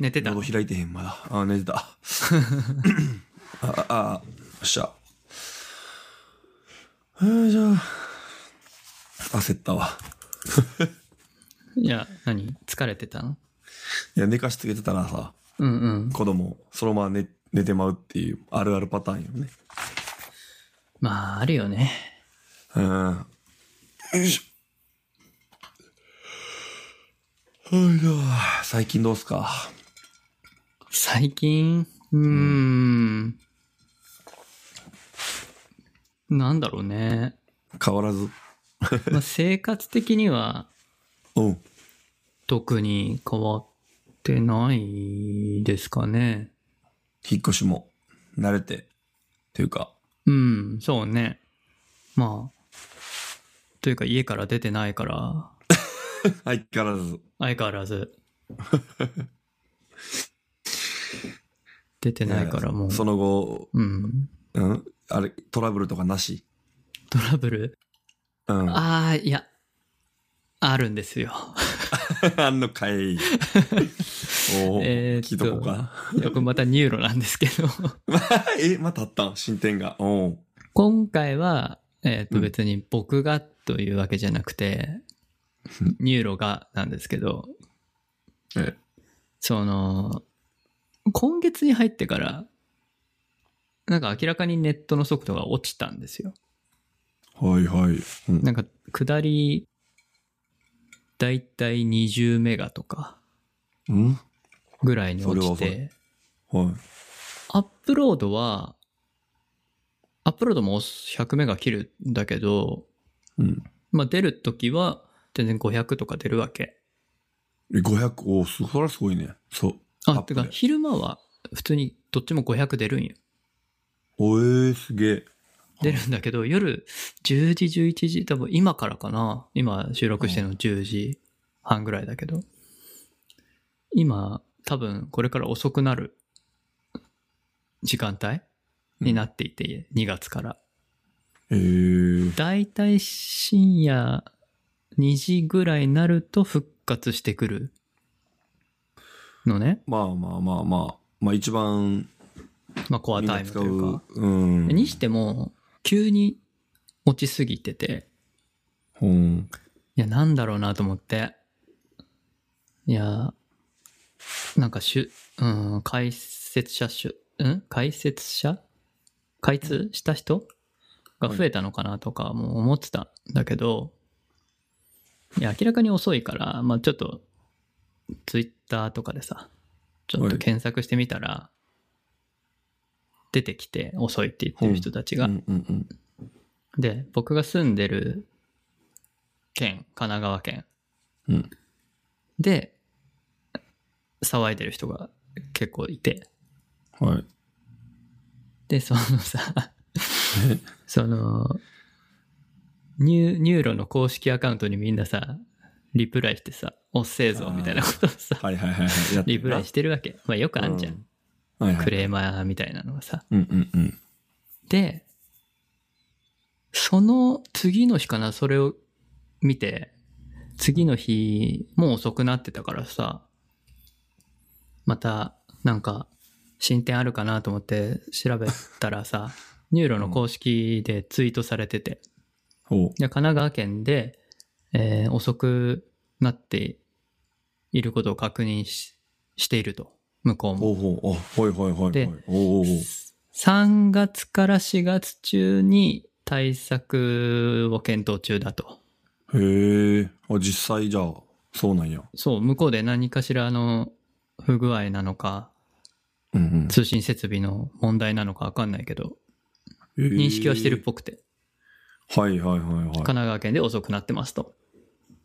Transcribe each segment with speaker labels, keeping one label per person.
Speaker 1: 寝てた
Speaker 2: 喉開いてへん、まだ。あ、寝 てた。あ、あ、あ、よっしゃ。よいしょ。焦ったわ。
Speaker 1: いや、何疲れてたの
Speaker 2: いや、寝かしつけてたらさ、
Speaker 1: うんうん。
Speaker 2: 子供、そのまま寝、寝てまうっていう、あるあるパターンよね。
Speaker 1: まあ、あるよね。
Speaker 2: うん。よいしょ。はい、では、最近どうすか
Speaker 1: 最近、うーん。なんだろう ね。
Speaker 2: 変わらず。
Speaker 1: まあ、生活的には
Speaker 2: うん。
Speaker 1: 特に変わってないですかね。
Speaker 2: 引っ越しも、慣れて、というか、
Speaker 1: うん、そうね。まあ、というか家から出てないから、
Speaker 2: 相変わらず。
Speaker 1: 相変わら ず。出てないからもう。
Speaker 2: その後、
Speaker 1: うん。
Speaker 2: うんあれ、トラブルとかなし
Speaker 1: トラブル
Speaker 2: うん。 あ
Speaker 1: ああ、いや、あるんです よ。
Speaker 2: んの かい。お
Speaker 1: えー
Speaker 2: ー
Speaker 1: っと
Speaker 2: 聞いとこうか。
Speaker 1: よくまたニューロなんですけ ど。
Speaker 2: え、またあったん進展が。おう
Speaker 1: 今回は、えっ、
Speaker 2: う
Speaker 1: と
Speaker 2: ん
Speaker 1: 別に僕がというわけじゃなくて、ニューロがなんですけど、
Speaker 2: え
Speaker 1: その、今月に入ってから、なんか明らかにネットの速度が落ちたんですよ。
Speaker 2: はいはい。うん
Speaker 1: なんか、下り、だいたい20メガとか
Speaker 2: うん
Speaker 1: ぐらいに落ち
Speaker 2: それは
Speaker 1: て、
Speaker 2: は
Speaker 1: アップロードは、アップロードも100メガ切るんだけど、
Speaker 2: い。うん。
Speaker 1: まあ出るときは全然500とか出るわけ。
Speaker 2: え500、おうすそれはすごいね。そう。アッ
Speaker 1: あ、て
Speaker 2: プで
Speaker 1: か昼間は普通にどっちも500出るんよ。
Speaker 2: おえー、すげえ。
Speaker 1: 出るんだけど、夜10時、11時、多分今からかな。今収録してるの10時半ぐらいだけど。今、多分これから遅くなる時間帯になっていて、2月から。
Speaker 2: えー、
Speaker 1: だいたい深夜2時ぐらいになると復活してくるのね。
Speaker 2: まあまあまあまあ。まあ一番、
Speaker 1: まあコア
Speaker 2: みん
Speaker 1: タ
Speaker 2: な
Speaker 1: イム
Speaker 2: 使
Speaker 1: というか
Speaker 2: う。。うん。
Speaker 1: にしても、急に落ちすぎてて、
Speaker 2: うん。
Speaker 1: いや、なんだろうなと思って。いや、なんかしゅ、うん、解説者しゅ、ん解説者開通した人が増えたのかなとかも思ってたんだけど、いや、明らかに遅いから、まあちょっと、ツイッターとかでさ、ちょっ
Speaker 2: は
Speaker 1: と
Speaker 2: い
Speaker 1: 検索してみたら、出てきて遅いって言ってる人たち
Speaker 2: う
Speaker 1: が、
Speaker 2: んうんうん。
Speaker 1: で、僕が住んでる県、神奈川県
Speaker 2: うん。
Speaker 1: で、騒いでる人が結構いて、
Speaker 2: はい。
Speaker 1: で、そのさ、その、ニュー、ニューロの公式アカウントにみんなさ、リプライしてさ、おっせえぞみたいなことをさ、
Speaker 2: はいはいはいはい。やって
Speaker 1: リ
Speaker 2: る
Speaker 1: プ
Speaker 2: な
Speaker 1: ライしてるわけ。まあよくあんじゃん。。
Speaker 2: うはいは
Speaker 1: ク
Speaker 2: い。
Speaker 1: レーマーみたいなのがさ。
Speaker 2: うんうんうん。
Speaker 1: で、その次の日かな、それを見て、次の日、もう遅くなってたからさ、また、なんか、進展あるかなと思って調べたらさ、ニューロの公式でツイートされてて、
Speaker 2: おう。
Speaker 1: いや神奈川県で、えー遅くなっていることを確認ししていると、向こうも。
Speaker 2: ほうほう、あ、はいはいはいはい。
Speaker 1: で
Speaker 2: おうおうおう
Speaker 1: 3月から4月中に対策を検討中だと。
Speaker 2: へえ、あ、実際じゃあ、そうなんや。
Speaker 1: そう、向こうで何かしらの不具合なのか、
Speaker 2: うん
Speaker 1: 通信設備の問題なのかわかんないけど、
Speaker 2: うん。
Speaker 1: 認識はしてるっぽくて、
Speaker 2: ぽはいはいはいはい。
Speaker 1: 神奈川県で遅くなってますと。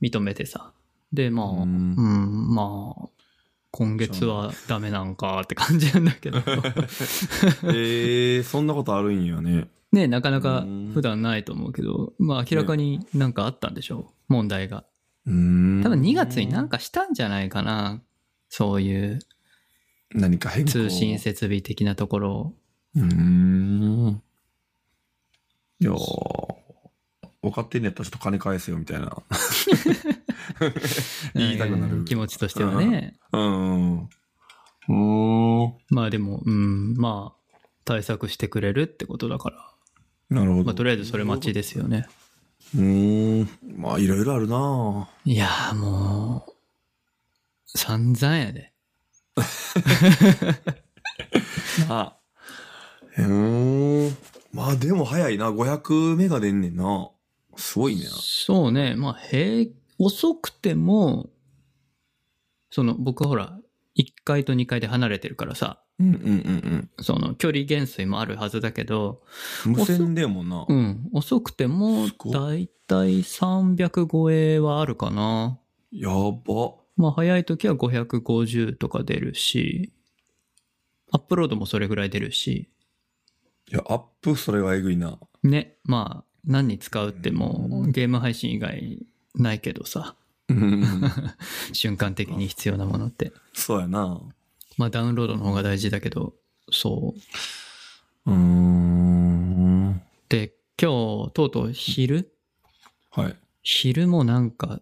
Speaker 1: 認めてさ。で、まあ、
Speaker 2: う
Speaker 1: うんん、まあ、今月はダメなんかって感じなんだ けど。
Speaker 2: ええ、そんなことあるんやね。
Speaker 1: ねなかなか普段ないと思うけど、まあ明らかになんかあったんでしょう、問題が。
Speaker 2: うーん。
Speaker 1: 多分2月になん
Speaker 2: か、
Speaker 1: かしたんじゃないかな。そういう
Speaker 2: 何か変更
Speaker 1: 通信設備的なところを。
Speaker 2: うーん。いやー、分かってんねやったらちょっと金返せよみたいな。言いたくなる
Speaker 1: うん気持ちとしてはね。
Speaker 2: うんうん。うーん。
Speaker 1: まあでも、うん、まあ、対策してくれるってことだから。
Speaker 2: なるほど。
Speaker 1: まあとりあえずそれ待ちですよね。
Speaker 2: うーん。まあ、いろいろあるない
Speaker 1: やーもう、散々やで。
Speaker 2: ぁ。なうーん。まあ、でも早いな。500メガ出んねんな。すごいね。
Speaker 1: そうね。まあ、平、遅くても、その、僕ほら、1階と2階で離れてるからさ、
Speaker 2: うんうんうん
Speaker 1: その、距離減衰もあるはずだけど、
Speaker 2: うん。無線でもんな。
Speaker 1: うん、遅くても
Speaker 2: す、ごい
Speaker 1: だいたい300超えはあるかな。
Speaker 2: やば。
Speaker 1: まあ、早い時は550とか出るし、アップロードもそれぐらい出るし、
Speaker 2: いや、アップそれはえぐいな。
Speaker 1: ね、まあ、何に使うっても
Speaker 2: う
Speaker 1: う、ゲーム配信以外ないけどさ、
Speaker 2: うん。
Speaker 1: 瞬間的に必要なものって。
Speaker 2: そうやな。
Speaker 1: まあダウンロードの方が大事だけど、そう。
Speaker 2: うーん。
Speaker 1: で、今日、とうとう昼
Speaker 2: はい。
Speaker 1: 昼もなんか、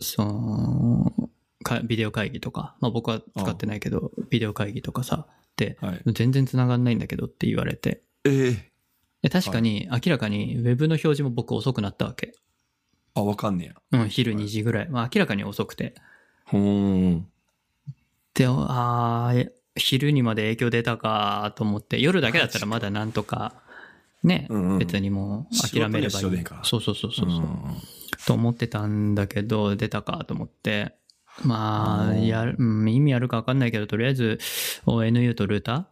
Speaker 1: その、かビデオ会議とか、まあ僕は使ってないけど、ビデオ会議とかさ、で、
Speaker 2: はい。
Speaker 1: 全然繋がんないんだけどって言われて、
Speaker 2: ええ
Speaker 1: で確かに明らかにウェブの表示も僕遅くなったわけ。
Speaker 2: あ、わかんねや。
Speaker 1: うん、昼
Speaker 2: はい
Speaker 1: 2時ぐらい。まあ明らかに遅くて。
Speaker 2: ほーん。
Speaker 1: で、あーえ昼にまで影響出たかと思って、夜だけだったらまだなんとか、ね、
Speaker 2: うんうん
Speaker 1: 別にもう諦めれば
Speaker 2: 仕事に
Speaker 1: い
Speaker 2: は支障出へ
Speaker 1: い
Speaker 2: んから。
Speaker 1: そうそうそうそう。
Speaker 2: う
Speaker 1: うんと思ってたんだけど、出たかと思って。ま
Speaker 2: お
Speaker 1: あ、
Speaker 2: ー
Speaker 1: やる、うん、意味あるか分かんないけど、とりあえず ONU とルータ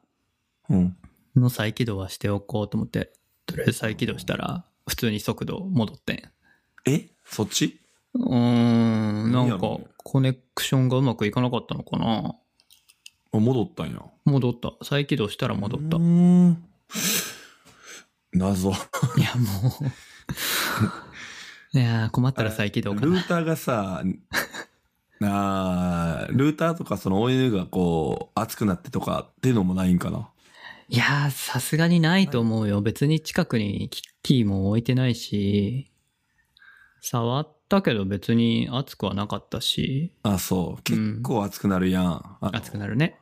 Speaker 2: うん。
Speaker 1: ーの再起動はしておこうと思って、とりあえず再起動したら、普通に速度戻ってん。
Speaker 2: えそっち
Speaker 1: うーん、な
Speaker 2: 何や
Speaker 1: ん
Speaker 2: ろ
Speaker 1: か
Speaker 2: うね、
Speaker 1: コネクションがうまくいかなかったのかな
Speaker 2: あ戻ったんや。
Speaker 1: 戻った。再起動したら戻った
Speaker 2: う。ーん。謎。
Speaker 1: いや、もう 。いやー、困ったら再起動か
Speaker 2: ル
Speaker 1: な。
Speaker 2: ーターがさ、あールーターとかその ONU がこう、熱くなってとかっていうのもないんかな。
Speaker 1: いやー、さすがにないと思うよ。別に近くにキッキーも置いてないし、触ったけど別に熱くはなかったし、
Speaker 2: あ、そう。結構熱くなるやん。あの
Speaker 1: 熱くなるね。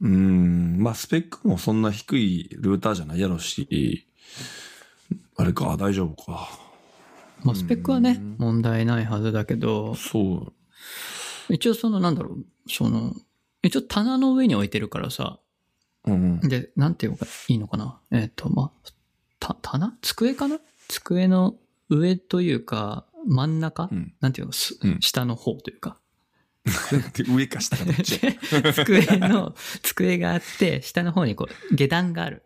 Speaker 2: うーん、まあスペックもそんな低いルーターじゃないやろし、あれか、大丈夫か。
Speaker 1: まあ、スペックはね
Speaker 2: うん、
Speaker 1: 問題ないはずだけど、
Speaker 2: そう。
Speaker 1: 一応その、なんだろう、その、一応棚の上に置いてるからさ、
Speaker 2: うんうん。
Speaker 1: で、なんていうか、いいのかな。えっ、と、まあ、た、棚机かな机の上というか、真ん中、
Speaker 2: うん
Speaker 1: なんていうの、す
Speaker 2: うん
Speaker 1: 下の方というか。
Speaker 2: 上か下かどっち
Speaker 1: で 机の、机があって、下の方にこう、下段がある。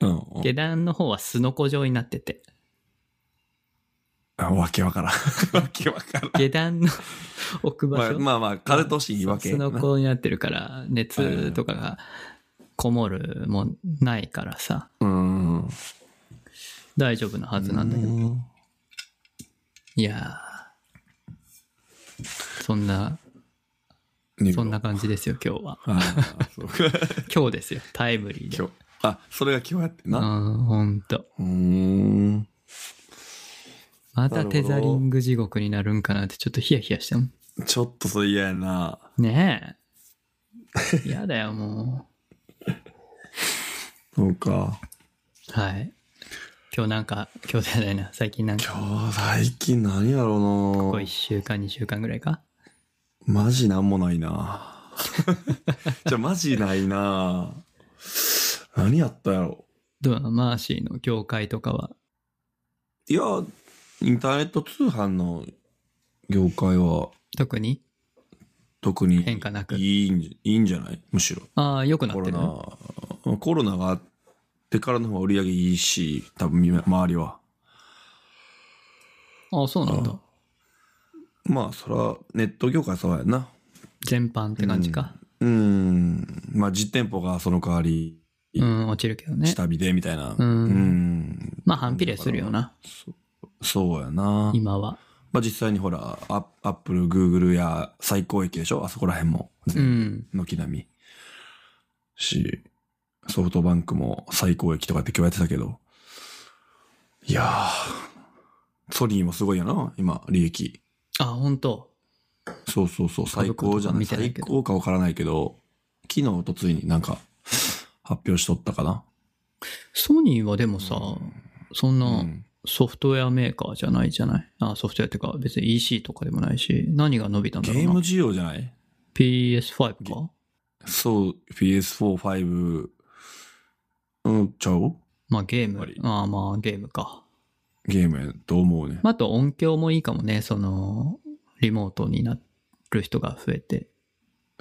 Speaker 2: うん
Speaker 1: 下段の方はすのこ状になってて、
Speaker 2: あ。わけ わからん。わけわからん。
Speaker 1: 下段の置く場
Speaker 2: まあ
Speaker 1: 所、
Speaker 2: まあまあ、風通しいいわ
Speaker 1: す
Speaker 2: けやな。
Speaker 1: のこになってるから、熱とかがこもるもんないからさ、
Speaker 2: うん。は
Speaker 1: 大丈夫なはずなんだけど。いやーそんな、そんな。感じですよ、今日は。
Speaker 2: あーそうか
Speaker 1: 今日ですよ、タイムリーで。
Speaker 2: 今日。あ、それが今日やってん
Speaker 1: う
Speaker 2: な。
Speaker 1: ん、ほんと。
Speaker 2: うーん。
Speaker 1: またテザリング地獄になるんかなって、ちょっとヒヤヒヤしたもん。
Speaker 2: ちょっとそれ嫌やな。
Speaker 1: ねえ。嫌だよ、も
Speaker 2: そうか。
Speaker 1: う。はい。今日なんか、今日じゃないな。最近なんか、
Speaker 2: 今日最近何や
Speaker 1: こ
Speaker 2: ろうな。
Speaker 1: う1週間、2週間ぐらいか。
Speaker 2: マジなんもな いなじゃあマジないな何やったやろ
Speaker 1: どうなのマーシーの業界とかは。
Speaker 2: いや、インターネット通販の業界は
Speaker 1: 特に
Speaker 2: 特に
Speaker 1: 変化なく
Speaker 2: いいんじいいんじゃないむしろ。
Speaker 1: ああ、良くなっ
Speaker 2: コ
Speaker 1: てる。
Speaker 2: ロナ、コロナがあってからの方が売り上げいいし、多分みんな周りは。
Speaker 1: ああ、そうなんだ。
Speaker 2: まあ、そら、ネット業界はそうやな。
Speaker 1: 全般って感じか。
Speaker 2: うん。まあ、実店舗がその代わり、
Speaker 1: う
Speaker 2: う
Speaker 1: んん、落ちるけどね。
Speaker 2: 下火でみたいな。
Speaker 1: うん
Speaker 2: うん
Speaker 1: まあ、反比例するよな、
Speaker 2: そうやな。
Speaker 1: 今は。
Speaker 2: まあ、実際にほら、アアップル、グーグルや最高益でしょあそこら辺も。
Speaker 1: うん。
Speaker 2: 軒並み。し、ソフトバンクも最高益とかって今日やってたけど。いやー、ソニーもすごいよな、今、利益。
Speaker 1: あ、本当
Speaker 2: そうそうそう、最高じゃない。
Speaker 1: 家族とか見てない
Speaker 2: 最
Speaker 1: けど
Speaker 2: 高かわからないけど、昨日とついになんか、発表しとったかな。
Speaker 1: ソニーはでもさ、そん
Speaker 2: う。
Speaker 1: なんソフトウェアメーカーじゃないじゃない。あ、ソフトウェアってか、別に EC とかでもないし、何が伸びたんだろ
Speaker 2: ゲ
Speaker 1: う
Speaker 2: ーム
Speaker 1: な。
Speaker 2: 需要じゃない
Speaker 1: PS5 か
Speaker 2: そう、PS4、5、うん、ちゃう
Speaker 1: まあゲー
Speaker 2: やっ
Speaker 1: ム
Speaker 2: ぱり。
Speaker 1: ああまあゲームか。
Speaker 2: ゲームやと思うね。
Speaker 1: まああと音響もいいかもね、その、リモートになる人が増えて、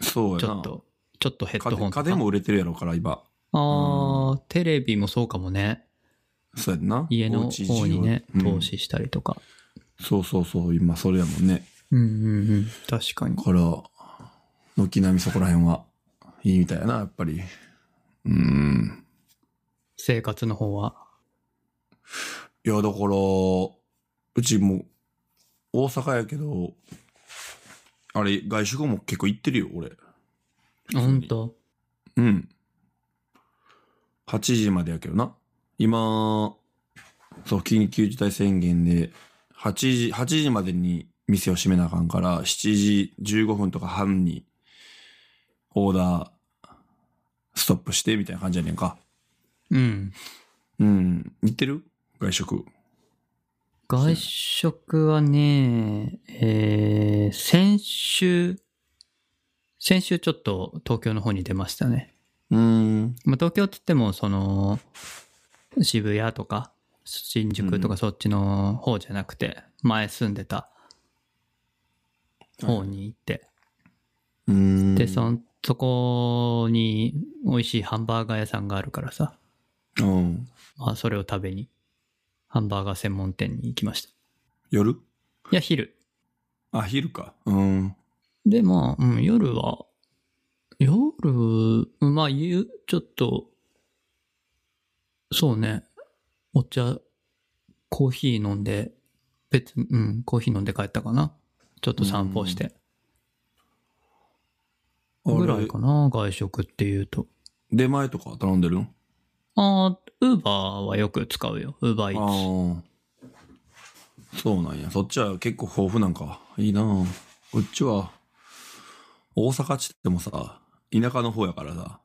Speaker 2: そう
Speaker 1: ち
Speaker 2: や
Speaker 1: ょ
Speaker 2: な
Speaker 1: っ。と、ちょっとヘッ
Speaker 2: 家
Speaker 1: ドホ
Speaker 2: 電
Speaker 1: ンと
Speaker 2: 家
Speaker 1: か。
Speaker 2: 電も売れてるやろから、今。
Speaker 1: ああ、テレビもそうかもね。
Speaker 2: そうやんな。
Speaker 1: 家
Speaker 2: お
Speaker 1: の
Speaker 2: うち需要
Speaker 1: 方にね、
Speaker 2: うん
Speaker 1: 投資したりとか。
Speaker 2: そうそうそう、今それやもんね。
Speaker 1: うんうんうん。確かに。
Speaker 2: だから、軒並みそこら辺は、いいみたいやな、やっぱり。うん。
Speaker 1: 生活の方は。
Speaker 2: いや、だから、うちも、大阪やけど、あれ、外食も結構行ってるよ、俺。
Speaker 1: あほんと。
Speaker 2: うん。8時までやけどな。今、そう、緊急事態宣言で、8時、8時までに店を閉めなあかんから、7時15分とか半に、オーダー、ストップして、みたいな感じやねんか。
Speaker 1: うん。
Speaker 2: うん。行ってる外食。
Speaker 1: 外食はね、えー、先週、先週ちょっと東京の方に出ましたね。
Speaker 2: うん。
Speaker 1: まあ、東京って言っても、その、渋谷とか、新宿と
Speaker 2: う
Speaker 1: か
Speaker 2: ん
Speaker 1: そっちの方じゃなくて、前住んでた方に行って、
Speaker 2: うん。
Speaker 1: で、そん、そこに美味しいハンバーガー屋さんがあるからさ、
Speaker 2: うん。
Speaker 1: まあ、それを食べに、ハンバーガー専門店に行きました。
Speaker 2: 夜
Speaker 1: いや、昼。
Speaker 2: あ、昼か。うん。
Speaker 1: で、まあ、うん、夜は、夜、うんまあ、言う、ちょっと、そうね、お茶、コーヒー飲んで、別、うん、コーヒー飲んで帰ったかな。ちょっと散歩して。ぐらいかな、外食っていうと。
Speaker 2: 俺出前とか頼んでるん
Speaker 1: ああ、ウーバーはよく使うよ。ウーバーイ
Speaker 2: あ
Speaker 1: ーツ。
Speaker 2: あそうなんやそっちは結構豊富なんかいいなあうちは大阪っちってもさ田舎の方やからさ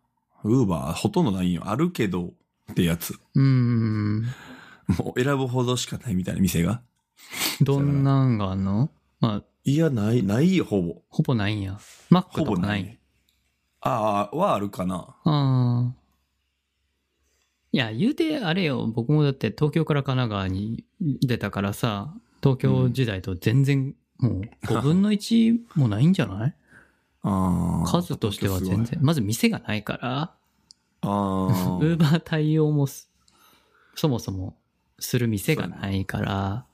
Speaker 2: ウーバーほとんどないんよあるけどってやつ
Speaker 1: うーん。
Speaker 2: もう選ぶほどしかないみたいな店が
Speaker 1: どんなんがあんのまあ、
Speaker 2: いやないないよほぼ
Speaker 1: ほぼないんや。マック
Speaker 2: ほ
Speaker 1: と
Speaker 2: ぼ
Speaker 1: か
Speaker 2: な
Speaker 1: ないい。
Speaker 2: ああはあるかな
Speaker 1: ああ。いや、言うてあれよ、僕もだって東京から神奈川に出たからさ、東京時代と全然、もう5分の1もないんじゃない
Speaker 2: ああ
Speaker 1: 数としては全然。まず店がないから、
Speaker 2: あ
Speaker 1: ウ
Speaker 2: あ
Speaker 1: ーバー対応もすそもそもする店がないから、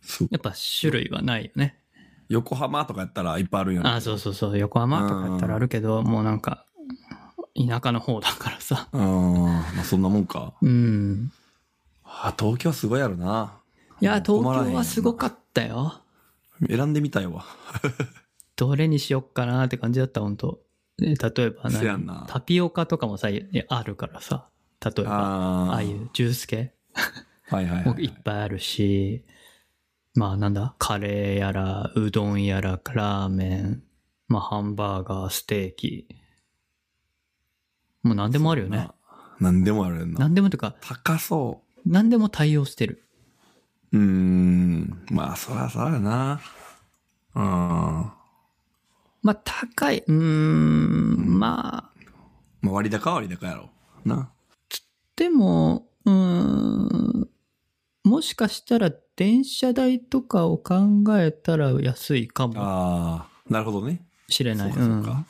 Speaker 2: そう
Speaker 1: やっぱ種類はないよね。
Speaker 2: 横浜とかやったらいっぱいあるんや
Speaker 1: ああ、そうそうそう、横浜とかやったらあるけど、もうなんか、田舎の方だからさ。
Speaker 2: ああまあそんなもんか
Speaker 1: うん。
Speaker 2: あ東京はすごいやろない
Speaker 1: や、東
Speaker 2: 困らへん
Speaker 1: 京
Speaker 2: よ
Speaker 1: は
Speaker 2: な
Speaker 1: すごかったよ。
Speaker 2: 選んでみたいわ
Speaker 1: どれにしよっかなって感じだった、本当ね例えば
Speaker 2: せや
Speaker 1: 何
Speaker 2: んな
Speaker 1: タピオカとかもさ、いあるからさ。例えば、
Speaker 2: あ
Speaker 1: あ
Speaker 2: ー
Speaker 1: あいうジュース系
Speaker 2: はいはい、
Speaker 1: も
Speaker 2: はい
Speaker 1: っぱいあるし、まあなんだ、カレーやら、うどんやら、ラーメン、まあハンバーガー、ステーキ。もう何でもあるよね。
Speaker 2: 何でもあるやんな
Speaker 1: 何でもというか、
Speaker 2: 高そ
Speaker 1: 何でも対応してる。
Speaker 2: ううーんまあそりゃそうやなうん
Speaker 1: まあ高い、うーん、まあ、
Speaker 2: まあ割高は割高やろな
Speaker 1: でも、うーん、もしかしたら電車代とかを考えたら安いかも
Speaker 2: ああなるほどね
Speaker 1: しれ
Speaker 2: そ
Speaker 1: な
Speaker 2: う
Speaker 1: い。
Speaker 2: か
Speaker 1: う
Speaker 2: そ
Speaker 1: ん
Speaker 2: う
Speaker 1: っ
Speaker 2: か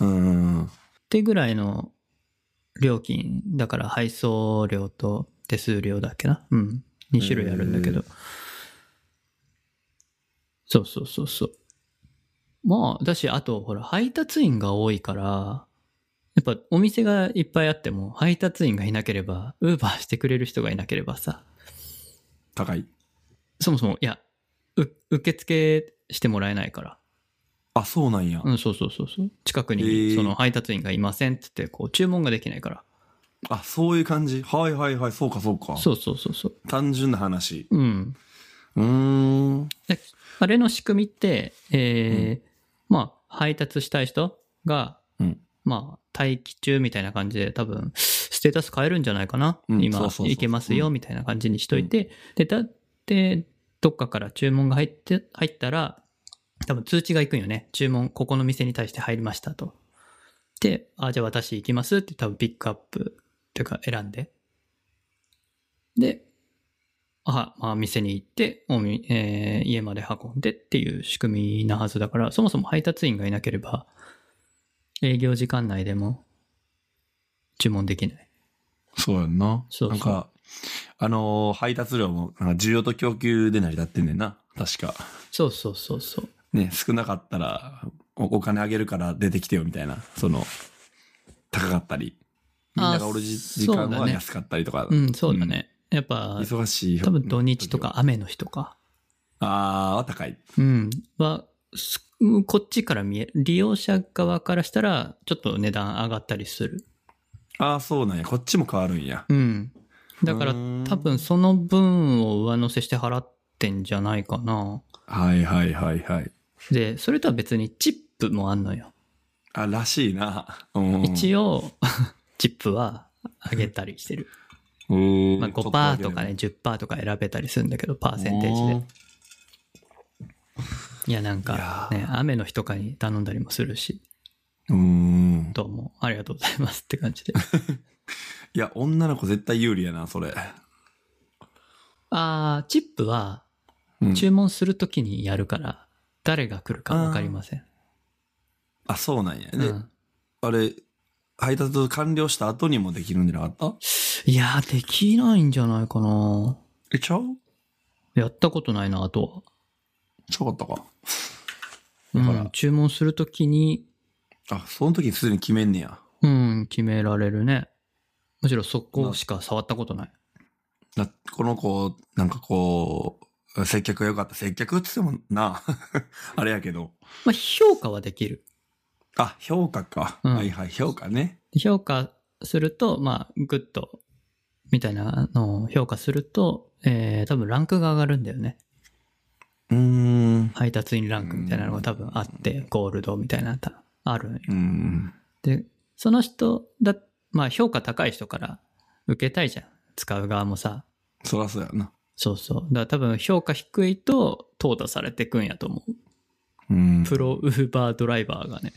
Speaker 2: うんうん
Speaker 1: てぐらいの料金、だから配送料と手数料だっけな。うん。2種類あるんだけど。そうそうそうそう。まあ、だし、あと、ほら、配達員が多いから、やっぱお店がいっぱいあっても、配達員がいなければ、ウーバーしてくれる人がいなければさ、
Speaker 2: 高い
Speaker 1: そもそも、いや、う受付してもらえないから。
Speaker 2: あそうなんや、
Speaker 1: うん、そうそうそうそう。近く
Speaker 2: へ
Speaker 1: に、
Speaker 2: ー
Speaker 1: その配達員がいませんって言って、こう、注文ができないから。
Speaker 2: あそういう感じはいはいはいそうかそうか
Speaker 1: そうそうそうそう。
Speaker 2: 単純な話
Speaker 1: うん。
Speaker 2: うーん
Speaker 1: であれの仕組みって、えーまあ、配達したい人が、
Speaker 2: うん
Speaker 1: まあ、待機中みたいな感じで、多分、ステータス変えるんじゃないかな。
Speaker 2: うん
Speaker 1: 今
Speaker 2: そうそうそう
Speaker 1: いけますよ、みたいな感じにしといて、で、だって、どっかから注文が入って、入ったら、多分通知が行くんよね。注文、ここの店に対して入りましたと。で、あ、じゃあ私行きますって多分ピックアップというか選んで。で、あ、まあ店に行って、おみえー家まで運んでっていう仕組みなはずだから、そもそも配達員がいなければ、営業時間内でも注文できない。
Speaker 2: そうやんな。
Speaker 1: そうそう
Speaker 2: なんか、あのー配達量も、なんか需要と供給で成り立ってんねんな。確か。
Speaker 1: そうそうそうそう。
Speaker 2: ね、少なかったら、おお金あげるから出てきてよみたいな。その、高かったり。みんながおるじ
Speaker 1: あ
Speaker 2: 時間
Speaker 1: そうだ
Speaker 2: は
Speaker 1: ね
Speaker 2: 安かったりとか。
Speaker 1: うん、そうだね。やっぱ、
Speaker 2: 忙しい。
Speaker 1: 多分土日と。か雨の日とか、
Speaker 2: あーは高い。
Speaker 1: うん、は、すこっちから見え、利用者側からしたら、ちょっと値段上がったりする。
Speaker 2: ああ、そうなんや。こっちも変わるんや。
Speaker 1: うん。だから
Speaker 2: うーん
Speaker 1: 多分その分を上乗せして払ってんじゃないかな。
Speaker 2: はいはいはいはい。
Speaker 1: で、それとは別にチップもあんのよ。
Speaker 2: あ、らしいな。うん。
Speaker 1: 一応、 チップは上げたりしてる。
Speaker 2: 応
Speaker 1: まあ5%とかね、、10%とか選べたりするんだけど、パーセンテージで。いや、なんか
Speaker 2: いや
Speaker 1: ね、雨の日とかに頼んだりもするし、
Speaker 2: で。うん。
Speaker 1: どうもありがとうございますって感じ で。
Speaker 2: いや、女の子絶対有利やな、それ。
Speaker 1: あー、チップは
Speaker 2: うん
Speaker 1: 注文するときにやるから、誰が来るかわかりません。
Speaker 2: あ、そうなんや。
Speaker 1: う
Speaker 2: で、
Speaker 1: ん。
Speaker 2: あれ、配達完了した後にもできるんじゃなかった
Speaker 1: いやー、できないんじゃないかな。
Speaker 2: え、ちゃう
Speaker 1: やったことないな、あと
Speaker 2: ちゃうかったか。
Speaker 1: は。
Speaker 2: だから
Speaker 1: うん、注文するときに、
Speaker 2: あ、その時すでに決めんねや。
Speaker 1: うん、決められるね。むしろそこしか触ったことない。
Speaker 2: だこの子、なんかこう、接客が良かった。接客っつってもな、 あれやけど。
Speaker 1: まあ、評価はできる。
Speaker 2: あ、評価か。
Speaker 1: うん
Speaker 2: はいはい、評価ね。
Speaker 1: 評価すると、まあ、グッと、みたいなのを評価すると、えー、多分ランクが上がるんだよね。
Speaker 2: うーん。
Speaker 1: 配達員ランクみたいなのが多分あって、ゴールドみたいな、たあるんよ
Speaker 2: うん。
Speaker 1: で、その人だ、まあ、評価高い人から受けたいじゃん。使う側もさ。
Speaker 2: そらそうやな。
Speaker 1: そうそう。だから多分評価低いと淘汰されてくんやと思う。
Speaker 2: うん。
Speaker 1: プロウーバードライバーがね。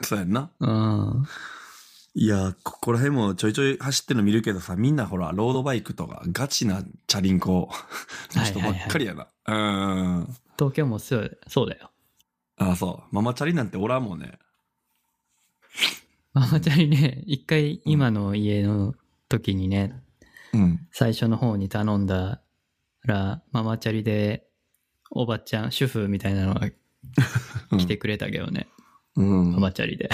Speaker 2: そうやんな。
Speaker 1: うん。
Speaker 2: いや、ここら辺もちょいちょい走ってるの見るけどさ、みんなほら、ロードバイクとか、ガチなチャリ ンコの人ばっかりやな。うん。
Speaker 1: 東京もそうそうだよ。
Speaker 2: あ、そう。ママチャリなんておらんもんね。
Speaker 1: ママチャリね、一回今の家の時にね、
Speaker 2: うん。
Speaker 1: 最初の方に頼んだら、ママチャリで、おばちゃん、主婦みたいなのが来てくれたけどね、
Speaker 2: うん。
Speaker 1: マ
Speaker 2: ま
Speaker 1: マチャリで。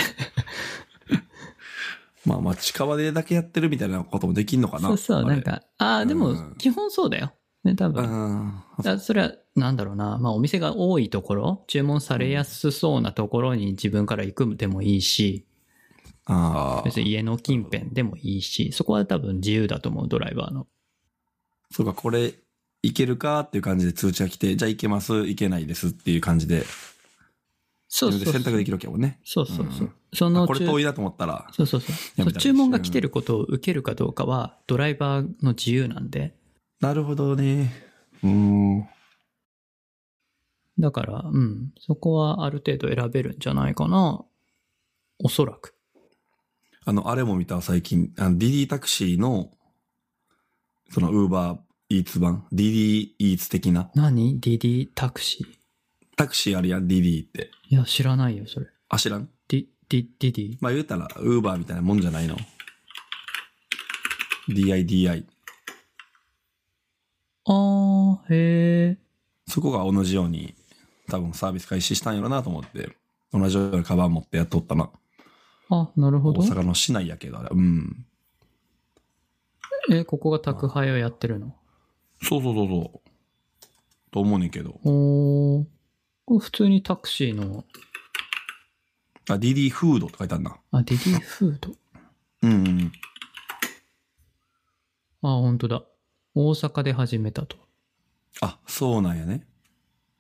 Speaker 2: あまあ、近場でだけやってるみたいなこともできんのかな。
Speaker 1: そうそう、
Speaker 2: あ
Speaker 1: な
Speaker 2: れ
Speaker 1: ん。か、ああ、で
Speaker 2: う
Speaker 1: も
Speaker 2: ん、
Speaker 1: 基本そうだよ。ね、多
Speaker 2: う
Speaker 1: 分。
Speaker 2: ん。
Speaker 1: だそれは、なんだろうな。まあ、お店が多いところ、注文されやすそうなところに自分から行くでもいいし、
Speaker 2: ああ
Speaker 1: 別。に家の近辺でもいいし、そこは多分自由だと思う、ドライバーの。
Speaker 2: そうか、これ、いけるかっていう感じで通知が来て、じゃあいけます、いけないですっていう感じで、
Speaker 1: そうそう
Speaker 2: 自
Speaker 1: そう。
Speaker 2: 分で選択できるわけやもんね。。
Speaker 1: そうそうそううんそ
Speaker 2: あ
Speaker 1: の
Speaker 2: これ
Speaker 1: 注
Speaker 2: 遠いなと思ったら、
Speaker 1: そうそうそうそ
Speaker 2: やめた
Speaker 1: う
Speaker 2: りして
Speaker 1: 注文が来てることを受けるかどうかは、ドライバーの自由なんで。
Speaker 2: なるほどね。うん。
Speaker 1: だから、うん。そこはある程度選べるんじゃないかな。おそらく。
Speaker 2: あの、あれも見た最近、あの、DD タクシーの、その、ウーバーイーツ版、DD イーツ的な。
Speaker 1: 何 ?DD タクシー。
Speaker 2: タクシーあるやん、DD って。
Speaker 1: いや、知らないよ、それ。
Speaker 2: あ、知らん
Speaker 1: ディ、ディ、ディディ
Speaker 2: まあ、言うたら、ウーバーみたいなもんじゃないの。DIDI。
Speaker 1: あー、へー。
Speaker 2: そこが同じように、多分サービス開始したんやろなと思って、同じようなカバン持ってやっとったな。
Speaker 1: あ、なるほ
Speaker 2: 大
Speaker 1: ど。
Speaker 2: 阪の市内やけど、あれうん。
Speaker 1: え、ここが宅配をやってるの
Speaker 2: そうそうそうそう。と思うねんけど。
Speaker 1: おー。これ普通にタクシーの、
Speaker 2: あ、DD フードって書いてあるな。
Speaker 1: あ、ディディフード。
Speaker 2: うんうん。
Speaker 1: あ、本当だ。大阪で始めたと。
Speaker 2: あ、そうなんやね。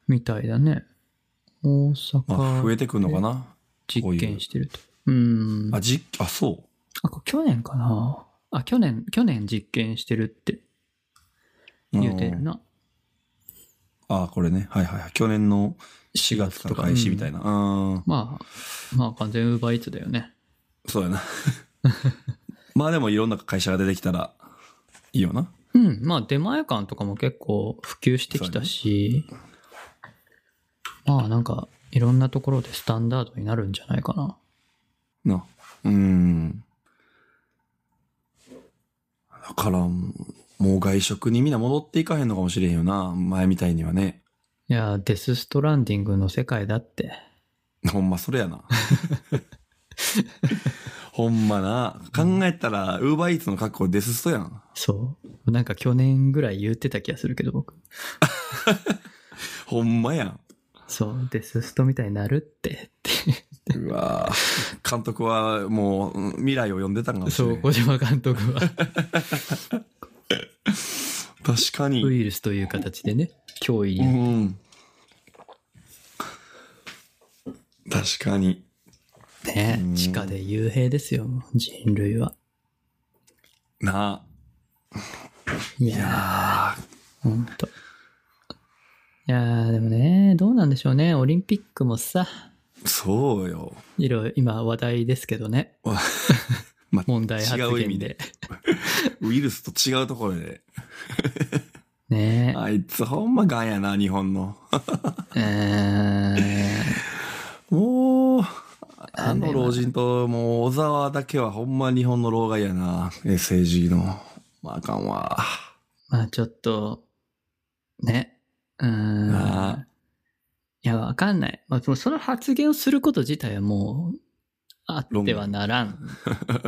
Speaker 1: みたいだね。大
Speaker 2: まあ、増え
Speaker 1: 阪
Speaker 2: てくんのかな。こ
Speaker 1: 実
Speaker 2: ういう
Speaker 1: 験してると。うん。
Speaker 2: あ、じ、あ、そう。
Speaker 1: あ、これ去年かな。あ、去年、去年実験してるって言うてん
Speaker 2: ん
Speaker 1: な。
Speaker 2: ああ、これね。はいはいはい。去年の4月から開始みたいな。うん。
Speaker 1: まあ、まあ完全ウーバーイーツだよね。
Speaker 2: そうやな。 まあでもいろんな会社が出てきたらいいよな。
Speaker 1: うん。まあ出前館とかも結構普及してきたし、まあなんかいろんなところでスタンダードになるんじゃないかな。
Speaker 2: な。うん。だから、もう外食にみんな戻っていかへんのかもしれへんよな。前みたいにはね。
Speaker 1: いやー、デスストランディングの世界だって。
Speaker 2: ほんまそ れやな。ほんまな。考えたら、ウーバーイーツの格好デスストやん。
Speaker 1: そう。なんか去年ぐらい言ってた気がするけど、僕。
Speaker 2: ほんまやん。
Speaker 1: そう、デスストみたいになるって、って。
Speaker 2: うわぁ監督はもううん未来を読んでたんかもし
Speaker 1: そ
Speaker 2: れ
Speaker 1: う、
Speaker 2: ん
Speaker 1: 小島監督 は。
Speaker 2: 確か
Speaker 1: ウ
Speaker 2: に。
Speaker 1: イルスという形でね、脅威
Speaker 2: う
Speaker 1: に。
Speaker 2: ん。確かに。
Speaker 1: ね
Speaker 2: うん
Speaker 1: 地下で幽閉ですよ、もう人類は。
Speaker 2: ないあ。い
Speaker 1: や
Speaker 2: や
Speaker 1: ー、ほんと。いやー、でもね、どうなんでしょうね。オリンピックもさ、
Speaker 2: ーそうよ。
Speaker 1: いろいろ今話題ですけどね。
Speaker 2: わまあ、
Speaker 1: 問題発
Speaker 2: 違う意
Speaker 1: 言
Speaker 2: 味
Speaker 1: で
Speaker 2: で。ウイルスと違うところで。
Speaker 1: ね
Speaker 2: あいつほんまガンやな、日本の。
Speaker 1: えー
Speaker 2: もう、あの老人と、もう小沢だけはほんま日本の老害やな。SAG の。まああかんわ。
Speaker 1: まあちょっと、ね。うーん。
Speaker 2: あ
Speaker 1: いや、わかんない。まあ、そのその発言をすること自体はもう、あってはならん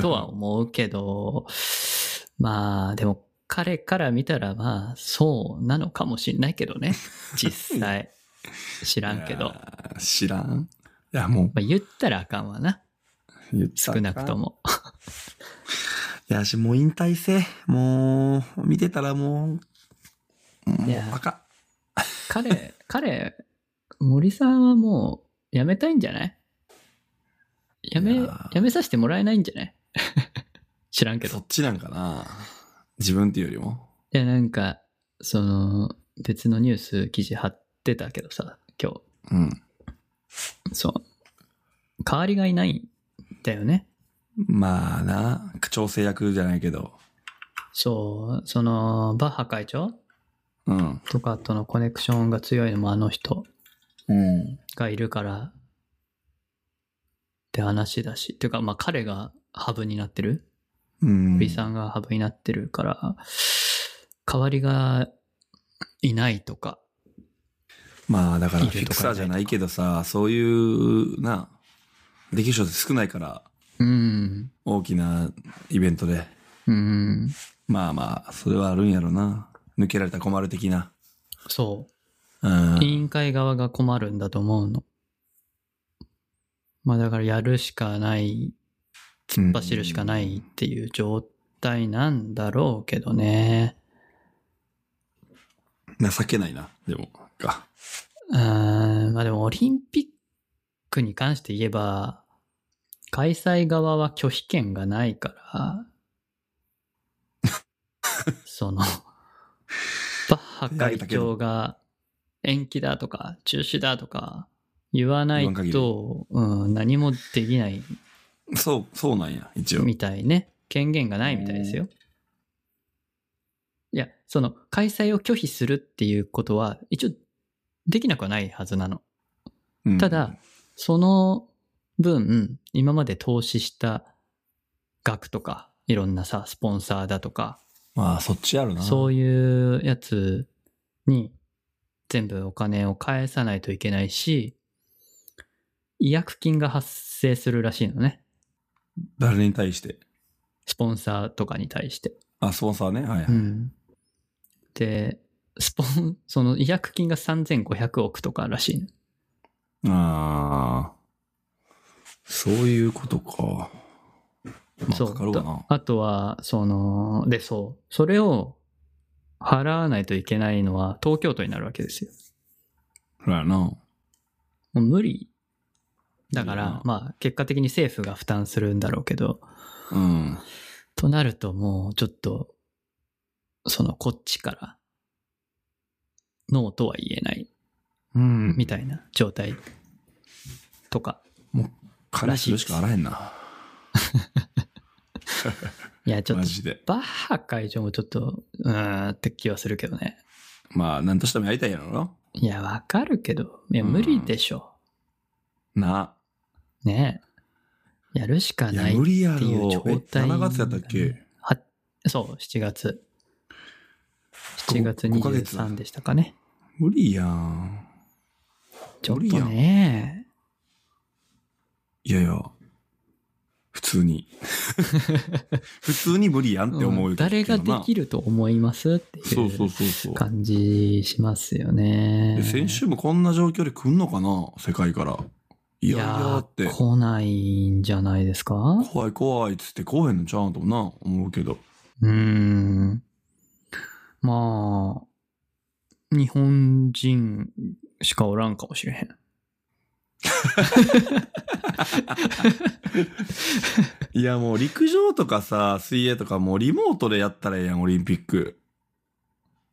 Speaker 1: とは思うけど、 まあ、でも、彼から見たら、まあ、そうなのかもしんないけど ね。実際。知らんけど。
Speaker 2: い
Speaker 1: ま
Speaker 2: や。知らんいや、もう
Speaker 1: あ、言ったらあかんわな。
Speaker 2: 言っ
Speaker 1: 少
Speaker 2: たらあかん、
Speaker 1: なくとも。
Speaker 2: いやし、もう引退せ。もう、見てたらもう、も
Speaker 1: いうや、
Speaker 2: あか
Speaker 1: 彼、彼、森さんはもう、辞めたいんじゃない辞め
Speaker 2: いやー、
Speaker 1: 辞めさせてもらえないんじゃない 知らんけ
Speaker 2: ん。そ
Speaker 1: ど
Speaker 2: っ。ちなんかな。自分っていうよりも。
Speaker 1: いや、なんか、その、別のニュース記事貼ってたけどさ、今
Speaker 2: うん。
Speaker 1: 日。そう。代わりがいないんだよね。
Speaker 2: まあな、調整役じゃないけど。
Speaker 1: そう、その、バッハ会長
Speaker 2: うん。
Speaker 1: とかとのコネクションが強いのもあの人
Speaker 2: うん。
Speaker 1: がいるから、って話だし。ていうか、まあ彼がハブになってる
Speaker 2: うん。
Speaker 1: B さんがハブになってるから、代わりがいないとか。
Speaker 2: まあだから
Speaker 1: いる
Speaker 2: フ
Speaker 1: とか
Speaker 2: ィクサーじゃないけどさ、そういう、な、できる人って少ないから、
Speaker 1: うん。
Speaker 2: 大きなイベントで。
Speaker 1: うん。
Speaker 2: まあまあ、それはあるんやろな。抜けられたら困る的な。
Speaker 1: そうう。委
Speaker 2: ん。
Speaker 1: 員会側が困るんだと思うの。まあだからやるしかない、
Speaker 2: 突
Speaker 1: 走るしかないっていう状態なんだろうけどね。
Speaker 2: 情けないな、でも。か。
Speaker 1: うーん。まあでもオリンピックに関して言えば、開催側は拒否権がない から、その、バッハ会長が延期だとか中止だとか言わないと、うん、何もできない
Speaker 2: そう、そうなんや、一応。
Speaker 1: みたいね。権限がないみたいですよ。いや、その、開催を拒否するっていうことは、一応、できなくはないはずなの。
Speaker 2: うん
Speaker 1: ただ、、その分、今まで投資した額とか、いろんなさ、スポンサーだとか、
Speaker 2: まあ、そっちやろな。
Speaker 1: そういうやつに全部お金を返さないといけないし、違約金が発生するらしいのね。
Speaker 2: 誰に対して。
Speaker 1: スポンサーとかに対して。
Speaker 2: あ、スポンサーね。はいは
Speaker 1: う
Speaker 2: い。
Speaker 1: ん。で、スポン、その違約金が3500億とからしいの。
Speaker 2: ああ。そういうことか。まあ、
Speaker 1: そう
Speaker 2: かかるわな。
Speaker 1: あとは、その、で、そう。それを払わないといけないのは東京都になるわけですよ。
Speaker 2: そうやな。
Speaker 1: もう無理だか
Speaker 2: いい
Speaker 1: ら
Speaker 2: な、
Speaker 1: まあ、結果的に政府が負担するんだろうけど、
Speaker 2: うん。
Speaker 1: となるともうちょっと、そのこっちから、ノーとは言えない
Speaker 2: うん
Speaker 1: みたいな状態とか。
Speaker 2: 彼氏しかあらへんな。
Speaker 1: いや、ちょっ
Speaker 2: マ
Speaker 1: と、
Speaker 2: ジで。
Speaker 1: バッハ会長もちょっと、うーんって気はするけどね。
Speaker 2: まあ、なんとしてもやりたいやろな。
Speaker 1: いや、わかるけど、いや、無理でしょ。
Speaker 2: な
Speaker 1: ねえやるしか
Speaker 2: あ。いや
Speaker 1: な、い。
Speaker 2: 無理や
Speaker 1: っていう
Speaker 2: ろ
Speaker 1: 状。
Speaker 2: え、
Speaker 1: 態
Speaker 2: 7月やったっけ
Speaker 1: はそう、7月。
Speaker 2: ご
Speaker 1: 7月
Speaker 2: ごヶ月
Speaker 1: 23でしたかね。
Speaker 2: 無理やん。
Speaker 1: ちょっ
Speaker 2: 無理
Speaker 1: と
Speaker 2: やん
Speaker 1: ね。
Speaker 2: いやいや。普通 に。普通に無理やんって思う、
Speaker 1: うん誰ができ
Speaker 2: る
Speaker 1: ると思いますっていう。
Speaker 2: そうそうそうそう。
Speaker 1: 感じしますよね
Speaker 2: で。先週もこんな状況で来んのかな世界から。い
Speaker 1: い
Speaker 2: やいや
Speaker 1: や
Speaker 2: って。
Speaker 1: 来ないんじゃないですかう
Speaker 2: 怖い怖いっつって来へんのちゃうんともな、思うけど。
Speaker 1: ーん。まあ、日本人しかおらんかもしれへん。
Speaker 2: いやもう陸上とかさ、水泳とかもうリモートでやったらええやん、オリンピック。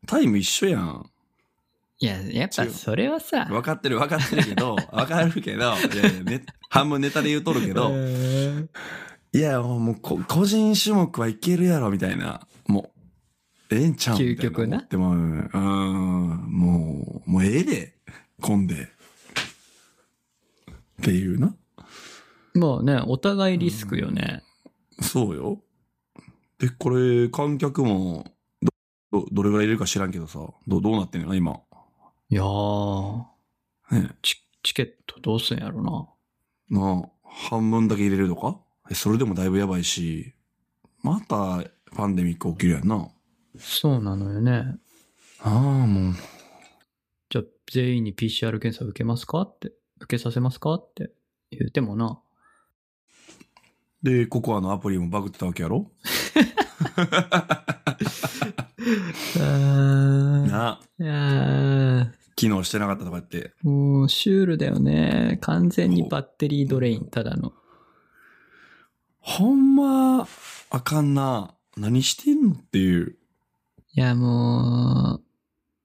Speaker 2: タイム一緒やん。
Speaker 1: いや、やっぱそれはさ、
Speaker 2: 分かってる分かってるけ ど、分かるけど、いやいやね、半分ネタで言うとるけ
Speaker 1: う
Speaker 2: ど、
Speaker 1: ーん
Speaker 2: いやもうもうこ個人種目はいけるやろ、みたいな。もう、ええんちゃうんみたい
Speaker 1: 究極な
Speaker 2: 思ってまうよねうん、もう、もうええで、混んで。っていうな。
Speaker 1: まあね、お互いリスクよね。
Speaker 2: そうよ。で、これ、観客も、ど、どどれぐらい入れるか知らんけどさ、どどうなってんのよな今。
Speaker 1: いやー
Speaker 2: ね
Speaker 1: チ、チケットどうすんやろな。
Speaker 2: なあ、半分だけ入れるとかえそれでもだいぶやばいし、また、パンデミック起きるやんな。
Speaker 1: そうなのよね。
Speaker 2: ああ、もう、
Speaker 1: じゃあ全員に PCR 検査受けますかって、受けさせますかって言うてもな。
Speaker 2: で、ココアのアプリもバグってたわけやろ
Speaker 1: あ
Speaker 2: なあ、
Speaker 1: あ、
Speaker 2: 機能してなかったとか言って。
Speaker 1: もうシュールだよね。完全にバッテリードレイン、ただの。
Speaker 2: ほんま、あかんな。何してんのっていう。
Speaker 1: いや、も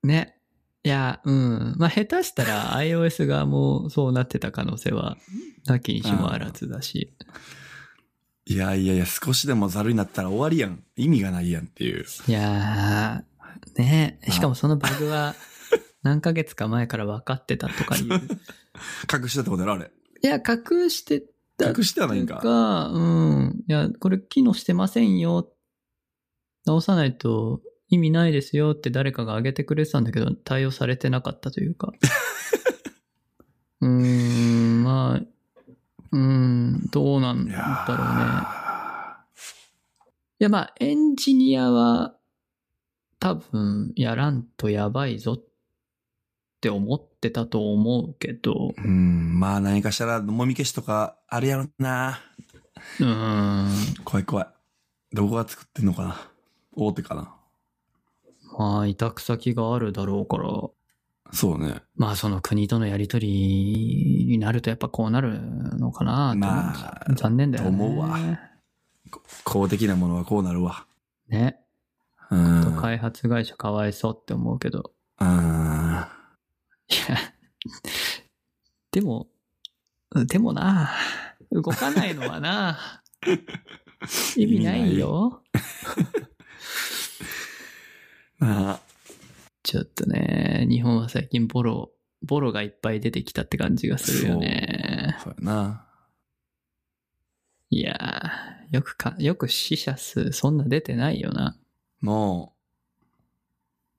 Speaker 1: う、ね。いや、うん。まあ、下手したら iOS がもうそうなってた可能性は、なきにしもあらずだし。
Speaker 2: いやいやいや、少しでもざるになったら終わりやん。意味がないやんっていう。
Speaker 1: いやー、ね。しかもそのバグは、何ヶ月か前から分かってたとかいう。
Speaker 2: 隠してたことやろ、あれ。
Speaker 1: いや、隠してた
Speaker 2: 隠してはないん
Speaker 1: っ
Speaker 2: か
Speaker 1: てい。うか、うん。いや、これ機能してませんよ。直さないと意味ないですよって誰かが挙げてくれてたんだけど、対応されてなかったというか。うーん、まあ、うーん、どうなんだろうね。いや、まあ、エンジニアは、多分、やらんとやばいぞって思ってたと思うけ ど、
Speaker 2: うね。うん、まあ何かしたら、もみ消しとかあるやろな。
Speaker 1: うーん、
Speaker 2: 怖い怖い。どこが作ってんのかな。大手かな。
Speaker 1: まあ、委託先があるだろうから、
Speaker 2: そうね。
Speaker 1: まあその国とのやりとりになるとやっぱこうなるのかなと思うし
Speaker 2: まあ
Speaker 1: 残念だよね。
Speaker 2: と思うわこ公的なものはこうなるわ。
Speaker 1: ね。
Speaker 2: う
Speaker 1: と
Speaker 2: ん。
Speaker 1: 開発会社かわいそうって思うけど。
Speaker 2: うん。
Speaker 1: いや、でも、でもな、動かないのは な、意味ないよ。
Speaker 2: あ
Speaker 1: ちょっとね、日本は最近ボロ、ボロがいっぱい出てきたって感じがするよね。
Speaker 2: そうやな。
Speaker 1: いやー、よくか、よく死者数そんな出てないよな。
Speaker 2: なあ。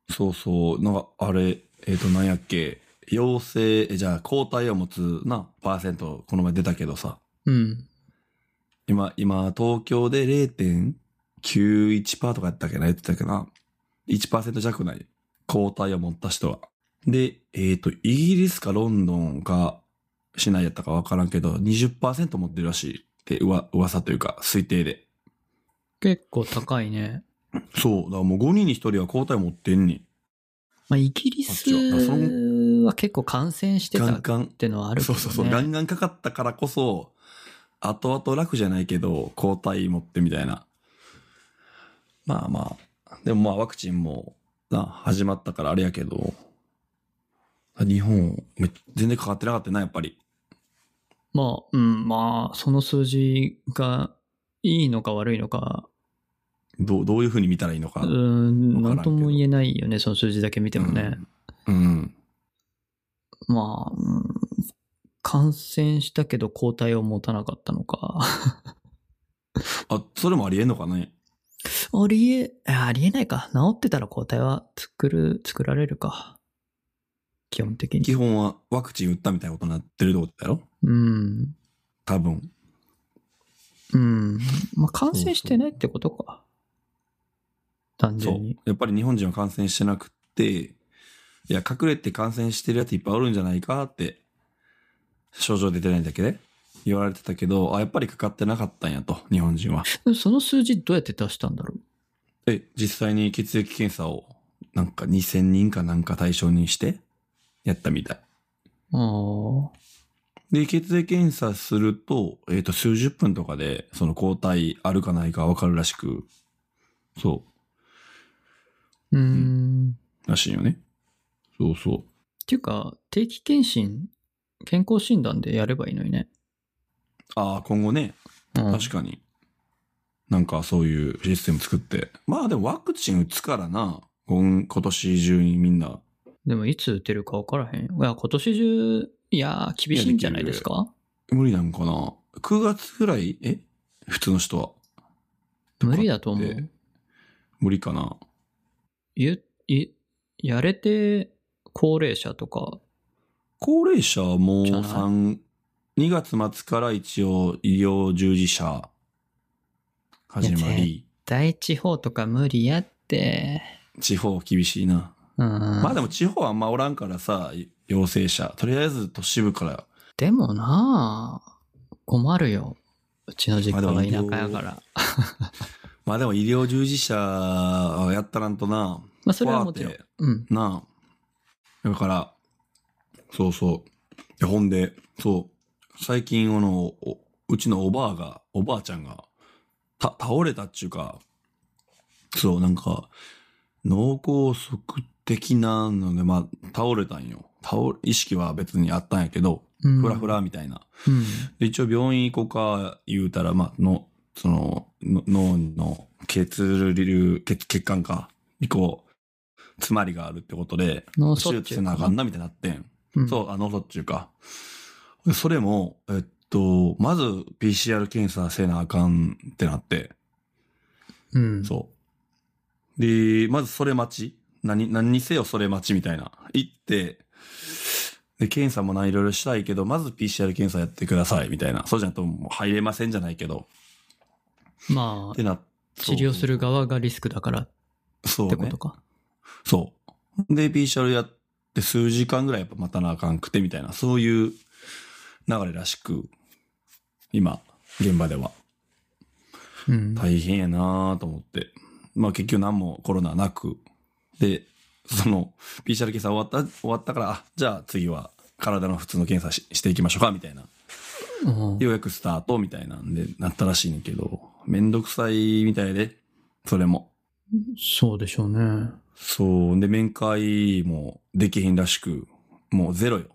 Speaker 2: そうそう。なんか、あれ、えっ、と、なんやっけ。陽性、えじゃあ、抗体を持つな、パーセント、この前出たけどさ。
Speaker 1: うん。
Speaker 2: 今、今、東京で0.91%とかやったっけな、言ってたっけな。1%弱ない。抗体を持った人は。で、えっ、と、イギリスかロンドンか、市内やったかわからんけど、20%持ってるらしい。って、うわ、噂というか、推定で。
Speaker 1: 結構高いね。
Speaker 2: そう。だからもう5人に1人は抗体持ってんねん。
Speaker 1: まあ、イギリス
Speaker 2: あ違うあそ
Speaker 1: は結構感染して
Speaker 2: ガ
Speaker 1: た
Speaker 2: ン
Speaker 1: っ
Speaker 2: ガン。
Speaker 1: てのはあるけ
Speaker 2: そ
Speaker 1: どね。
Speaker 2: うそうそう。ガンガンかかったからこそ、後々楽じゃないけど、抗体持ってみたいな。まあまあ。でもまあワクチンも、な、始まったからあれやけど、日本、め全然かかってなかったな、やっぱり。
Speaker 1: まあ、うん、まあ、その数字がいいのか悪いのか、
Speaker 2: どう、どういうふうに見たらいいのか。
Speaker 1: うーん、
Speaker 2: わから
Speaker 1: なんんとも言えないよね、その数字だけ見てもね。
Speaker 2: うん。うん。
Speaker 1: まあ、うん、感染したけど抗体を持たなかったのか。
Speaker 2: あ、それもありえんのかね。
Speaker 1: ありえ、あありえないか。治ってたら抗体は作る、作られるか。基本的
Speaker 2: 基
Speaker 1: に。
Speaker 2: 本はワクチン打ったみたいなことになってるってことだろ
Speaker 1: うん。
Speaker 2: 多分。
Speaker 1: うん。まあ、感染してないってことか。単
Speaker 2: そ
Speaker 1: 純
Speaker 2: う
Speaker 1: に。。
Speaker 2: やっぱり日本人は感染してなくって、いや、隠れて感染してるやついっぱいおるんじゃないかって、症状出てないだけで言われてたけど、あ、やっぱりかかってなかったんやと、日本人は。
Speaker 1: でもその数字どうやって出したんだろう。
Speaker 2: え、実際に血液検査を、なんか2000人かなんか対象にして、やったみたい。
Speaker 1: ああ。
Speaker 2: で、血液検査すると、えっ、と、数十分とかで、その抗体あるかないかわかるらしく、そう
Speaker 1: ーん。
Speaker 2: う、らしいよね。そうそう。
Speaker 1: っていうか、定期検診、健康診断でやればいいのにね。
Speaker 2: ああ、今後ね、
Speaker 1: うん、
Speaker 2: 確かに。なんかそういうシステム作って。まあでもワクチン打つからな。今今年中にみんな。
Speaker 1: でも、いつ打てるか分からへん。いや、今年中、いやー、厳しいんじゃないですか
Speaker 2: 無理なんかな。9月ぐらいえ普通の人は。
Speaker 1: 無理だと思
Speaker 2: とかって
Speaker 1: う。
Speaker 2: 無理かな。
Speaker 1: ゆ、い、やれて、高齢者とか、
Speaker 2: 高齢者はもう
Speaker 1: じゃない
Speaker 2: 3、2月末から一応医療従事者始まり、
Speaker 1: 大地方とか無理やって、
Speaker 2: 地方厳しいな。
Speaker 1: うん。
Speaker 2: まあでも地方はあんまおらんからさ、陽性者。とりあえず都市部から
Speaker 1: でもなあ困るよ。うちの実家
Speaker 2: まあ
Speaker 1: が
Speaker 2: で
Speaker 1: 田
Speaker 2: も
Speaker 1: 舎やから。
Speaker 2: まあでも医療従事者はやったらんとな。
Speaker 1: まあ、それはもちろん
Speaker 2: 怖く。
Speaker 1: うん。
Speaker 2: てなあ。だから、そうそう。いやほんで、そう。最近、あの、おうちのおばあが、おばあちゃんが、た、倒れたっちゅうか、そう、なんか、脳梗塞的なので、まあ、倒れたんよ。倒れ、意識は別にあったんやけど、
Speaker 1: うん
Speaker 2: ふらふらみたいな。
Speaker 1: うん。
Speaker 2: で一応病院行こうか言うたら、まあ、の、その、の脳の血流、血、血管か、以降、詰まりがあるってことで、
Speaker 1: 脳
Speaker 2: 手
Speaker 1: 卒
Speaker 2: 術
Speaker 1: 中
Speaker 2: せなあ
Speaker 1: か
Speaker 2: かんなみたいになってん。
Speaker 1: うん
Speaker 2: そう、あ、脳卒中か。でそれも、えっと、まず PCR 検査せなあかんってなって、
Speaker 1: うん。
Speaker 2: そう。で、まずそれ待ち。何、何にせよそれ待ちみたいな。行って、で、検査もないろいろしたいけど、まず PCR 検査やってください、みたいな。そうじゃないともう入れませんじゃないけど。
Speaker 1: ま
Speaker 2: っ
Speaker 1: あ
Speaker 2: て、な、
Speaker 1: 治療する側がリスクだからっ
Speaker 2: そう
Speaker 1: て
Speaker 2: ね
Speaker 1: ことか。
Speaker 2: そう。で、PCR やって数時間ぐらいやっぱ待たなあかんくて、みたいな。そういう流れらしく、今、現場では。
Speaker 1: うん。
Speaker 2: 大変やなと思って。まあ結局何もコロナなく。で、その、PCR 検査終わった、終わったから、あ、じゃあ次は体の普通の検査ししていきましょうか、みたいな。
Speaker 1: うん
Speaker 2: ようやくスタート、みたいなんで、なったらしいねんけど、めんどくさいみたいで、それも。
Speaker 1: そうでしょうね。
Speaker 2: そう。で、面会もできへんらしく、もうゼロよ。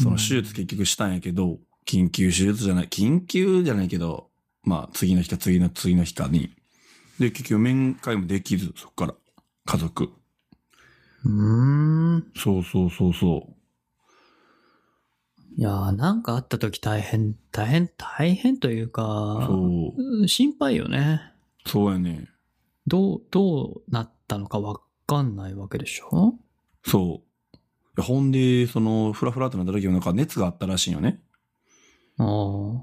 Speaker 2: その手術結局したんやけど、緊急手術じゃない、緊急じゃないけど、まあ次の日か次の次の日かに。で、結局面会もできず、そっから。家族。
Speaker 1: うーん。
Speaker 2: そうそうそうそ
Speaker 1: いやーなんかあった時大変、大変、大変という
Speaker 2: う。
Speaker 1: か、
Speaker 2: そう。
Speaker 1: うん心配よね。
Speaker 2: そうやね。
Speaker 1: どう、どうなったのかわかんないわけでしょ
Speaker 2: そう。いやほんで、その、ふらふらってなった時はなんか熱があったらしいんよね。
Speaker 1: ああ。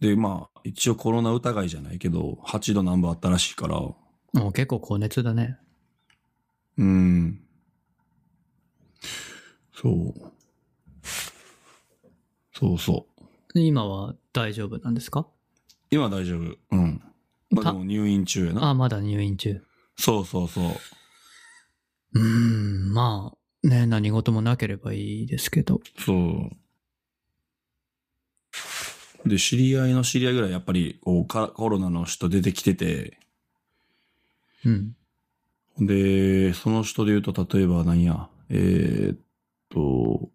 Speaker 2: で、まあ、一応コロナ疑いじゃないけど、8度南部あったらしいから、
Speaker 1: もう結構高熱だね。
Speaker 2: うん。そう。そうそう。
Speaker 1: 今は大丈夫なんですか
Speaker 2: 今は大丈夫。うん。まあ
Speaker 1: た
Speaker 2: でも入院中やな。
Speaker 1: あ、まだ入院中。
Speaker 2: そうそうそう。
Speaker 1: うーん、まあ、ね、何事もなければいいですけど。
Speaker 2: そう。で、知り合いの知り合いぐらいやっぱりこうかコロナの人出てきてて、
Speaker 1: うん。
Speaker 2: で、その人で言うと、例えば何や、えーっと、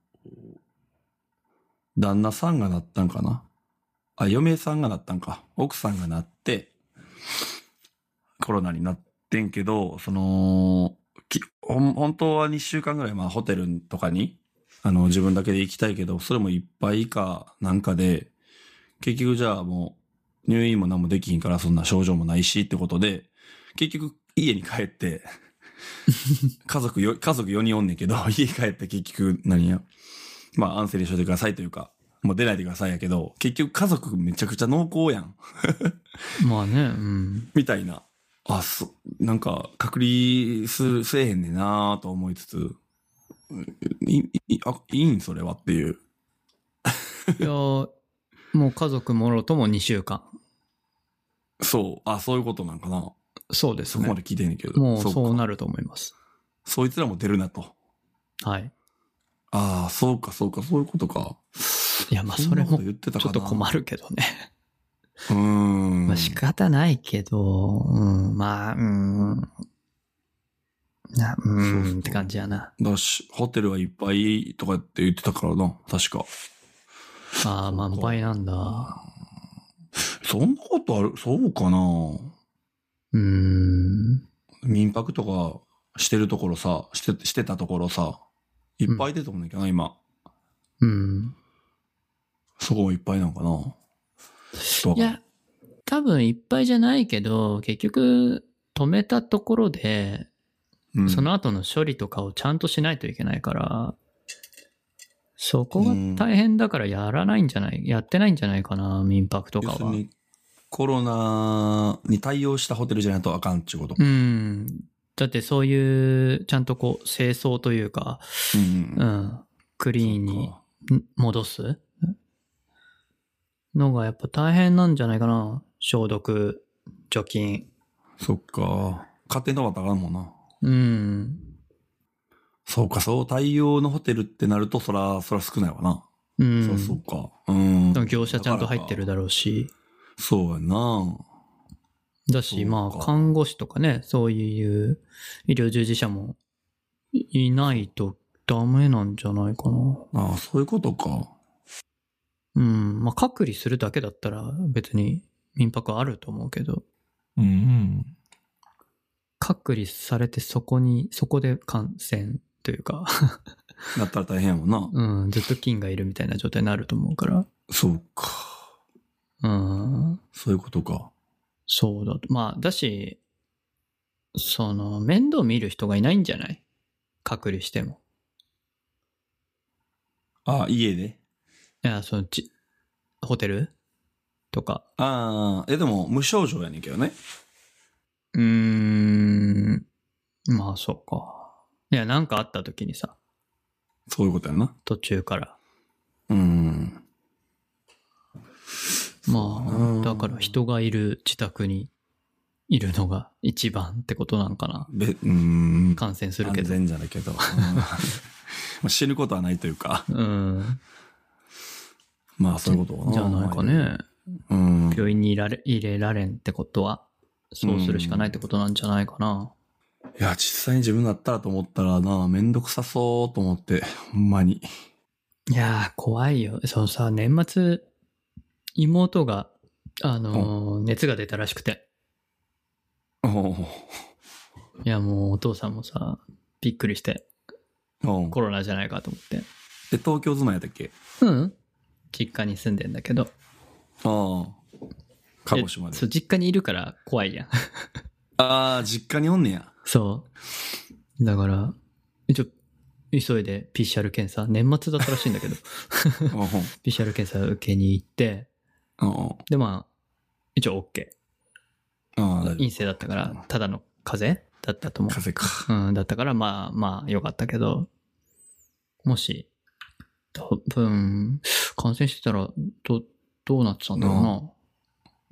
Speaker 2: 旦那さんがなったんかなあ、嫁さんがなったんか。奥さんがなって、コロナになってんけど、その、きほん本当は2週間ぐらい、まあホテルとかに、あの、自分だけで行きたいけど、それもいっぱい以下なんかで、結局じゃあもう、入院も何もできひんから、そんな症状もないしってことで、結局家に帰って、家族よ、家族4人おんねんけど、 家帰って結局何や。まあ、安静にしといてくださいというか、もう出ないでくださいやけど、結局家族めちゃくちゃ濃厚やん。
Speaker 1: まあね、うん。
Speaker 2: みたいな。あ、そ、なんか、隔離する、せえへんねんなと思いつつ、い、い、あ、いいんそれはっていう。
Speaker 1: いやーもう家族もろとも2週間。
Speaker 2: そう、あ、そういうことなんかな。
Speaker 1: そうです
Speaker 2: そこ
Speaker 1: ね
Speaker 2: ま。で聞いてんねんけど。
Speaker 1: もうそう
Speaker 2: か
Speaker 1: なると思います。
Speaker 2: そいつらも出るなと。
Speaker 1: はい。
Speaker 2: ああ、そうか、そうか、そういうことか。
Speaker 1: いや、まあ
Speaker 2: ん
Speaker 1: それ
Speaker 2: なこ
Speaker 1: も
Speaker 2: と
Speaker 1: ち
Speaker 2: 言ってたか
Speaker 1: ょ
Speaker 2: な
Speaker 1: っと困るけどね。
Speaker 2: うーん。
Speaker 1: まあ仕方ないけど、うん、まあ、うん。な、う、
Speaker 2: そうそうん
Speaker 1: って感じやな。
Speaker 2: だし、ホテルはいっぱいとかって言ってたからな、確か。
Speaker 1: ああ、満杯なんだ。
Speaker 2: そんなことあるそうかな
Speaker 1: うん。
Speaker 2: 民泊とかしてるところさ、して、してたところさ、いっぱい出てもんねんけどな、今。
Speaker 1: うん。
Speaker 2: そこもいっぱいなんかなちょっと
Speaker 1: い
Speaker 2: わかんない
Speaker 1: や、多分いっぱいじゃないけど、結局、止めたところで、
Speaker 2: うん
Speaker 1: その後の処理とかをちゃんとしないといけないから、そこが大変だからやらないんじゃない、やってないんじゃないかな、民泊と
Speaker 2: 要
Speaker 1: か
Speaker 2: する
Speaker 1: は。
Speaker 2: に、コロナに対応したホテルじゃないとあかんっちゅうこと。
Speaker 1: うん。だってそういう、ちゃんとこう、清掃というか、
Speaker 2: うん
Speaker 1: う。ん、クリーンに
Speaker 2: か
Speaker 1: ん戻すのがやっぱ大変なんじゃないかな。消毒、除菌。
Speaker 2: そっか。勝手に止まったらあかんもんな。
Speaker 1: うん。
Speaker 2: そうか、そう対応のホテルってなると、そら、そら少ないわな。
Speaker 1: うん。
Speaker 2: そうそうか。うん
Speaker 1: で。も業者ちゃんと入ってるだろうし。
Speaker 2: そうやな。
Speaker 1: だ
Speaker 2: そう
Speaker 1: し、
Speaker 2: か
Speaker 1: まあ、看護師とかね、そういう医療従事者もいいないとダメなんじゃないかな。
Speaker 2: ああ、そういうことか。
Speaker 1: うん。まあ、隔離するだけだったら別に民泊あると思うけど、
Speaker 2: うん、うん。
Speaker 1: 隔離されてそこに、そこで感染というか、
Speaker 2: だったら大変やもんな。
Speaker 1: うん、ずっと菌がいるみたいな状態になると思うから。
Speaker 2: そうか。
Speaker 1: うん、
Speaker 2: そういうことか。
Speaker 1: そうだと。まあ、だし、その、面倒見る人がいないんじゃない隔離しても。
Speaker 2: ああ、家で
Speaker 1: いや、その、ち、ホテルとか。
Speaker 2: ああ、え、でも、無症状やねんけどね。
Speaker 1: うーん、まあ、そうか。いや、なんかあった時にさ、
Speaker 2: そういうことやな。
Speaker 1: 途中から。
Speaker 2: うん。
Speaker 1: ま
Speaker 2: うん
Speaker 1: あ、だから人がいる自宅にいるのが一番ってことなんかな。
Speaker 2: べ、うん。
Speaker 1: 感染するけ
Speaker 2: 安
Speaker 1: ど。
Speaker 2: 全じゃないけ ど。うんまあ死ぬことはないというか。
Speaker 1: うん。
Speaker 2: まあ、そういうことかな。
Speaker 1: じゃないかね。
Speaker 2: うん。
Speaker 1: 病院にいられ入れられんってことは、そうするしかないってことなんじゃないかな。
Speaker 2: いや、実際に自分だったらと思ったらな、めんどくさそうと思って、ほんまに。
Speaker 1: いやー、怖いよ。そのさ、年末、妹が、あのー熱が出たらしくて。
Speaker 2: おう
Speaker 1: いや、もうお父さんもさ、びっくりして、
Speaker 2: おう
Speaker 1: コロナじゃないかと思って。
Speaker 2: え、東京住まいやったっけ
Speaker 1: うん実家に住んでんだけど。
Speaker 2: ああ。鹿児島で
Speaker 1: え。そう、実家にいるから怖いやん。
Speaker 2: ああ、実家におんねや。
Speaker 1: そう。だから、一応、急いで PCR 検査、年末だったらしいんだけ ど、
Speaker 2: おう
Speaker 1: PCR 検査受けに行って、
Speaker 2: おうおう
Speaker 1: で、まあ、一応 OK。
Speaker 2: ああ、大丈夫
Speaker 1: 陰性だったから、ただの風邪だったと思
Speaker 2: 風邪か。
Speaker 1: う。うん、だったから、まあまあ、よかったけど、もし、多分、感染してたら、ど、どうなってたんだろう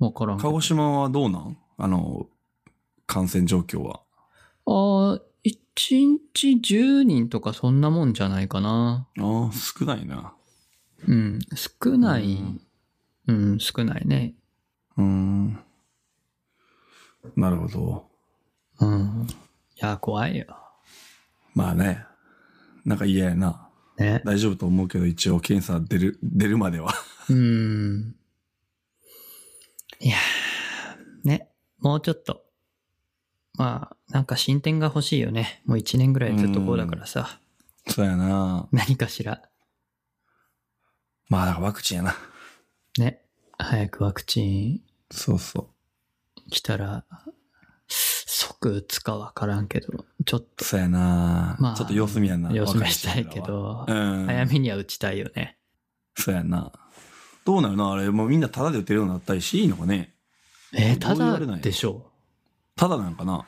Speaker 1: な。わからんけ
Speaker 2: 鹿
Speaker 1: ど。
Speaker 2: 児島はどうなんあの、感染状況は。
Speaker 1: ああ、一日10人とかそんなもんじゃないかな。
Speaker 2: ああ、少ないな。
Speaker 1: うん、少ない、
Speaker 2: うん
Speaker 1: うん、少ないね。
Speaker 2: うーん。なるほど。
Speaker 1: うん。いや、怖いよ。
Speaker 2: まあね。なんか嫌やな。
Speaker 1: ね。
Speaker 2: 大丈夫と思うけど、一応検査出る、出るまでは。
Speaker 1: うん。いやーね。もうちょっと。まあ、なんか進展が欲しいよね。もう1年ぐらいずっとこうだからさ。
Speaker 2: そうやな。
Speaker 1: 何かしら。
Speaker 2: まあ、だからワクチンやな。
Speaker 1: ね。早くワクチン
Speaker 2: そうそ
Speaker 1: 来たら、即打つかわからんけど、ちょっ
Speaker 2: う。そうやな。
Speaker 1: まあ
Speaker 2: ちょっと様子見やな。
Speaker 1: と様子見
Speaker 2: 若
Speaker 1: したいけ
Speaker 2: 人らは。
Speaker 1: ど、
Speaker 2: うん。
Speaker 1: 早めには打ちたいよね。
Speaker 2: そうやな。どうなるなあれ、もうみんなタダで打てるようになったりしていいのかね
Speaker 1: えー
Speaker 2: ど
Speaker 1: た
Speaker 2: う言われない
Speaker 1: だでしょう。
Speaker 2: タダなんかな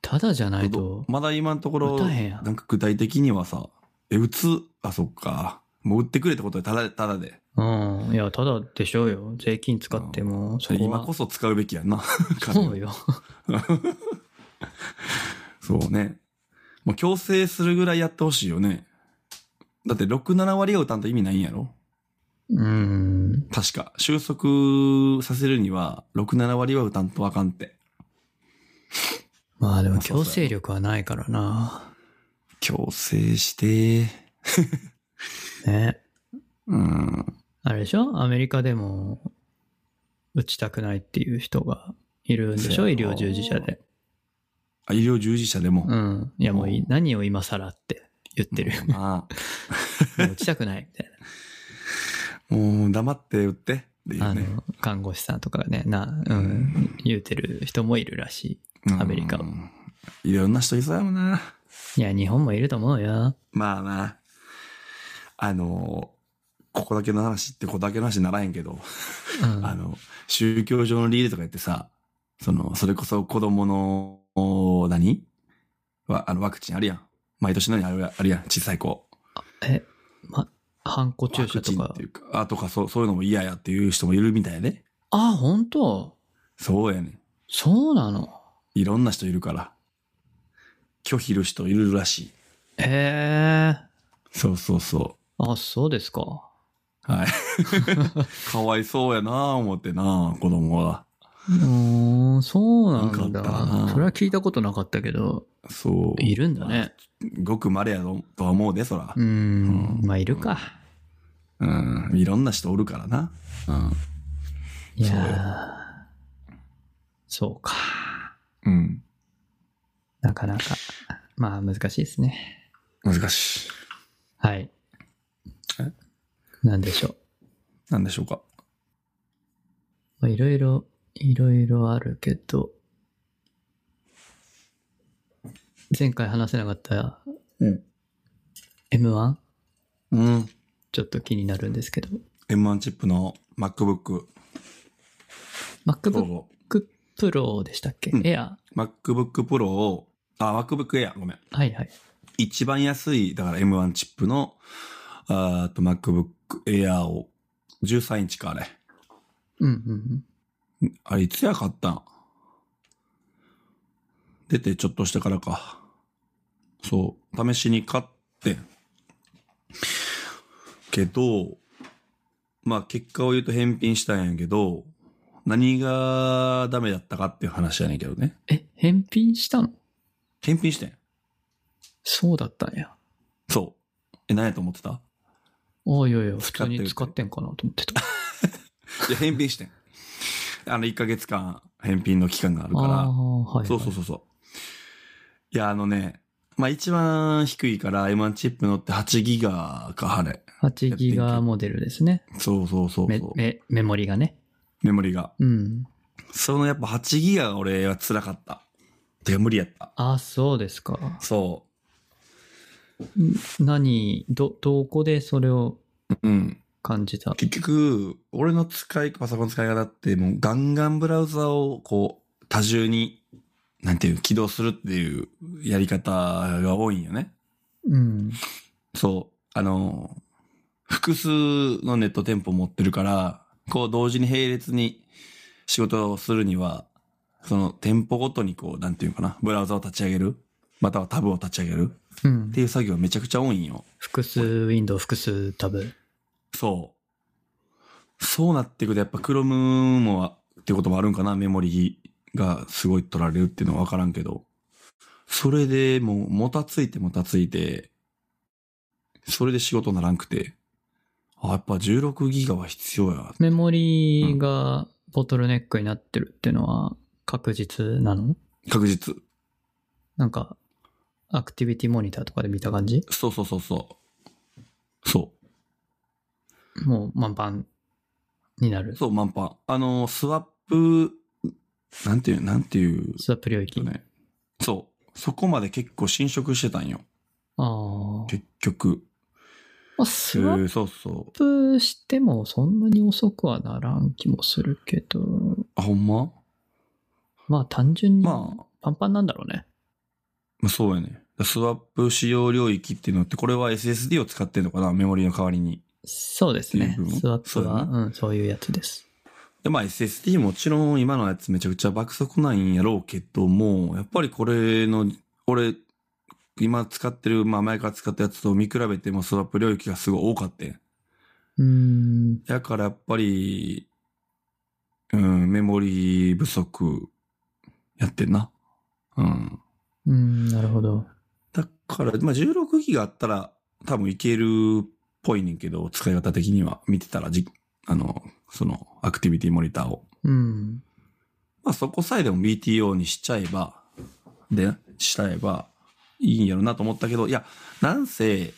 Speaker 1: ただじゃないと、
Speaker 2: どまだ今のところ、
Speaker 1: 打たへんやん
Speaker 2: なんか具体的にはさ、え、打つあ、そっか。もう打ってくれってことで、ただで、ただで。
Speaker 1: うん。いや、ただでしょうよ。税金使っても、そこは
Speaker 2: 今こそ使うべきや んな。金
Speaker 1: そ
Speaker 2: を
Speaker 1: うよ。
Speaker 2: そうね。もう強制するぐらいやってほしいよね。だって6、7割が打たんと意味ないんやろ
Speaker 1: うん。
Speaker 2: 確か。収束させるには、6、7割は打たんとあかんって。
Speaker 1: まあでも
Speaker 2: まあそ
Speaker 1: 強
Speaker 2: うそう
Speaker 1: 制力はないからな。
Speaker 2: 強制して。
Speaker 1: ね。
Speaker 2: うん。
Speaker 1: あれでしょアメリカでも、打ちたくないっていう人がいるんでし
Speaker 2: そう
Speaker 1: ょ
Speaker 2: や
Speaker 1: 医療従事者で。
Speaker 2: あ、医療従事者でも。
Speaker 1: うん。いやもうい
Speaker 2: うん
Speaker 1: 何を今更って言ってる。
Speaker 2: まあ、
Speaker 1: もう打ちたくないみたい
Speaker 2: もう黙って打って。でいい
Speaker 1: な。
Speaker 2: よ
Speaker 1: あ
Speaker 2: ね。
Speaker 1: の、看護師さんとかがね、な、うん、言うてる人もいるらし
Speaker 2: うん
Speaker 1: アメリカはい
Speaker 2: ろんな人いそうやもんな。
Speaker 1: い。いや、日本もいると思うよ。
Speaker 2: まあな。あの、ここだけの話ってここだけの話にならへんけど、
Speaker 1: う
Speaker 2: あ
Speaker 1: ん。
Speaker 2: の、宗教上の理由とか言ってさ、その、それこそ子供の、お何は、あの、ワクチンあるやん。毎年のようにあるあるやん。小さい子。
Speaker 1: え、ま、ハンコ注
Speaker 2: ワ
Speaker 1: 射
Speaker 2: ク
Speaker 1: と
Speaker 2: チンっ
Speaker 1: か
Speaker 2: てい。うか、あ、とかそう、そういうのも嫌やっていう人もいるみたいやね。
Speaker 1: あ、本当
Speaker 2: そうやねん。
Speaker 1: そうなの
Speaker 2: いろんな人いるから。拒否る人いるらしい。
Speaker 1: へえ。
Speaker 2: そうそうそ
Speaker 1: あ、そうですか。
Speaker 2: う。はい。 かわいそうやな思ってな子供は。
Speaker 1: うーん、そうなん
Speaker 2: なんかあった
Speaker 1: だ。
Speaker 2: な
Speaker 1: それは聞いたことなかったけど、
Speaker 2: そう。
Speaker 1: いるんだね。
Speaker 2: ごく稀やろとは思うで、そら
Speaker 1: う。ん
Speaker 2: う、ん
Speaker 1: まあ、いるか。
Speaker 2: うん。いろんな人おるからな。
Speaker 1: いや
Speaker 2: そうよ
Speaker 1: ーそうか。
Speaker 2: うん。
Speaker 1: なかなか、まあ、難しいですね。
Speaker 2: うん。難しい。
Speaker 1: はい
Speaker 2: え。
Speaker 1: なんでしょう
Speaker 2: なんでしょうか。
Speaker 1: まあ。いろいろ、いろいろあるけど、前回話せなかった
Speaker 2: うん。
Speaker 1: M1?
Speaker 2: うん。
Speaker 1: ちょっと気になるんですけど。
Speaker 2: M1 チップの MacBook。どう
Speaker 1: MacBook
Speaker 2: ぞ。
Speaker 1: Pro でしたっけ、
Speaker 2: うん
Speaker 1: ?Air?
Speaker 2: MacBook Pro を、あ、MacBook Air。ごめん。
Speaker 1: はいはい。
Speaker 2: 一番安い、だから M1 チップの、あーっと MacBook Air を、13インチか、あれ。
Speaker 1: うんうん
Speaker 2: あれ、いつや買ったん出てちょっとしてからか。そう、試しに買ってん。けど、まあ結果を言うと返品したんやけど、何がダメだったかっていう話やねんけどね。
Speaker 1: うん。え、返品したの
Speaker 2: 返品してん。
Speaker 1: そうだったんや。
Speaker 2: そう。え、何やと思ってた
Speaker 1: あいやいや、普
Speaker 2: 使
Speaker 1: 通
Speaker 2: ってる
Speaker 1: に使ってんかなと思ってた。
Speaker 2: いや、返品してん。 あの、1ヶ月間、返品の期間がある
Speaker 1: あ
Speaker 2: から。
Speaker 1: あー、はい、はい。
Speaker 2: そうそうそうそう。いや、あのね、まあ一番低いから M1 チップ乗って8ギガか、あれ。
Speaker 1: 8ギガモデルですね。
Speaker 2: そうそうそう
Speaker 1: メ
Speaker 2: そう。
Speaker 1: メメモリがね。
Speaker 2: メモリが。
Speaker 1: うん。
Speaker 2: そのやっぱ8ギガが俺は辛かった。てか無理やった。
Speaker 1: あ、そうですか。
Speaker 2: そ
Speaker 1: ん何、ど、どこでそれを
Speaker 2: う。うん。
Speaker 1: 感じた
Speaker 2: 結局、俺の使い、パソコンの使い方ってもうガンガンブラウザをこう、多重に、なんていう、起動するっていうやり方が多いんよね。
Speaker 1: うん。
Speaker 2: そう。あの、複数のネット店舗持ってるから、こう同時に並列に仕事をするには、その店舗ごとにこう、なんていうのかな、ブラウザを立ち上げる。またはタブを立ち上げる
Speaker 1: うん
Speaker 2: って。いう作業がめちゃくちゃ多いんよ。
Speaker 1: 複数ウィンドウ、複数タブ。
Speaker 2: そう。そうなってくるとやっぱ Chrome もってこともあるんかなメモリがすごい取られるっていうのはわからんけど。それでもうもたついてもたついて、それで仕事ならんくて。あ、やっぱ16ギガは必要や。
Speaker 1: メモリがボトルネックになってるっていうのは確実なの
Speaker 2: 確実。
Speaker 1: なんか、アクティビティモニターとかで見た感じ
Speaker 2: そうそうそうそう。そう。
Speaker 1: もう満帆になる。
Speaker 2: そう、満帆。あの、スワップ、なんていう、なんていう、
Speaker 1: スワップ領域。
Speaker 2: ね。そう。そこまで結構侵食してたんよ。
Speaker 1: あー
Speaker 2: 結局。
Speaker 1: まあ。
Speaker 2: え
Speaker 1: スワッ
Speaker 2: ーそうそう。
Speaker 1: プしてもそんなに遅くはならん気もするけど、
Speaker 2: あ、ほんま
Speaker 1: まあ単純に
Speaker 2: まあ、
Speaker 1: パンパンなんだろうね。
Speaker 2: まあ、そうやね。スワップ使用領域っていうのって、これは SSD を使ってんのかなメモリの代わりに。
Speaker 1: そうですね
Speaker 2: っていう部。分
Speaker 1: スワップは、
Speaker 2: そう
Speaker 1: うん、そういうやつです。
Speaker 2: で、まあ SSD もちろん今のやつめちゃくちゃ爆速なんやろうけども、やっぱりこれの、これ、今使ってる、まあ前から使ったやつと見比べてもスワップ領域がすごい多かった
Speaker 1: うーん、
Speaker 2: だからやっぱり、うん、メモリー不足やってんな。うん。
Speaker 1: うん、なるほど。
Speaker 2: だから、まあ、16ギガあったら多分いけるっぽいねんけど、使い方的には見てたらじ、あの、そのアクティビティモニターを。
Speaker 1: うん、
Speaker 2: まあそこさえでも BTO にしちゃえば、で、しちゃえばいいんやろなと思ったけど、いや、なんせ、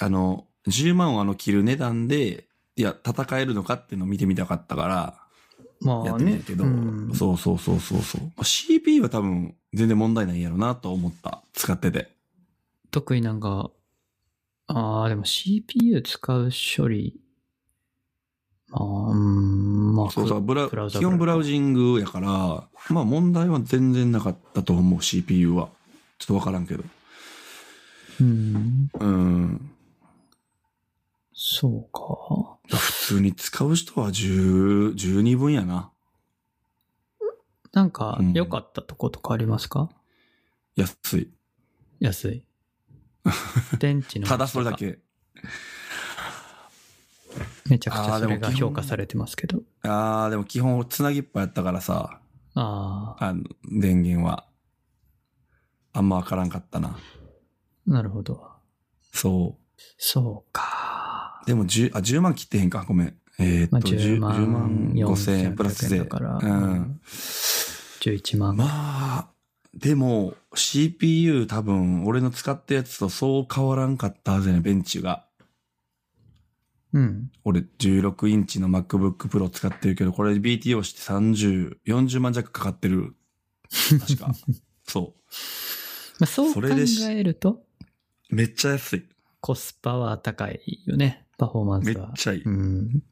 Speaker 2: あの、10万をあの切る値段で、いや、戦えるのかっていうのを見てみたかったから、
Speaker 1: ま
Speaker 2: やっ
Speaker 1: あ
Speaker 2: てみ
Speaker 1: ね
Speaker 2: た。けど、
Speaker 1: うん
Speaker 2: そうそうそうそうそう。まあ CP は多分全然問題ないんやろなと思った。使ってて。
Speaker 1: 特になんか、ああ、でも CPU 使う処理、ああ、うん、まあ、
Speaker 2: そうそう、ブラ
Speaker 1: ブラウザ
Speaker 2: 基本ブラウジングやから、まあ問題は全然なかったと思う、CPU は。ちょっとわからんけど。
Speaker 1: うん、
Speaker 2: うん。
Speaker 1: そうか。
Speaker 2: 普通に使う人は10、12分やな。
Speaker 1: なんか
Speaker 2: うん、
Speaker 1: 良かったとことかありますか、
Speaker 2: 安い。
Speaker 1: 安 い。電池の。
Speaker 2: ただそれだ。け。
Speaker 1: めちゃくち
Speaker 2: あ
Speaker 1: ゃ
Speaker 2: ー
Speaker 1: それ
Speaker 2: でも
Speaker 1: が
Speaker 2: 基
Speaker 1: 評
Speaker 2: 本
Speaker 1: 価されてますけど。
Speaker 2: あー、でも基本つなぎっぱやったからさ、
Speaker 1: ああ、
Speaker 2: あの、電源は。あんまわからんかったな。
Speaker 1: なるほど。
Speaker 2: そう。
Speaker 1: そうか。
Speaker 2: でも10、あ、10万切ってへんか。ごめん。えーっと、
Speaker 1: まあ10万
Speaker 2: 5千円プラス税。
Speaker 1: だから
Speaker 2: うん。
Speaker 1: 11万。
Speaker 2: まあ、でも、CPU 多分、俺の使ったやつとそう変わらんかったはずやね、ベンチが。
Speaker 1: うん。
Speaker 2: 俺、16インチの MacBook Pro 使ってるけど、これ BTO して30、40万弱かかってる。確か。そ
Speaker 1: まあ、そう考
Speaker 2: それでし
Speaker 1: えると、
Speaker 2: う。めっちゃ安い。
Speaker 1: コスパは高いよね。パフォーマンス
Speaker 2: めっ
Speaker 1: は。
Speaker 2: ちゃいい。
Speaker 1: うん。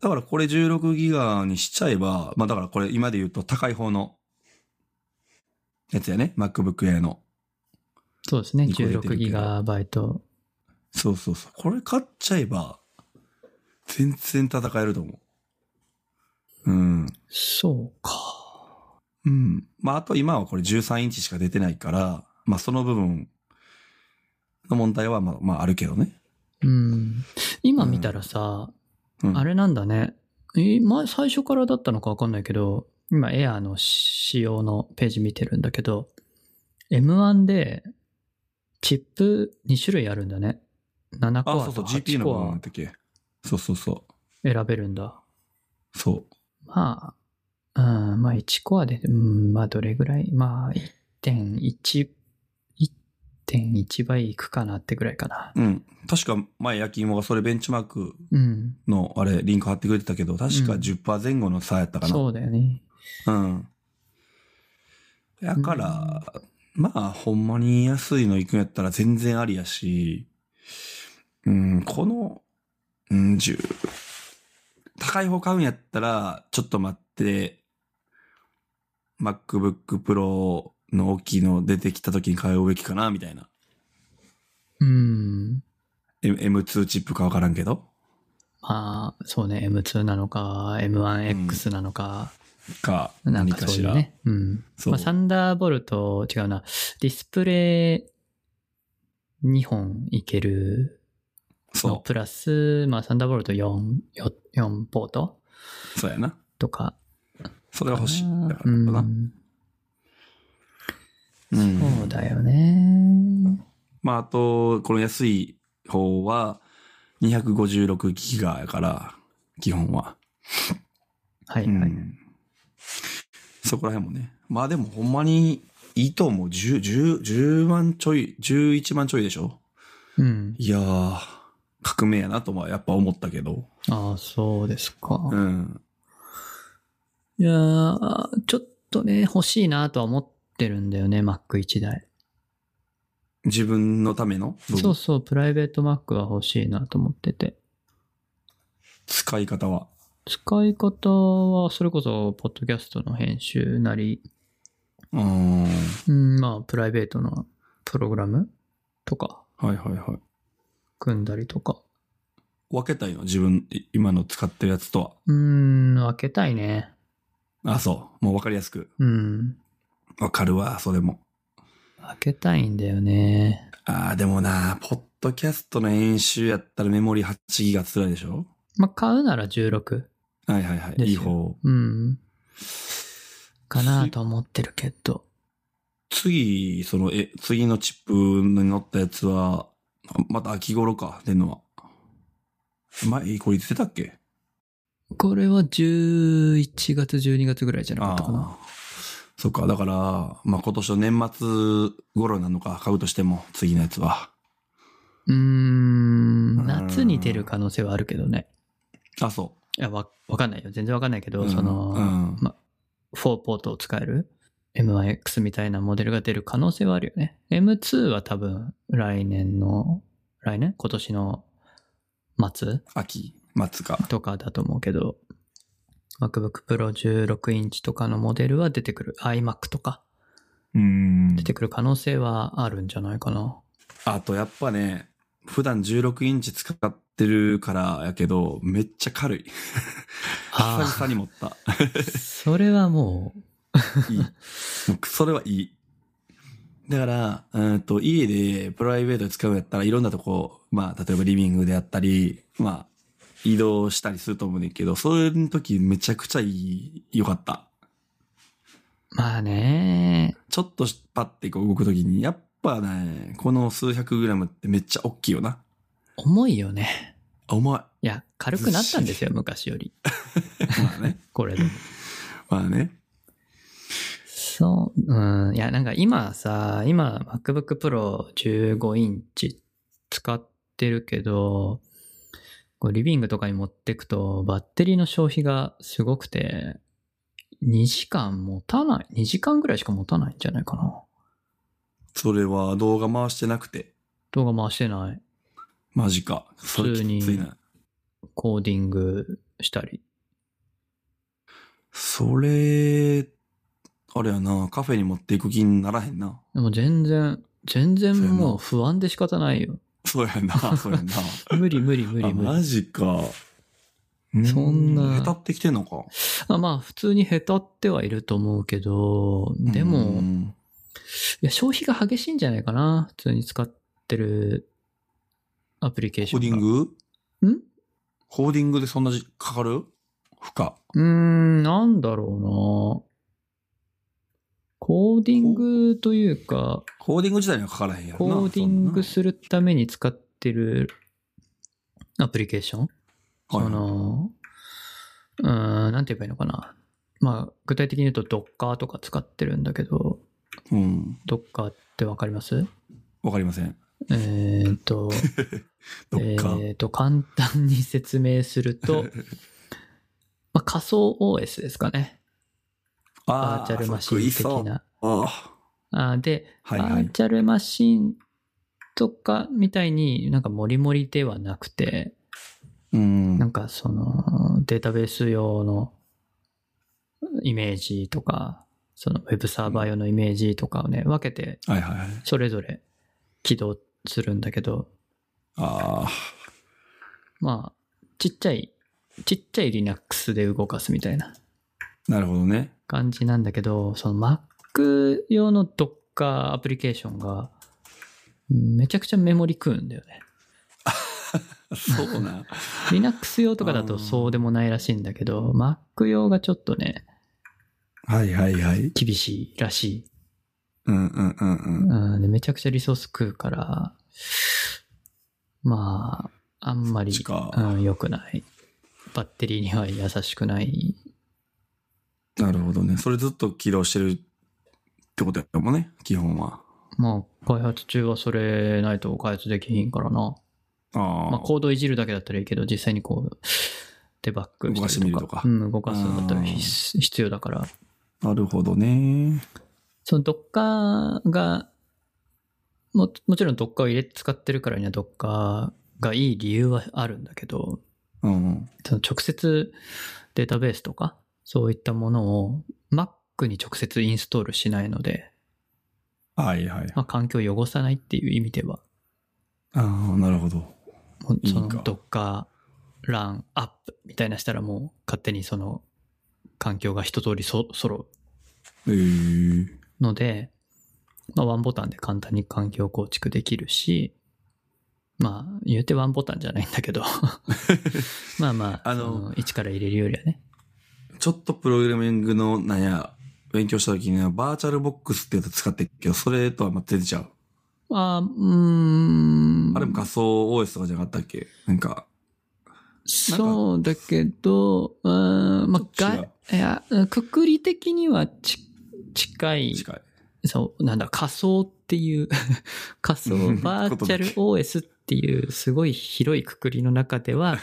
Speaker 2: だからこれ16ギガにしちゃえば、まあだからこれ今で言うと高い方のやつやね。MacBook Air の。
Speaker 1: そうですね。
Speaker 2: 二個入れてるけど
Speaker 1: 16GB。
Speaker 2: そうそうそう。これ買っちゃえば、全然戦えると思う。うん。
Speaker 1: そうか。
Speaker 2: うん。まあ、あと今はこれ13インチしか出てないから、まあその部分の問題はまあ、まああるけどね。
Speaker 1: うん。今見たらさ、
Speaker 2: うん。
Speaker 1: あれなんだね。え、前、最初からだったのかわかんないけど、今、エアーの仕様のページ見てるんだけど、M1 で、チップ2種類あるんだね。7
Speaker 2: あ、
Speaker 1: コ
Speaker 2: そ
Speaker 1: ア
Speaker 2: うそ
Speaker 1: と
Speaker 2: う、GP
Speaker 1: 8
Speaker 2: の部
Speaker 1: コ
Speaker 2: 分だったっけ。そうそうそ
Speaker 1: ア選べるんだ。
Speaker 2: う。そう。
Speaker 1: まあ、うん、まあ1コアで、うん、まあどれぐらい、まあ1.1、1.1倍いくかなってぐらいかな。
Speaker 2: うん。確か前焼き芋がそれベンチマーク
Speaker 1: うん。
Speaker 2: のあれ、リンク貼ってくれてたけど、確か
Speaker 1: うん
Speaker 2: 10%前後の差やったかな。
Speaker 1: そうだよね。
Speaker 2: うん。だから、まあ、ほんまに安いの行くんやったら全然ありやし、うん、この、うん、10、高い方買うんやったら、ちょっと待って、MacBook Pro の大きいの出てきた時に買うべきかな、みたいな。
Speaker 1: うん。
Speaker 2: M- M2 チップかわからんけど。
Speaker 1: まあ、そうね、M2 なのか、M1X なのか、
Speaker 2: か、
Speaker 1: なん
Speaker 2: 何
Speaker 1: か
Speaker 2: か
Speaker 1: そう
Speaker 2: し
Speaker 1: い
Speaker 2: ら。
Speaker 1: うね。うん。
Speaker 2: そう
Speaker 1: まあ、サンダーボルト、違うな。ディスプレイ2本いけるの
Speaker 2: そ
Speaker 1: プラス、まあ、サンダーボルト4、4 4ポート
Speaker 2: う。そうやな。
Speaker 1: とか。
Speaker 2: それが欲しい。だか
Speaker 1: う
Speaker 2: らな。うん
Speaker 1: ん。そうだよね。
Speaker 2: まあ、あと、この安い方は、256ギガやから、基本は。
Speaker 1: はい、
Speaker 2: う
Speaker 1: はい。
Speaker 2: ん。そこら辺もね。まあでも、ほんまに、いいと思う。10、10、10万ちょい、11万ちょいでしょ
Speaker 1: うん。
Speaker 2: いやー、革命やなとはやっぱ思ったけど。
Speaker 1: ああ、そうですか。
Speaker 2: うん。
Speaker 1: いやー、ちょっとね、欲しいなとは思ってるんだよね、Mac1 台。
Speaker 2: 自分のための部分
Speaker 1: そうそう、プライベート Mac は欲しいなと思ってて。
Speaker 2: 使い方は。
Speaker 1: 使い方は、それこそ、ポッドキャストの編集なり、
Speaker 2: うーん。は
Speaker 1: うん、まあ、プライベートのプログラムとか、
Speaker 2: いはいはい。
Speaker 1: 組んだりとか。
Speaker 2: 分けたいの自分、い今の使ってるやつとは。
Speaker 1: うーん、開けたいね。
Speaker 2: あ、そう。もう分かりやすく。
Speaker 1: うん。
Speaker 2: 分かるわ、それも。
Speaker 1: 開けたいんだよね。
Speaker 2: ああ、でもな、ポッドキャストの編集やったらメモリ8ギガ辛いでしょ
Speaker 1: まあ、買うなら16。
Speaker 2: はいはいは
Speaker 1: で
Speaker 2: い。
Speaker 1: すよ
Speaker 2: いい方。
Speaker 1: うん。かなと思ってるけど。
Speaker 2: 次、その、え、次のチップに乗ったやつは、また秋頃か、出んのは。前、これいつ出たっけ
Speaker 1: これは11月、12月ぐらいじゃなか
Speaker 2: あ
Speaker 1: ったかな。
Speaker 2: あ。そっか、だから、まあ、今年の年末頃なのか、買うとしても、次のやつは。
Speaker 1: うーん、
Speaker 2: ん
Speaker 1: 夏に出る可能性はあるけどね。
Speaker 2: あ、そ
Speaker 1: いや、わ、わかんないよ。全然わかんないけ
Speaker 2: う。
Speaker 1: ど、
Speaker 2: うん
Speaker 1: その、
Speaker 2: うん。
Speaker 1: ま、4ポートを使える MIX みたいなモデルが出る可能性はあるよね。M2 は多分来年の、来年今年の末
Speaker 2: 秋、末か。
Speaker 1: とかだと思うけど、MacBook Pro 16インチとかのモデルは出てくる。iMac とか
Speaker 2: うん
Speaker 1: 出てくる可能性はあるんじゃないかな。
Speaker 2: あと、やっぱね、普段16インチ使ってるからやけど、めっちゃ軽い。
Speaker 1: あー
Speaker 2: 久々に 持った。
Speaker 1: それはも
Speaker 2: いい。もうそれはいい。だから、うんと、家でプライベートで使うんやったらいろんなとこ、まあ、例えばリビングであったり、まあ、移動したりすると思うねんけど、そういう時めちゃくちゃいい、良かった。
Speaker 1: う、まあね、
Speaker 2: ちょっとしパッてこう動く時に、やっぱね、この数百グラムってめっちゃ大きいよな。
Speaker 1: 重いよね。
Speaker 2: あ、重い。
Speaker 1: いや、軽くなったんですよ、昔より。
Speaker 2: まあね。
Speaker 1: これでも。
Speaker 2: まあね。
Speaker 1: そう、うん、いや、なんか今さ、今 MacBook Pro 15インチ使ってるけど、こうリビングとかに持ってくとバッテリーの消費がすごくて、2時間持たない、2時間ぐらいしか持たないんじゃないかな。
Speaker 2: それは動画回してなくて。
Speaker 1: 動画回してない。
Speaker 2: マジか。それ
Speaker 1: 普通に
Speaker 2: きついな。
Speaker 1: コーディングしたり。
Speaker 2: それ、あれやな、カフェに持っていく気にならへんな。
Speaker 1: でも全然、全然
Speaker 2: そうやな
Speaker 1: もう不安で仕方ないよ。
Speaker 2: そうやな、そうやな。
Speaker 1: 無理 無理無
Speaker 2: あ
Speaker 1: 理無
Speaker 2: マ
Speaker 1: 理。
Speaker 2: ジか。
Speaker 1: そんな
Speaker 2: 下手ってきてんのか。
Speaker 1: あまあ普通に下手ってはいると思うけど、でも、
Speaker 2: うん
Speaker 1: いや、消費が激しいんじゃないかな。普通に使ってるアプリケーシ
Speaker 2: コ
Speaker 1: ョンが。
Speaker 2: ーディング
Speaker 1: ん
Speaker 2: コーディングでそんなじかかる負荷。
Speaker 1: うーん、なんだろうな。コーディングというか、
Speaker 2: コーディング自体にはかからへんやろな。
Speaker 1: コーディング
Speaker 2: そ
Speaker 1: するために使ってるアプリケーション
Speaker 2: んな
Speaker 1: そ
Speaker 2: はい
Speaker 1: の、うーん、なんて言えばいいのかな。まあ、具体的に言うと Docker とか使ってるんだけど、
Speaker 2: うん。
Speaker 1: Docker ってわかります
Speaker 2: わかりません。
Speaker 1: えーっ と、
Speaker 2: どっか。
Speaker 1: えーと、簡単に説明する と、まあ、仮想 OS ですかね。バーチャルマシン的。
Speaker 2: そっくりそう
Speaker 1: な。
Speaker 2: あ
Speaker 1: あーで、
Speaker 2: はいは
Speaker 1: バ
Speaker 2: い
Speaker 1: ー。チャルマシンとかみたいになんかモリモリではなくて、
Speaker 2: うん
Speaker 1: なんかそのデータベース用のイメージとか、そのウェブサーバー用のイメージとかをね、分けて
Speaker 2: はいはいはい。
Speaker 1: それぞれ起動するんだけど、
Speaker 2: ああ。
Speaker 1: まあ、ちっちゃい、ちっちゃい Linux で動かすみたいな。
Speaker 2: なるほどね。
Speaker 1: 感じなんだけど、その Mac 用の Docker アプリケーションが、うんめちゃくちゃメモリ食うんだよね。
Speaker 2: そうな。
Speaker 1: Linux 用とかだ
Speaker 2: あ
Speaker 1: と
Speaker 2: ー
Speaker 1: そうでもないらしいんだけど、Mac 用がちょっとね、
Speaker 2: はいはいはい。
Speaker 1: 厳しいらしい。
Speaker 2: うんうんうんうん。
Speaker 1: うん、でめちゃくちゃリソース食うから、まあ、あんまり
Speaker 2: そっちか、
Speaker 1: うん、良くない。バッテリーには優しくない。
Speaker 2: なるほどね。それずっと起動してるってことやもんね、基本は。
Speaker 1: まあ、開発中はそれないと開発できひんからな。
Speaker 2: ああ、
Speaker 1: まあ、コードいじるだけだったらいいけど、実際にこう、デバッグしたり
Speaker 2: 動かしてみるとか
Speaker 1: うん、動かすんだったら
Speaker 2: うん
Speaker 1: 必須必要だから。
Speaker 2: なるほどね。
Speaker 1: その Docker が、も、もちろん Docker を入れ、使ってるからには Docker がいい理由はあるんだけど、
Speaker 2: うんうん。
Speaker 1: その直接データベースとか、そういったものを Mac に直接インストールしないので、
Speaker 2: はいはい。あ
Speaker 1: まあ、環境を汚さないっていう意味では、
Speaker 2: あ、なるほど。
Speaker 1: もう
Speaker 2: いい
Speaker 1: そ
Speaker 2: か
Speaker 1: の Docker Run Up みたいなしたらもう勝手にその環境が一通りそ揃
Speaker 2: ええ
Speaker 1: うので、まあ、ワンボタンで簡単に環境構築できるし、まあ、言うてワンボタンじゃないんだ けど、まあまあ、
Speaker 2: あの
Speaker 1: その一から入れるよりはね。
Speaker 2: ちょっとプログラミングの、なんや、勉強した時には、バーチャルボックスってやつ使ってるけど、それとはまあ全然ちゃう。
Speaker 1: あーうーん。
Speaker 2: あれも仮想 OS とかじゃなかったっけなんか、
Speaker 1: そうだけど、うーん、まあ、
Speaker 2: ちょっと違
Speaker 1: がいや、くくり的にはち近い、
Speaker 2: 近い。
Speaker 1: そう、なんだ、仮想っていう、 仮想
Speaker 2: うん、
Speaker 1: バーチャル
Speaker 2: こと
Speaker 1: OS っていう、すごい広いくくりの中で は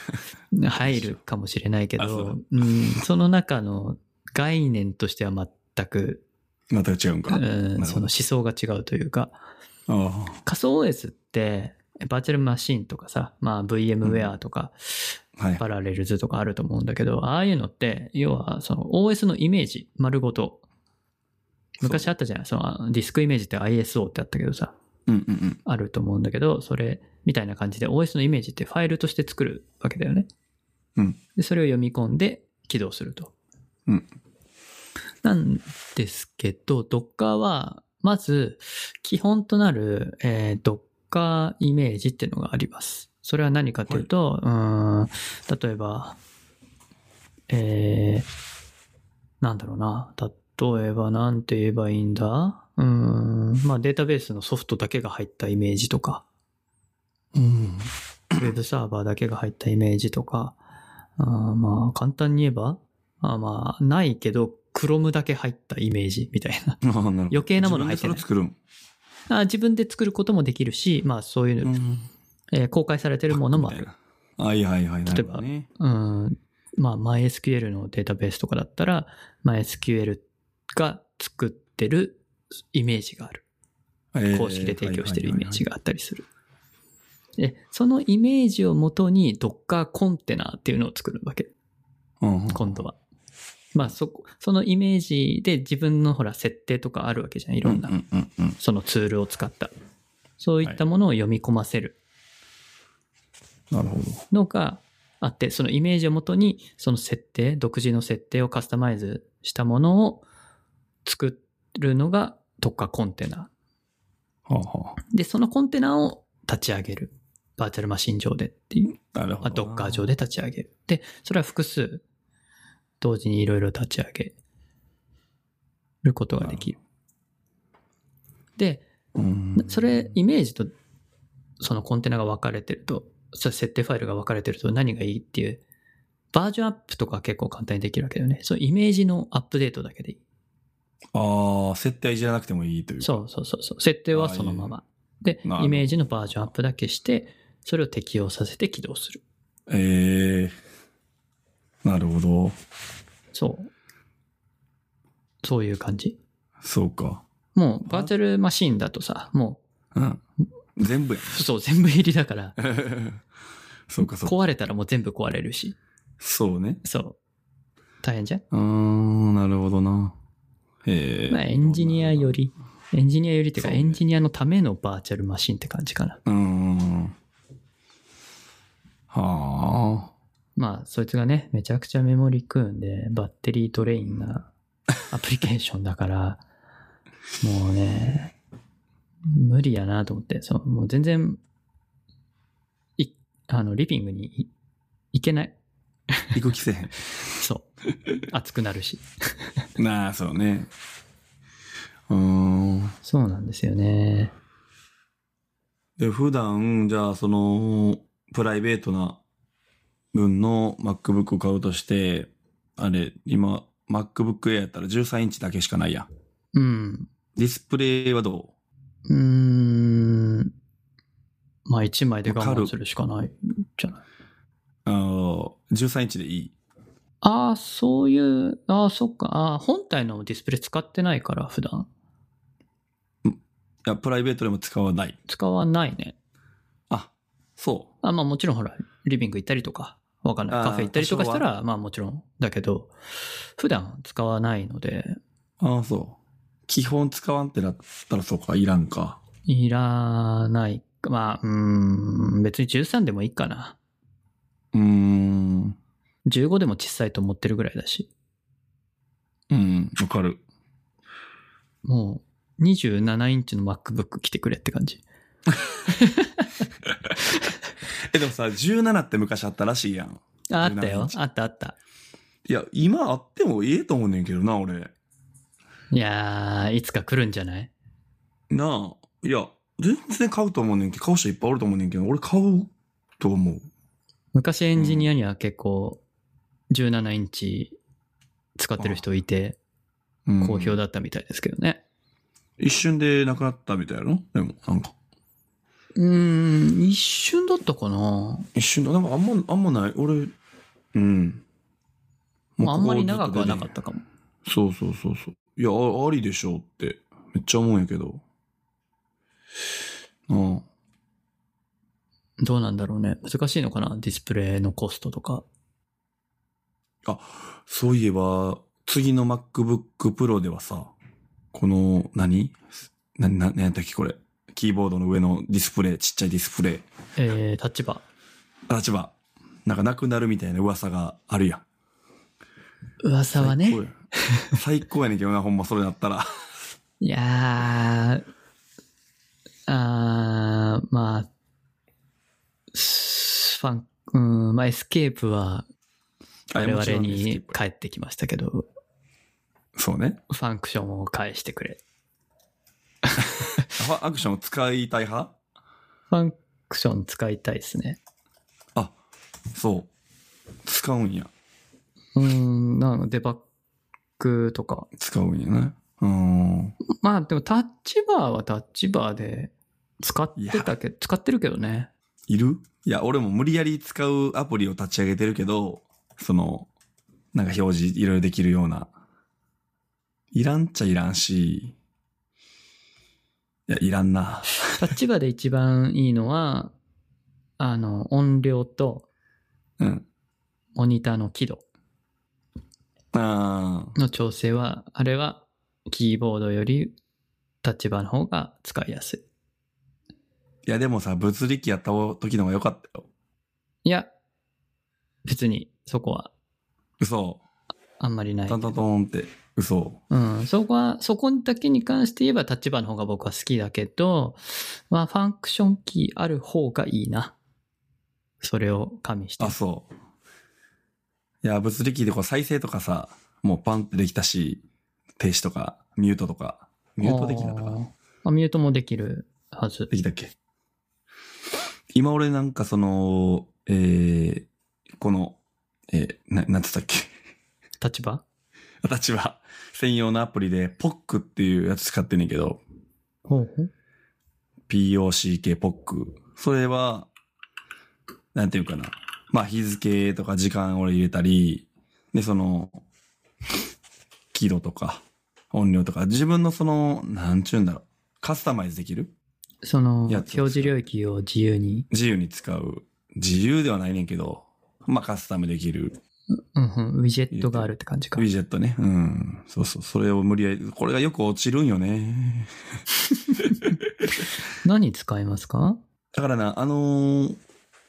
Speaker 1: 入るかもしれないけ
Speaker 2: あそ
Speaker 1: ど
Speaker 2: う、
Speaker 1: うん、その中の概念としては全く、
Speaker 2: また違うんか。
Speaker 1: うん、
Speaker 2: なるほど
Speaker 1: その思想が違うというか、
Speaker 2: あ
Speaker 1: 仮想 OS って、バーチャルマシンとかさ、まあ VMware とか、
Speaker 2: あ、はい。
Speaker 1: パラレルズとかあると思うんだけど、ああいうのって、要はその OS のイメージ丸ごと。昔あったじゃないそのディスクイメージって ISO ってあったけどさ、
Speaker 2: うんうんうん。
Speaker 1: あると思うんだけど、それみたいな感じで OS のイメージってファイルとして作るわけだよね。
Speaker 2: うん
Speaker 1: で、それを読み込んで起動すると。
Speaker 2: うん
Speaker 1: なんですけど、Docker は、まず、基本となる、えー Docker イメージっていうのがあります。それは何かというと、うーん、例えば、えー、なんだろうな。例えば、なんて言えばいいんだうーん。まあ、データベースのソフトだけが入ったイメージとか、
Speaker 2: うん。
Speaker 1: ウェブサーバーだけが入ったイメージとか、あーまあ、簡単に言えば、あーまあ、ないけど、Chrome だけ入ったイメージみたいな。
Speaker 2: ああ、なるほど。
Speaker 1: 余計なもの入ってない
Speaker 2: 自分で
Speaker 1: あー自分で作ることもできるし、まあ、そういう、
Speaker 2: それを作るん。うん。
Speaker 1: えー公開されてるものもあ
Speaker 2: み
Speaker 1: る。
Speaker 2: たいなはいはいはい。な
Speaker 1: 例え
Speaker 2: る
Speaker 1: ば
Speaker 2: ほどね。
Speaker 1: うん、まあ MySQL のデータベースとかだったら MySQL が作ってるイメージがある。
Speaker 2: えー
Speaker 1: 公式で提供してるイメージ。があったりする。で、そのイメージをもとに Docker コンテナっていうのを作るわけ、
Speaker 2: はいはいはいうんうん
Speaker 1: 今度は。まあそこ、そのイメージで自分のほら設定とかあるわけじゃん、いろんな
Speaker 2: う。んうんうんうん
Speaker 1: そのツールを使った。そういったものを読み込ませる
Speaker 2: なるほど。
Speaker 1: のがあって、そのイメージをもとに、その設定、独自の設定をカスタマイズしたものを作るのが特化コンテナ。
Speaker 2: はあは
Speaker 1: で、そのコンテナを立ち上げる。バーチャルマシン上でっていう。
Speaker 2: あ。なるほ
Speaker 1: まあ、
Speaker 2: ど
Speaker 1: ド
Speaker 2: な。
Speaker 1: ッカー上で立ち上げる。で、それは複数、同時にいろいろ立ち上げることができる。で、
Speaker 2: うん。
Speaker 1: それ、イメージと、そのコンテナが分かれてると、それ設定ファイルが分かれてると何がいいっていう、バージョンアップとかは結構簡単にできるわけだよね。そう、イメージのアップデートだけでいい。
Speaker 2: ああ、設定じゃなくてもいいという。
Speaker 1: そうそうそうそう。設定はそのまま。で
Speaker 2: なるほ、ど
Speaker 1: イメージのバージョンアップだけして、それを適用させて起動する。
Speaker 2: ええなるほど。
Speaker 1: そう。そういう感じ。
Speaker 2: そうか。
Speaker 1: もう、バーチャルマシンだとさ、も
Speaker 2: うん。全部や。
Speaker 1: う、そう、全部入りだから、
Speaker 2: そうか、そうか。
Speaker 1: 壊れたらもう全部壊れるし、
Speaker 2: そうね。
Speaker 1: そう。大変じゃん
Speaker 2: うーん、なるほどな。へえ。
Speaker 1: まあ、エンジニアより、エンジニアよりっていうか、
Speaker 2: そうね
Speaker 1: エンジニアのためのバーチャルマシンって感じかな。
Speaker 2: うーん。はあ。
Speaker 1: まあ、そいつがね、めちゃくちゃメモリ食うんで、バッテリートレイン なアプリケーションだから、もうね、無理やなと思って、そう、もう全然、い、あの、リビングにい行けない。
Speaker 2: 行く気せえ
Speaker 1: そう。暑くなるし。
Speaker 2: へん。なあ、そうね。うーん。
Speaker 1: そうなんですよね。
Speaker 2: で、普段、じゃあ、その、プライベートな分の MacBook を買うとして、あれ、今、MacBook Air やったら13インチだけしかないやん。
Speaker 1: うん。
Speaker 2: ディスプレイはど
Speaker 1: うーん。まあ、一枚で我慢するしかないじゃない。
Speaker 2: うあの ?13 インチでいい。
Speaker 1: ああ、そういう、ああ、そっか。ああ、本体のディスプレイ使ってないから、普段。
Speaker 2: いや、プライベートでも使わない。
Speaker 1: 使わないね。
Speaker 2: あ、そ
Speaker 1: あまあもちろんほら、リビング行ったりとか、わかんな
Speaker 2: あ
Speaker 1: い。
Speaker 2: ー
Speaker 1: カフェ行ったりとかしたら、まあもちろんだけど、普段使わないので、
Speaker 2: う。ああ、そう。基本使わんってなったらそうか、いらんか。
Speaker 1: いらない。まあ、うーん、別に13でもいいかな。
Speaker 2: うーん。
Speaker 1: 15でも小さいと思ってるぐらいだし。
Speaker 2: うん、わかる。
Speaker 1: もう、27インチの MacBook 来てくれって感じ。
Speaker 2: え、でもさ、17って昔あったらしいやん。
Speaker 1: ああった
Speaker 2: 17イン
Speaker 1: よ。
Speaker 2: チ
Speaker 1: あったあった。
Speaker 2: いや、今あってもええと思うねんけどな、俺。
Speaker 1: いやー、いつか来るんじゃない
Speaker 2: なあ。いや、全然買うと思うねんけど、買う人いっぱいおると思うねんけど、俺買うと思う。
Speaker 1: 昔エンジニアには結構、17インチ使ってる人いて、
Speaker 2: うん
Speaker 1: 好評だったみたいですけどね。
Speaker 2: 一瞬でなくなったみたいやろでも、なんか。
Speaker 1: うーん、一瞬だったかな。
Speaker 2: 一瞬だ。なんかあんま、あんまない。俺、うん。
Speaker 1: まあ、あんまり
Speaker 2: ここ
Speaker 1: 長
Speaker 2: ず
Speaker 1: く
Speaker 2: と
Speaker 1: は
Speaker 2: 出
Speaker 1: な
Speaker 2: てへん
Speaker 1: かったかも。
Speaker 2: そうそうそうそう。いや、あありでしょうって、めっちゃ思うんやけど。うん。
Speaker 1: どうなんだろうね。難しいのかなディスプレイのコストとか。
Speaker 2: そういえば、次の MacBook Pro ではさ、この何、何な、何やったっけこれ。キーボードの上のディスプレイ、ちっちゃいディスプレイ。
Speaker 1: えー、立場。
Speaker 2: 立場。なんかなくなるみたいな噂があるやん。
Speaker 1: 噂はね
Speaker 2: 最高。や。最高やねんけどな、ほんまそれなったら。
Speaker 1: いやー、あー、まあ、すファン、うん、まあ、エスケープは我
Speaker 2: あもちろ
Speaker 1: 々
Speaker 2: んですけ
Speaker 1: に
Speaker 2: ど
Speaker 1: 帰ってきましたけど、
Speaker 2: そうね。
Speaker 1: ファンクションを返してくれ。
Speaker 2: あアクションを使いたい派
Speaker 1: ファンクション使いたいですね。
Speaker 2: あ、そう。使うんや。
Speaker 1: うん、なので、デバッグとか、
Speaker 2: 使うんやね。うん。
Speaker 1: まあでもタッチバーはタッチバーで使ってたけど、使ってるけどね。
Speaker 2: いるいや、俺も無理やり使うアプリを立ち上げてるけど、その、なんか表示いろいろできるような。いらんっちゃいらんし。いや、いらんな。
Speaker 1: タッチバーで一番いいのは、あの、音量と
Speaker 2: うん。
Speaker 1: モニターの輝度
Speaker 2: あー
Speaker 1: の調整は、あれはキーボードよりタッチバーの方が使いやすい。
Speaker 2: いや、でもさ、物理機やった時の方が良かったよ。
Speaker 1: いや、別にそこは
Speaker 2: 嘘。
Speaker 1: あんまりない
Speaker 2: タ。ンタントンって。嘘。
Speaker 1: うん、そこは、そこだけに関して言えばタッチバーの方が僕は好きだけど、まあファンクションキーある方がいいな。それを加味して
Speaker 2: あ、。そう。いや、物理機でこう再生とかさ、もうパンってできたし、停止とか、ミュートとか、ミュートできたとか。
Speaker 1: あ、ミュートもできるはず。
Speaker 2: できたっけ今俺なんかその、えー、この、えー、な、なんつったっけ
Speaker 1: 立場
Speaker 2: 私は専用のアプリで POC っていうやつ使ってんねんけど、
Speaker 1: ほうほう。
Speaker 2: POCK、POC。それは、なんていうかな。まあ日付とか時間俺入れたり、で、その、輝度とか音量とか、自分のその、なんちゅうんだろう、カスタマイズできる
Speaker 1: その、
Speaker 2: いや
Speaker 1: 表示領域を自由に。
Speaker 2: 自由に使う。自由ではないねんけど、まあカスタムできる。
Speaker 1: うんうん、ウィジェットがあるって感じか
Speaker 2: ウィ。ジェットね。うん。そうそう。それを無理やり、これがよく落ちるんよね。
Speaker 1: 何使いますか
Speaker 2: だからな、あのー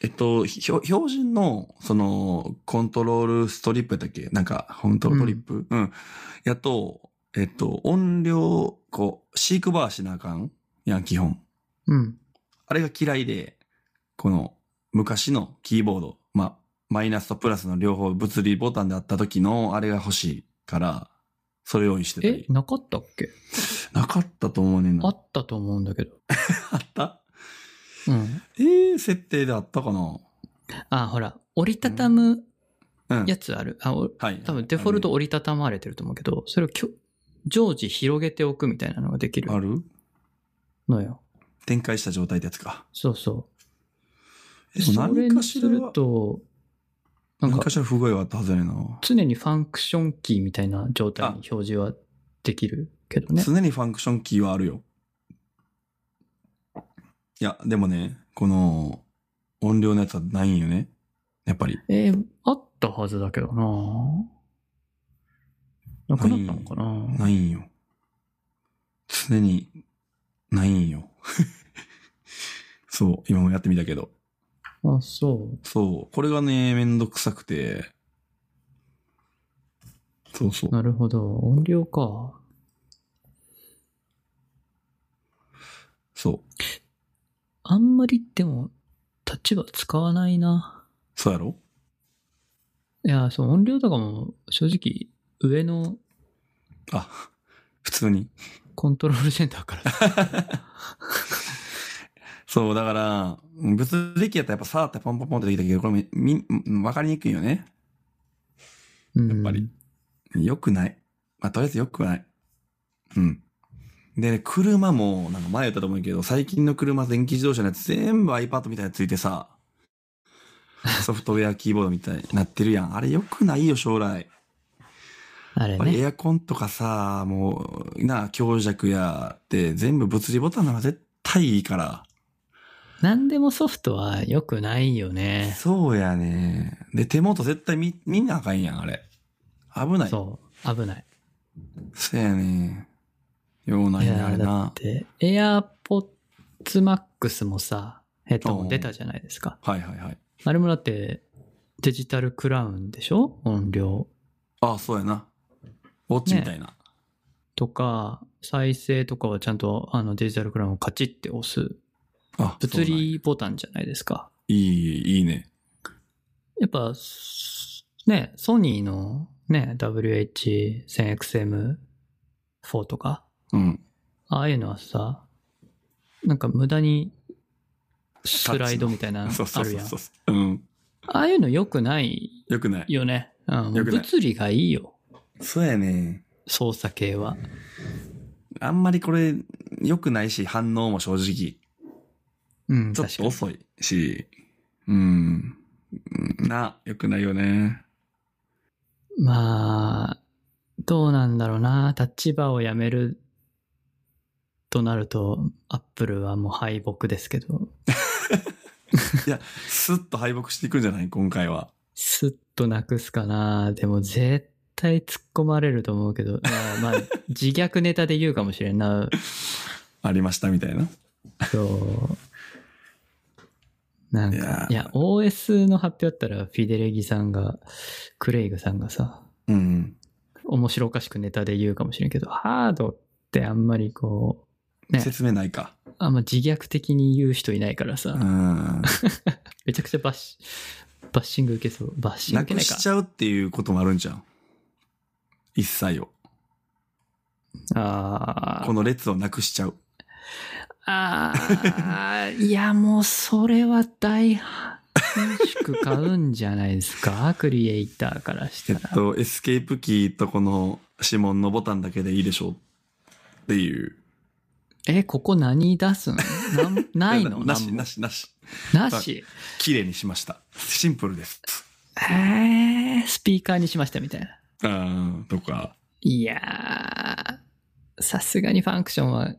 Speaker 2: えっと、ひ標標準の、その、コントロールストリップだっけなんか、本当
Speaker 1: うん
Speaker 2: トリップ、うん、やと、えっと、音量、こう、シークバーしなあかんやん、基本。
Speaker 1: うん。
Speaker 2: あれが嫌いで、この、昔のキーボード、まあ、マイナスとプラスの両方物理ボタンであった時の、あれが欲しいから、それ用意してた
Speaker 1: え
Speaker 2: り、。
Speaker 1: なかったっけ
Speaker 2: なかったと思うねんな。
Speaker 1: あったと思うんだけど。
Speaker 2: あった
Speaker 1: うん。
Speaker 2: えー、設定であったかな
Speaker 1: あ、ほら、折りたたむ
Speaker 2: うん。
Speaker 1: やつある。あ、お
Speaker 2: はい。
Speaker 1: 多分デフォルト折りたたまれてると思うけど、それをきょ常時広げておくみたいなのができる
Speaker 2: ある
Speaker 1: のよ。
Speaker 2: 展開した状態ってやつか。
Speaker 1: そうそ
Speaker 2: え
Speaker 1: う。
Speaker 2: でも
Speaker 1: それ
Speaker 2: 何か
Speaker 1: に
Speaker 2: し
Speaker 1: す
Speaker 2: ら
Speaker 1: る
Speaker 2: は、
Speaker 1: と、なん
Speaker 2: 何
Speaker 1: か
Speaker 2: かしら不具合はあったはずやねんな。
Speaker 1: 常にファンクションキーみたいな状態に表示はできるけどね。
Speaker 2: 常にファンクションキーはあるよ。いや、でもね、この音量のやつはないんよね。やっぱり。
Speaker 1: えーあったはずだけどななくなったのかな
Speaker 2: ないんよ。常に、ないんよ。 そう、今もやってみたけど。
Speaker 1: あ、そう。
Speaker 2: そう、これがね、めんどくさくて。そうそう。
Speaker 1: なるほど。音量か。
Speaker 2: そう。
Speaker 1: あんまりでも、立場使わないな。
Speaker 2: そうやろ
Speaker 1: いや、そう、音量とかも正直上の
Speaker 2: あ、普通に。
Speaker 1: コントロールセンター から。
Speaker 2: そう、だから、物理的やったらやっぱさーってポンポンポンってできたけど、これもみ、みわかりにくいよね。
Speaker 1: うん
Speaker 2: やっぱり。よくない。まあ、とりあえずよくない。うん。で、車も、なんか前言ったと思うけど、最近の車、電気自動車のやつ全部 iPad みたいなやつつい てさ、ソフトウェアキーボードみたいになってるやん。あれよくないよ、将来。
Speaker 1: あ
Speaker 2: や
Speaker 1: れ
Speaker 2: っぱり
Speaker 1: ね。
Speaker 2: エアコンとかさ、もう、なあ、強弱や、って全部物理ボタンなら絶対いいから。
Speaker 1: 何でもソフトは良くないよね。
Speaker 2: そうやね。で、手元絶対み、みんなあかんやん、あれ。危ない。そう。
Speaker 1: そう。危ない。
Speaker 2: やね。ようない
Speaker 1: い
Speaker 2: ね、あ
Speaker 1: や
Speaker 2: れ
Speaker 1: だ
Speaker 2: な
Speaker 1: っ。て、AirPods Max もさ、ヘッドホン出たじゃないですか。
Speaker 2: はいはいはい。
Speaker 1: あれもだって、デジタルクラウンでしょ音量
Speaker 2: あ、そうやな。ウォッチみたいな。
Speaker 1: とか、再生とかはちゃんとあのデジタルクラウンをカチッて押す
Speaker 2: あ、
Speaker 1: 物
Speaker 2: そうなんや
Speaker 1: 理ボタンじゃないですか。
Speaker 2: いい、いいね。
Speaker 1: やっぱ、すね、ソニーのね、WH1000XM4 とか、
Speaker 2: うん。
Speaker 1: ああいうのはさ、なんか無駄にスライドみたいなの
Speaker 2: そうそ
Speaker 1: あ
Speaker 2: う
Speaker 1: る
Speaker 2: そう
Speaker 1: やん。
Speaker 2: そ
Speaker 1: あ
Speaker 2: う。うん。
Speaker 1: あいうの良くない
Speaker 2: よくない。
Speaker 1: よね。うん、
Speaker 2: 良くない
Speaker 1: 物理がいいよ。
Speaker 2: そうやね。
Speaker 1: 操作系は。
Speaker 2: あんまりこれ、良くないし、反応も正直。
Speaker 1: うん、
Speaker 2: ちょっ
Speaker 1: 確か
Speaker 2: と
Speaker 1: に。
Speaker 2: 遅いし。うん。な、良くないよね。
Speaker 1: まあ、どうなんだろうな。立場をやめるとなると、アップルはもう敗北ですけど、
Speaker 2: スッと敗北していくんじゃない今回は。
Speaker 1: スッとなくすかな。でも絶対突っ込まれると思うけど、いやまあ、 自虐ネタで言うかもしれんな。
Speaker 2: ありましたみたいな。
Speaker 1: そう。なん
Speaker 2: いや
Speaker 1: か、いや、OS の発表だったら、フィデレギさんが、クレイグさんがさ、
Speaker 2: うん。
Speaker 1: 面白おかしくネタで言うかもしれんけど、ハードってあんまりこう、ね、
Speaker 2: 説明ないか。
Speaker 1: あんま自虐的に言う人いないからさ、
Speaker 2: うん。
Speaker 1: めちゃくちゃバッシバッシング受けそう。バッシング
Speaker 2: な
Speaker 1: 受け
Speaker 2: く
Speaker 1: ない
Speaker 2: し
Speaker 1: か。
Speaker 2: ちゃうっていうこともあるんじゃん。一切を。
Speaker 1: あ
Speaker 2: この列をなくしちゃう。
Speaker 1: あ。ああ。いや、もうそれは大半縮買うんじゃないです か。クリエイターからし
Speaker 2: え
Speaker 1: た
Speaker 2: っ
Speaker 1: ら。
Speaker 2: と、エスケープキーとこの指紋のボタンだけでいいでしょうっていう。
Speaker 1: え、ここ何出すのなん ないの
Speaker 2: なし、
Speaker 1: なんも
Speaker 2: なし、なし。
Speaker 1: なし。
Speaker 2: 綺麗にしました。シンプルです。
Speaker 1: えースピーカーにしましたみたいな。
Speaker 2: うん、とか。
Speaker 1: いやー、さすがにファンクションは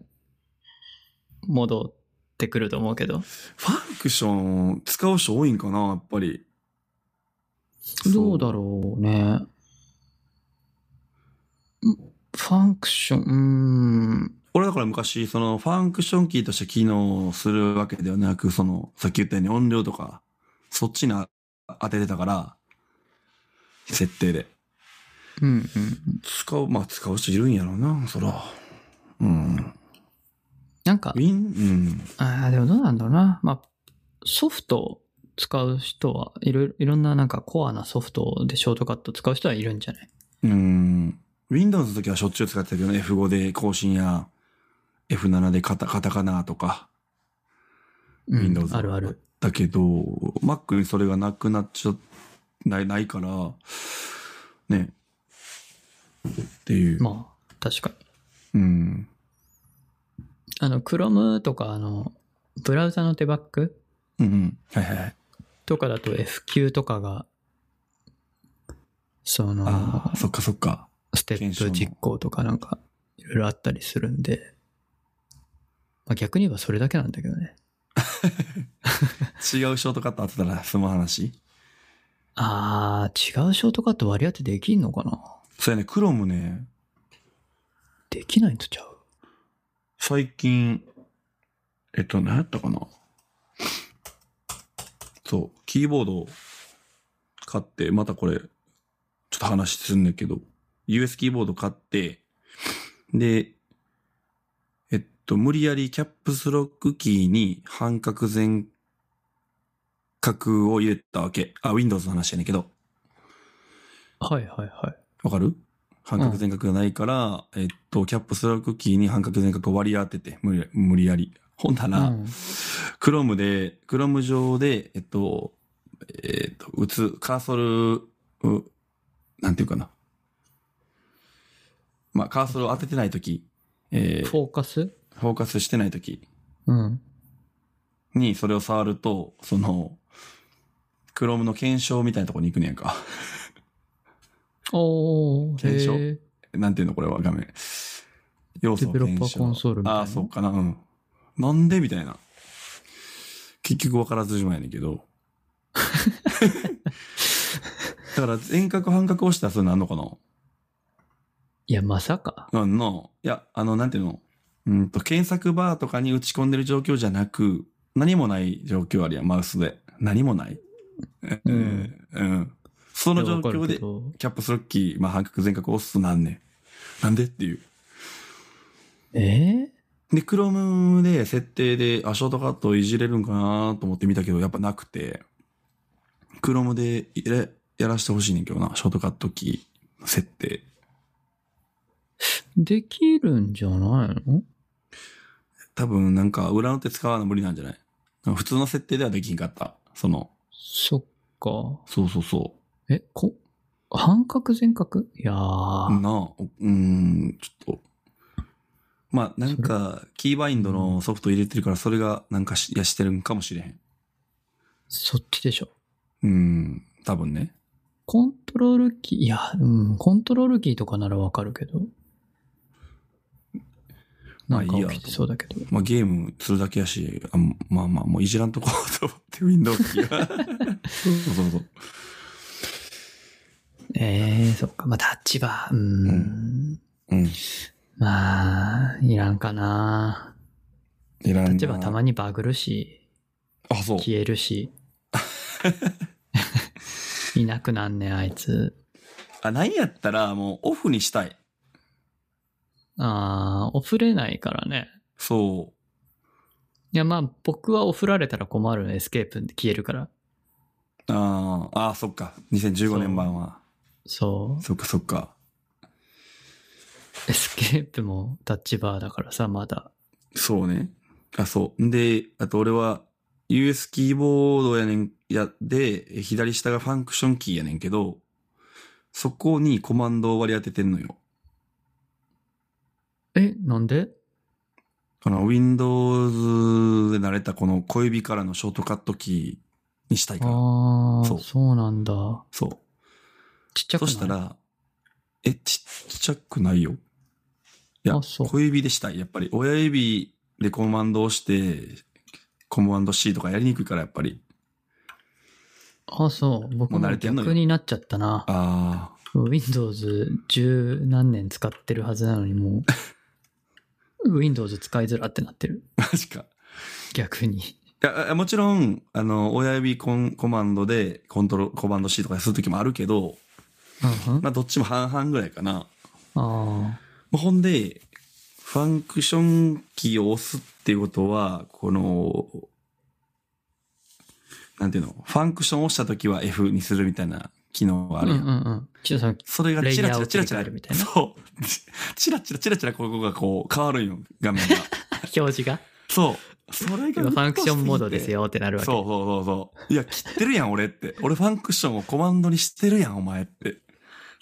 Speaker 1: 戻ってくると思うけど。
Speaker 2: ファンクション使う人多いんかな、やっぱり。
Speaker 1: どう
Speaker 2: ろ
Speaker 1: だろうね。んファンクション、うーん。
Speaker 2: 俺だから昔、そのファンクションキーとして機能するわけではなく、その、さっき言ったように音量とか、そっちに当ててたから、設定で。
Speaker 1: うんうんうん。
Speaker 2: 使う、まあ使う人いるんやろうな、そら。うん。
Speaker 1: なんか
Speaker 2: ウ、ィンうん。
Speaker 1: ああ、でもどうなんだろうな。まあ、ソフトを使う人はいろいろ、いろんななんかコアなソフトでショートカット使う人はいるんじゃない
Speaker 2: うん。Windows の時はしょっちゅう使ってたけどね、F5 で更新や、F7 でカタカタカナとか、
Speaker 1: うん
Speaker 2: Windows
Speaker 1: あるある。
Speaker 2: だけど、Mac にそれがなくなっちゃ、ない、ないから、ね。っていう。
Speaker 1: まあ、確かに。
Speaker 2: うん。
Speaker 1: あの、Chrome とか、あの、ブラウザのデバッグ
Speaker 2: うんうん。はいはいはい。
Speaker 1: とかだと FQ とかが、その
Speaker 2: ああ、、そっかそっか。
Speaker 1: ステップ実行とかなんか、いろいろあったりするんで、まあ逆に言えばそれだけなんだけどね。
Speaker 2: 違うショートカット当てたら済む話
Speaker 1: あー、違うショートカット割り当てできんのかな
Speaker 2: そうやね、クロムね、
Speaker 1: できないんとちゃう
Speaker 2: 最近、えっと、何やったかなそう、キーボードを買って、またこれ、ちょっと話すんだけど、US キーボード買って、で、えっと、無理やりキャップスロックキーに半角全角を入れたわけ。あ、Windows の話やねんけど。
Speaker 1: はいはいはい。
Speaker 2: わかる半角全角がないから、えっと、キャップスロックキーに半角全角を割り当てて、無理無理やり。ほんなら、
Speaker 1: うん
Speaker 2: クロムで、クロム上で、えっと、えっと、打つ、カーソル、うなんていうかな。まあ、カーソルを当ててないとき、えー
Speaker 1: フォーカス
Speaker 2: フォーカスしてないとき
Speaker 1: うん。
Speaker 2: にそれを触ると、その、クロムの検証みたいなところに行くねやんか。
Speaker 1: おー、
Speaker 2: 検証
Speaker 1: へー
Speaker 2: なんていうのこれは画面。要素を検証
Speaker 1: デベロッパーコンソールみたいな
Speaker 2: ああ、そうかな。うん。なんでみたいな。結局分からずじまいやねんけど。だから、全角半角押したらそういうのあんのかない
Speaker 1: や、まさか。
Speaker 2: うんの。いや、あの、なんていうのうんと、検索バーとかに打ち込んでる状況じゃなく、何もない状況あるやん、マウスで。何もない。えーうん。そ
Speaker 1: こ
Speaker 2: の状況で、
Speaker 1: で。
Speaker 2: キャップスロッキー、まあ、半角全角押すとなんねん。なんでっていう。
Speaker 1: え
Speaker 2: で、Chrome で設定で、あ、ショートカットをいじれるんかなと思って見たけど、やっぱなくて、Chrome でやれやらしてほしいねんけどな、ショートカットキー設定。
Speaker 1: ー、できるんじゃないの
Speaker 2: 多分なんか裏の手使わな無理なんじゃないなんか普通の設定ではできんかった。その、
Speaker 1: そっか。
Speaker 2: そうそうそ
Speaker 1: え、こ、半角全角いや
Speaker 2: う。
Speaker 1: ー。
Speaker 2: なあ、おうーん、ちょっと。まあなんか、キーバインドのソフト入れてるから、それがなんかしいやしてるんかもしれへん。
Speaker 1: そっちでしょ。
Speaker 2: うん、多分ね。
Speaker 1: コントロールキー、いや、うん、コントロールキーとかならわかるけど。な
Speaker 2: まあ
Speaker 1: ん
Speaker 2: いい
Speaker 1: か
Speaker 2: や
Speaker 1: 起きてそうだけど。
Speaker 2: まあ、ゲームするだけやし、あまあまあ、もういじらんとこと思って、Windows キーは。そうそうそう。
Speaker 1: ええー、そっか。まあ、タッチバー。うーん。、
Speaker 2: うんうん。
Speaker 1: まあ、いらんかな。
Speaker 2: いらんな
Speaker 1: タッチバーたまにバグるし、
Speaker 2: あ、そう。
Speaker 1: 消える し。いなくなんねんあいつ。
Speaker 2: あ、なんやったら、もうオフにしたい。
Speaker 1: ああ、オフれないからね。
Speaker 2: そ
Speaker 1: いや、まあ、僕はオフられたら困るね。エスケープで消えるから。
Speaker 2: う。あーあー、そっか。
Speaker 1: そ
Speaker 2: 2015
Speaker 1: う
Speaker 2: 年版は。
Speaker 1: そう。
Speaker 2: そっかそっか。
Speaker 1: エスケープもタッチバーだからさ、まだ。
Speaker 2: そうね。あ、そう。んで、あと俺は、US キーボードやねん、や、で、左下がファンクションキーやねんけど、そこにコマンドを割り当ててんのよ。
Speaker 1: え、なんで
Speaker 2: この Windows で慣れたこの小指からのショートカットキーにしたいから。
Speaker 1: ああ、
Speaker 2: そ
Speaker 1: そううなんだ。
Speaker 2: そ
Speaker 1: ちっち
Speaker 2: う。
Speaker 1: ゃくな
Speaker 2: そ
Speaker 1: い
Speaker 2: したら、え、ちっちゃくないよ。いや、
Speaker 1: あそう
Speaker 2: 小指でしたい。やっぱり親指でコマンドを押して、コマンド C とかやりにくいからやっぱり。
Speaker 1: あそう。僕
Speaker 2: もう慣
Speaker 1: も
Speaker 2: れてんのよ
Speaker 1: 逆になっちゃったな。
Speaker 2: あ
Speaker 1: Windows 十何年使ってるはずなのに もう、Windows 使いづらってなってる。
Speaker 2: あ、マジか。
Speaker 1: 逆に。
Speaker 2: や、あもちろん、あの、親指コンコマンドで、コントロール、コマンド C とかするときもあるけど、
Speaker 1: うんうん。あ
Speaker 2: まあ、どっちも半々ぐらいかな。
Speaker 1: あ
Speaker 2: まあほんで、ファンクションキーを押すっていうことは、この、なんていうの、ファンクションを押したときは F にするみたいな機能があ
Speaker 1: ー。うん
Speaker 2: る
Speaker 1: う
Speaker 2: や
Speaker 1: ん
Speaker 2: ん。
Speaker 1: うん。ちょっとその
Speaker 2: それがチラチラチラチラ
Speaker 1: レイヤーを切り替えるみたいな
Speaker 2: そう。チラチラチラチラここがこう変わるんよ、画 面が。
Speaker 1: 表示が。
Speaker 2: そう。それ
Speaker 1: フ
Speaker 2: が。
Speaker 1: ァンクションモードです。よってなるわけ。
Speaker 2: そうそうそうそう。いや、切ってるやん、俺って。俺ファンクションをコマンドにしてるやん、お前って。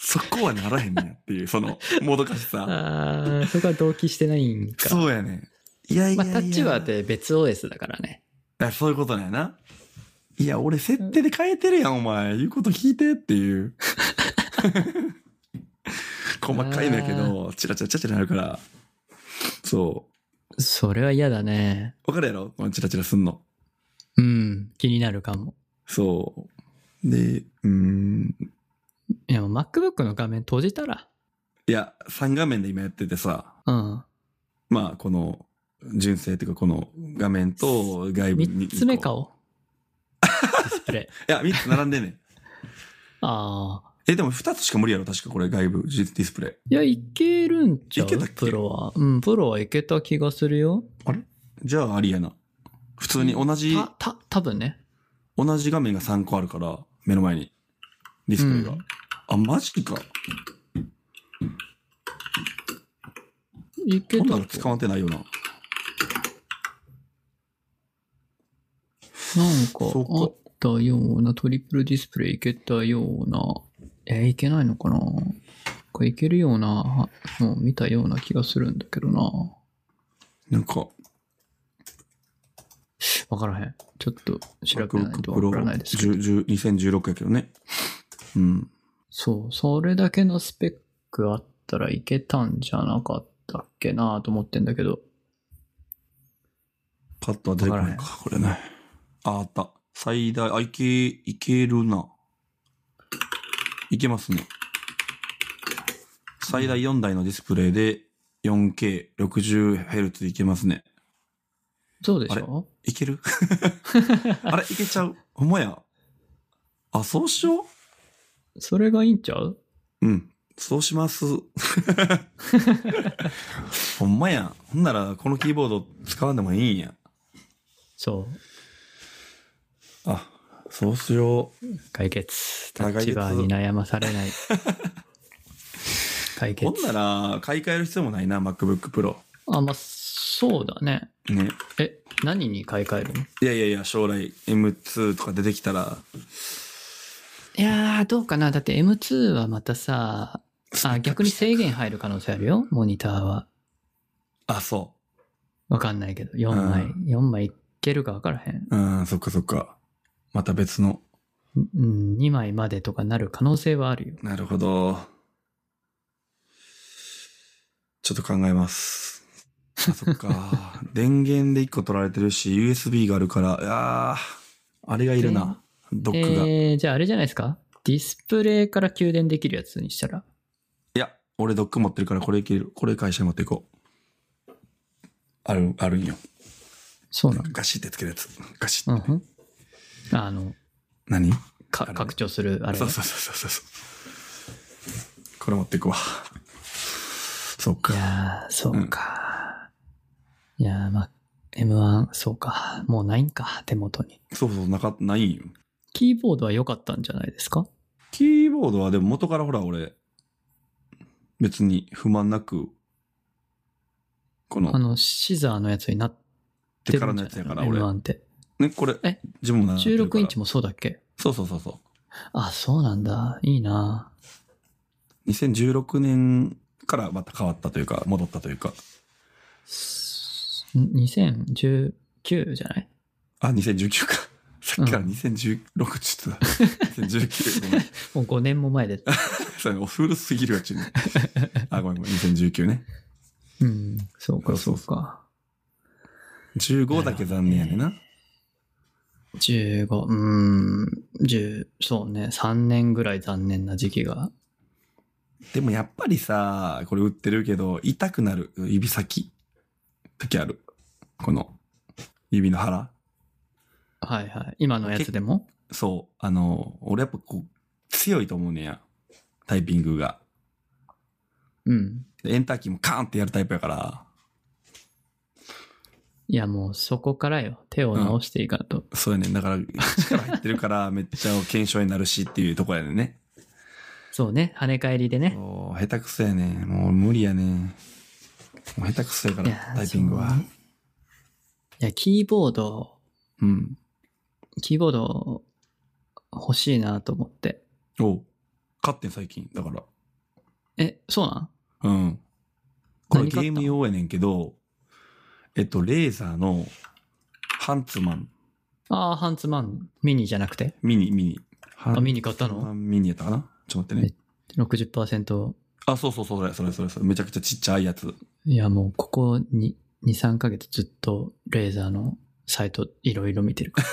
Speaker 2: そこはならへんねんっていう、その、もどかし さ。
Speaker 1: ああ、そこは同期してないんか。
Speaker 2: そうやねん。いやい
Speaker 1: ま
Speaker 2: や
Speaker 1: あ、
Speaker 2: いや。
Speaker 1: タッチはで別 OS だからね。
Speaker 2: いやそういうことなんやな。いや、俺設定で変えてるやん、お前。言うこと聞いてって いう。細かいんだけど、チラチラチラチラなるから。そう。
Speaker 1: それは嫌だね。
Speaker 2: わかるやろこのチラチラすんの。
Speaker 1: うん、気になるかも。
Speaker 2: そう。で、うーん。
Speaker 1: いや、もう MacBook の画面閉じたら。
Speaker 2: いや、3画面で今やっててさ、
Speaker 1: うん。
Speaker 2: まあ、この、純正っていうか、この画面と外部に
Speaker 1: 三つ目か
Speaker 2: こ
Speaker 1: を。ディスプレイ。
Speaker 2: ういや、3つ並んでんね ん。
Speaker 1: ああ。
Speaker 2: え、でも2つしか無理やろ確かこれ外部ディスプレ
Speaker 1: いや、いけるんちゃう
Speaker 2: いけたっけ
Speaker 1: プロは。うん、プロはいけた気がするよ。
Speaker 2: イ。じゃあ、ありやな。普通に同じ、
Speaker 1: た、た、多分ね。
Speaker 2: 同じ画面が3個あるから、目の前に。ディスプレイが。
Speaker 1: うん
Speaker 2: あ、マジか。
Speaker 1: いけ
Speaker 2: こん
Speaker 1: た
Speaker 2: なの使わんてないよな。
Speaker 1: なんか、
Speaker 2: そうか
Speaker 1: あったような、トリプルディスプレイいけたような、えーいけないのかなこれいけるような、はもう見たような気がするんだけどな。
Speaker 2: なんか、
Speaker 1: わからへん。ちょっと調べないと
Speaker 2: MacBook
Speaker 1: わ
Speaker 2: Pro
Speaker 1: からないですけど。
Speaker 2: 10 10 2016やけどね。うん。
Speaker 1: そう、それだけのスペックあったらいけたんじゃなかったっけなと思ってんだけど。
Speaker 2: パッとは出てこないか、これね。あ、あった。最大、あ、いけ、いけるな。いけますね。最大4台のディスプレイで 4K60Hz いけますね。
Speaker 1: そうでしょ
Speaker 2: いけるあれいけちゃう。ほんまや。あ、そうしよ
Speaker 1: それがいいんちゃう
Speaker 2: ううん。そうします。 ほんまや。ほんなら、このキーボード使わんでもいいんや。
Speaker 1: そう。
Speaker 2: あ、そうしよう。
Speaker 1: 解決。タ
Speaker 2: あ
Speaker 1: ッチバー
Speaker 2: 解
Speaker 1: に
Speaker 2: 決
Speaker 1: 悩まされない。解
Speaker 2: ほ
Speaker 1: 決。
Speaker 2: んなら、買い替える必要もないな、MacBook Pro。
Speaker 1: あ、まあ、そうだね。
Speaker 2: ね。
Speaker 1: え、何に買い替えるの
Speaker 2: いやいやいや、将来 M2 とか出てきたら、
Speaker 1: いやー、どうかな。だって M2 はまたさ、あ、逆に制限入る可能性あるよ。モニターは。
Speaker 2: あ、そ
Speaker 1: わかんないけど、4枚、
Speaker 2: う
Speaker 1: 4枚いけるかわからへん。
Speaker 2: う。うん、そっかそっか。また別の。
Speaker 1: うん、2枚までとかなる可能性はあるよ。
Speaker 2: なるほど。ちょっと考えます。あ、そ っか。電源で1個取られてるし、USB があるから、いやーあれがいるな。ドックが。
Speaker 1: えー、じゃああれじゃないですかディスプレイから給電できるやつにしたら。
Speaker 2: いや、俺ドック持ってるからこれいける。これ会社に持っていこう。ある、あるんよ。
Speaker 1: そうなの。
Speaker 2: ガシってつけるやつ。ガシ
Speaker 1: う
Speaker 2: ッ
Speaker 1: ん
Speaker 2: て。
Speaker 1: ふん。あの、
Speaker 2: 何
Speaker 1: か
Speaker 2: あれ
Speaker 1: 拡張する、あれ。
Speaker 2: そうそうそうそうそう。これ持っていくわ。そっか
Speaker 1: い。やー、そうか。いやー、まあ、M1、そうか。もうないんか、手元に。
Speaker 2: そうそう、なか、ないんよ。
Speaker 1: キーボードは良かったんじゃないですか
Speaker 2: キーボードはでも元からほら俺、別に不満なく、この
Speaker 1: あ、の、シザーのやつになって
Speaker 2: 手か
Speaker 1: る
Speaker 2: ら
Speaker 1: ん
Speaker 2: の
Speaker 1: じゃ
Speaker 2: や
Speaker 1: ない
Speaker 2: つや
Speaker 1: の
Speaker 2: から俺。
Speaker 1: M1 って。
Speaker 2: ね、これ、
Speaker 1: え
Speaker 2: 自分も習ってる
Speaker 1: 16
Speaker 2: から
Speaker 1: インチもそうだっけ
Speaker 2: そうそうそうそ
Speaker 1: あ、そうなんだ。いいな
Speaker 2: う。2016年からまた変わったというか、戻ったというか。
Speaker 1: す2019じゃない
Speaker 2: あ、2019か。 さっきから
Speaker 1: うん
Speaker 2: 2016ちょっと、2019。ごめん
Speaker 1: もう5年も前 で。
Speaker 2: そうね、お古すぎるやちに。あ、ごめんごめん、2019ね。
Speaker 1: うん、そうか、そ
Speaker 2: そううそ
Speaker 1: か。
Speaker 2: 15だけ残念やねんな。
Speaker 1: 15、うーん、10、そうね、3年ぐらい残念な時期が。
Speaker 2: でもやっぱりさ、これ売ってるけど、痛くなる、指先。時ある。この、指の腹。
Speaker 1: はいはい。今のやつでも
Speaker 2: そう、あの、俺やっぱこう、強いと思うねや。タイピングが。
Speaker 1: うん。
Speaker 2: でエンターキーもカーンってやるタイプやから、
Speaker 1: いやもうそこからよ。手を直していかんと。
Speaker 2: そうやねん。だから、力入ってるから、 めっちゃ検証になるしっていうとこやねんね。
Speaker 1: そうね。跳ね返りでね。
Speaker 2: そう、下手くそやねん。もう無理やねん。もう下手くそやか
Speaker 1: い
Speaker 2: ら
Speaker 1: や、ー
Speaker 2: タイピングは
Speaker 1: そう。ねいや、キーボード、
Speaker 2: うん。
Speaker 1: キーボード欲しいなと思って。
Speaker 2: おう勝ってん最近。だから。
Speaker 1: え、そうなん
Speaker 2: うん。これ
Speaker 1: 何買
Speaker 2: ゲ
Speaker 1: った
Speaker 2: ーム用やねんけど、えっと、レーザーの、ハンツマン。
Speaker 1: ああ、ハンツマン、ミニじゃなくて
Speaker 2: ミニ、ミニ。
Speaker 1: あ、
Speaker 2: あ
Speaker 1: ミニ買ったの
Speaker 2: ミニやったかなちょっと待ってね。
Speaker 1: ?60%。
Speaker 2: あ、そうそうそう、それ、それ、それ、それ。めちゃくちゃちっちゃいやつ。
Speaker 1: いや、もうここに、2、3ヶ月ずっとレーザーのサイトいろいろ見てる から。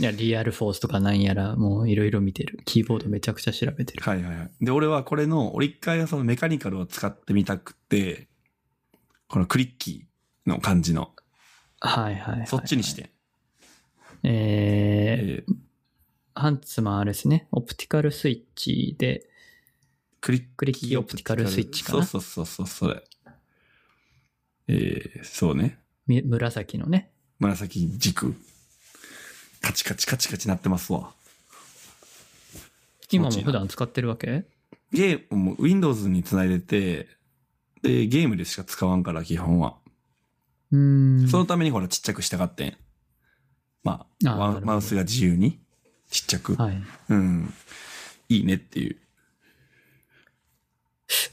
Speaker 1: いや、リアルフォースとかなんやら、もういろいろ見てる。キーボードめちゃくちゃ調べてる。
Speaker 2: はいはいはい。で、俺はこれの、俺一回そのメカニカルを使ってみたくて、このクリッキーの感じの、
Speaker 1: はいはいはい、はい。
Speaker 2: そっちにし。て。
Speaker 1: えー、
Speaker 2: えー
Speaker 1: ハンツマンあれですね。オプティカルスイッチで、
Speaker 2: クリッ
Speaker 1: クリッキーオプティカルスイッチかな。
Speaker 2: そうそうそうそう、それ。えー、そうね。
Speaker 1: み紫のね。
Speaker 2: 紫軸。カチカチカチカチなってますわ。
Speaker 1: 今
Speaker 2: 気持ちい
Speaker 1: も
Speaker 2: い
Speaker 1: 普
Speaker 2: な
Speaker 1: 段使ってるわけ
Speaker 2: ゲームも Windows につないでて、で、ゲームでしか使わんから、基本は。
Speaker 1: うーん。
Speaker 2: そのためにほら、ちっちゃくしたがってん。ま
Speaker 1: あ
Speaker 2: あ、
Speaker 1: ー
Speaker 2: ワ
Speaker 1: なるほ
Speaker 2: ン
Speaker 1: ど
Speaker 2: マウスが自由に、ちっちゃく。
Speaker 1: はい。
Speaker 2: うん。いいねっていう。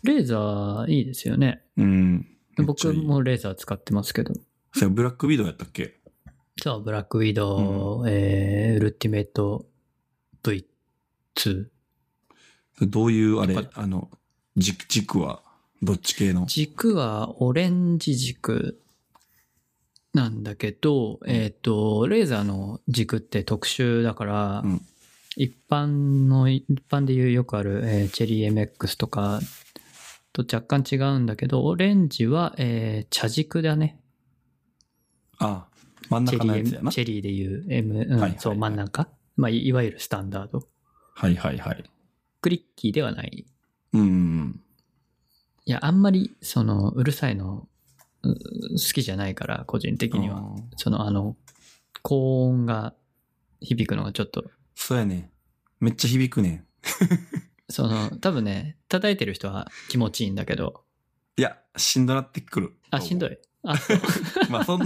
Speaker 1: レーザーいいですよね。
Speaker 2: うん。
Speaker 1: 僕
Speaker 2: めっちゃいい。
Speaker 1: もレーザー使ってますけど。
Speaker 2: それブラックビドウやったっけ
Speaker 1: そう、ブラックウィドウ、えー、ウルティメイト V2。
Speaker 2: それどういう、あれ
Speaker 1: やっぱ、
Speaker 2: あの、軸、軸は、どっち系の
Speaker 1: 軸はオレンジ軸なんだけど、えっ、と、レーザーの軸って特殊だから、
Speaker 2: うん
Speaker 1: 一般の、一般でいうよくある、えーチェリー MX とかと若干違うんだけど、オレンジは、えー茶軸だね。
Speaker 2: あ、真ん
Speaker 1: チェ
Speaker 2: 中のや
Speaker 1: リ
Speaker 2: つや
Speaker 1: ー
Speaker 2: な
Speaker 1: チ。ェリーでいう M、うん
Speaker 2: はいはい
Speaker 1: そう、真ん中。まあ、いいわゆるスタンダード。
Speaker 2: はいはいはい。
Speaker 1: クリッキーではない。
Speaker 2: うん。
Speaker 1: いや、あんまり、その、うるさいの、う好きじゃないから、個人的には。
Speaker 2: うん
Speaker 1: その、あの、高音が響くのがちょっと、
Speaker 2: そうやね。めっちゃ響くねん。
Speaker 1: その、多分ね、叩いてる人は気持ちいいんだけど、
Speaker 2: いや、しんどなってくる。
Speaker 1: あ、しんど
Speaker 2: い。
Speaker 1: い。あ、 そう
Speaker 2: まあ、そんな。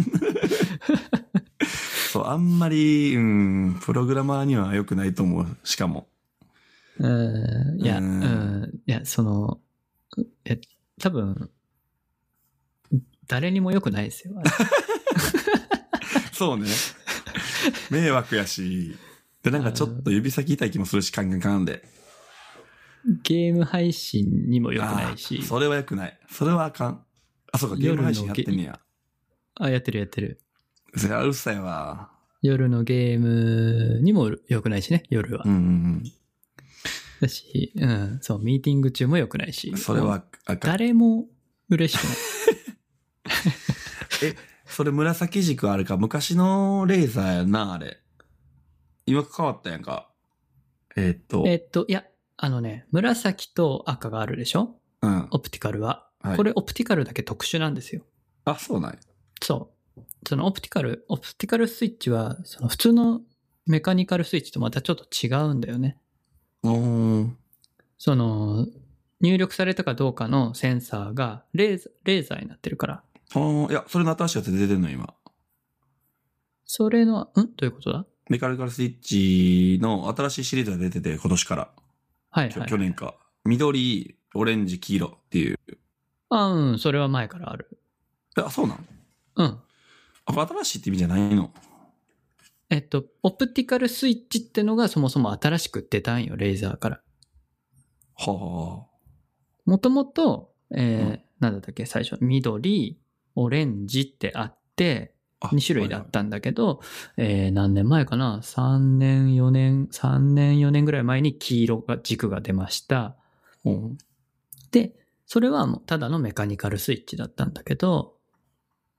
Speaker 2: そう、あんまり、うん、プログラマーには良くないと思う。しかも。
Speaker 1: うん、いや、う
Speaker 2: うん
Speaker 1: ん、いや、その、え、多分、誰にも良くないですよ。あ れ
Speaker 2: そうね。迷惑やし。で、なんかちょっと指先痛い気もするし、カンカンカンで。
Speaker 1: ゲーム配信にも良くないし
Speaker 2: あー、それは良くない。それはあかん。あ、そうか、ゲーム配信やってんねや。
Speaker 1: あ、やってるやってる。
Speaker 2: それはうるさいわ。
Speaker 1: 夜のゲームにも良くないしね、夜は
Speaker 2: うん。うん
Speaker 1: だし、うん、そう、ミーティング中も良くないし
Speaker 2: う、ん。それはあかん。
Speaker 1: 誰も嬉しくない。
Speaker 2: それ紫軸あるか、昔のレーザーやんな、あれ。今変わったやんか。えーっと、
Speaker 1: えっと、いや、あのね、紫と赤があるでしょ
Speaker 2: うん。
Speaker 1: オプティカルは。
Speaker 2: はい
Speaker 1: これ、オプティカルだけ特殊なんですよ。
Speaker 2: あ、そうなんや。
Speaker 1: そう。そのオプティカル、オプティカルスイッチは、その普通のメカニカルスイッチとまたちょっと違うんだよね。
Speaker 2: うーん。
Speaker 1: その、入力されたかどうかのセンサーがレーザー、レーザーになってるから。
Speaker 2: ほーいや、それの新しいやつ出てんの、今。
Speaker 1: それの、んどういうことだ
Speaker 2: メカニカルスイッチの新しいシリーズが出てて、今年から。
Speaker 1: はい
Speaker 2: きょ
Speaker 1: はい。
Speaker 2: 去年か。緑、オレンジ、黄色っていう。
Speaker 1: あ、うん、それは前からある。
Speaker 2: えあ、そうなん
Speaker 1: うん。
Speaker 2: あ、これ新しいって意味じゃないの
Speaker 1: えっと、オプティカルスイッチってのがそもそも新しく出たんよ、レーザーから。
Speaker 2: は
Speaker 1: もともと、えー
Speaker 2: うん
Speaker 1: なんだったっけ、最初、緑、オレンジってあって、
Speaker 2: あ。あ
Speaker 1: 2種類だ
Speaker 2: はい
Speaker 1: っ。たんだけど、えー何年前かな ?3 年、4年、3年、4年ぐらい前に黄色が、軸が出ました。
Speaker 2: うん
Speaker 1: で、それはもうただのメカニカルスイッチだったんだけど、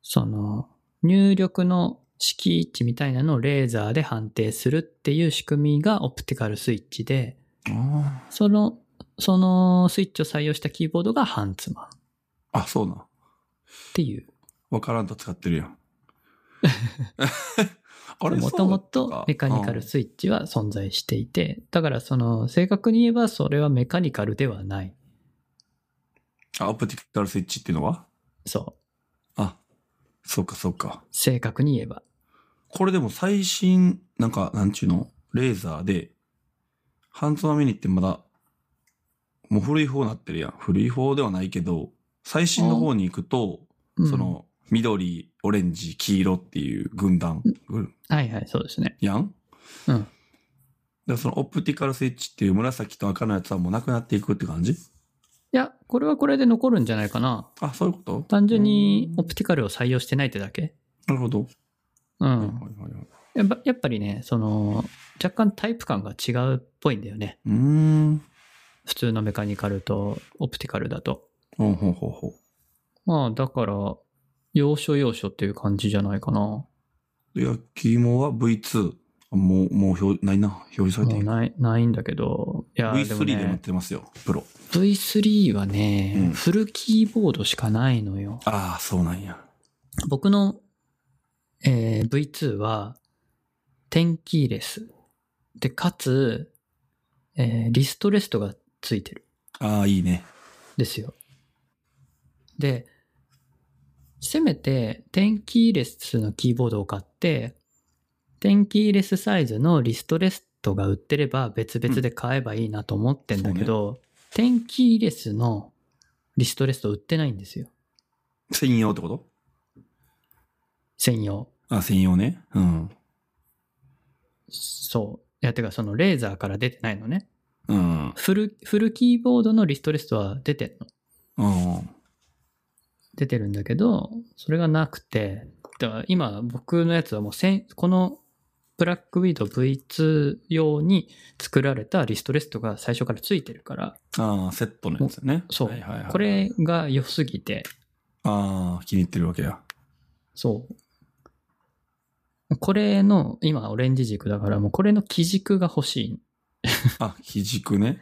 Speaker 1: その、入力の敷地みたいなのをレーザーで判定するっていう仕組みがオプティカルスイッチで、
Speaker 2: あ
Speaker 1: その、そのスイッチを採用したキーボードがハンツマンっ
Speaker 2: あ。あ、そうなん。
Speaker 1: ていう。
Speaker 2: わからんと使ってる やん。あれ
Speaker 1: もともとメカニカルスイッチは存在していて、だからその正確に言えばそれはメカニカルではない。
Speaker 2: あ、オプティカルスイッチっていうのは
Speaker 1: そう。
Speaker 2: あ、そうかそうか。
Speaker 1: 正確に言えば。
Speaker 2: これでも最新、なんか、なんちゅうの、レーザーで、ハンツマミニってまだ、もう古い方になってるやん。古い方ではないけど、最新の方に行くと、
Speaker 1: うん
Speaker 2: そ。の、緑、オレンジ、黄色っていう軍団、うん
Speaker 1: はいはい、そうですね。
Speaker 2: やん
Speaker 1: うん
Speaker 2: だからその、オプティカルスイッチっていう紫と赤のやつはもうなくなっていくって感じ
Speaker 1: いや、これはこれで残るんじゃないかな。
Speaker 2: あ、そういうこと
Speaker 1: 単純に
Speaker 2: うん
Speaker 1: オプティカルを採用してないってだけ。
Speaker 2: なるほど。
Speaker 1: う
Speaker 2: はい
Speaker 1: ん。
Speaker 2: はいはいはい
Speaker 1: やっぱやっぱりね、その、若干タイプ感が違うっぽいんだよね。
Speaker 2: うーん。
Speaker 1: 普通のメカニカルとオプティカルだと。
Speaker 2: ほうほうほうほう。
Speaker 1: まあ、だから、要所要所っていう感じじゃないかな。
Speaker 2: で焼き芋は V2。あもう、もう表、ないな。表示されて
Speaker 1: もう
Speaker 2: へ。
Speaker 1: んない、ないんだけど。いや、でも
Speaker 2: V3 でなっ
Speaker 1: ね、
Speaker 2: てますよ、プロ。
Speaker 1: V3 はね、
Speaker 2: うん
Speaker 1: フルキーボードしかないのよ。
Speaker 2: ああ、そうなんや。
Speaker 1: 僕の、えー V2 は、点キーレス。で、かつ、えーリストレストがついてる。
Speaker 2: ああ、いいね。
Speaker 1: ですよ。で、せめて、点キーレスのキーボードを買って、点キーレスサイズのリストレストが売ってれば別々で買えばいいなと思ってんだけど、点キーレスのリストレスト売ってないんですよ。
Speaker 2: 専用ってこと
Speaker 1: 専用。
Speaker 2: あ専用ね。うん。
Speaker 1: そう。いや、てかそのレーザーから出てないのね。
Speaker 2: うん。
Speaker 1: フル、フルキーボードのリストレストは出てんの。
Speaker 2: うん。
Speaker 1: 出てるんだけど、それがなくて、だから今僕のやつはもうせん、このブラックウィード V2 用に作られたリストレストが最初からついてるから、
Speaker 2: ああ、セットのやつね。
Speaker 1: そう。
Speaker 2: はいはいはい、
Speaker 1: こ。れが良すぎて、
Speaker 2: ああ、気に入ってるわけや。
Speaker 1: そう。これの、今オレンジ軸だからもうこれの基軸が欲しい。
Speaker 2: あ、基軸ね。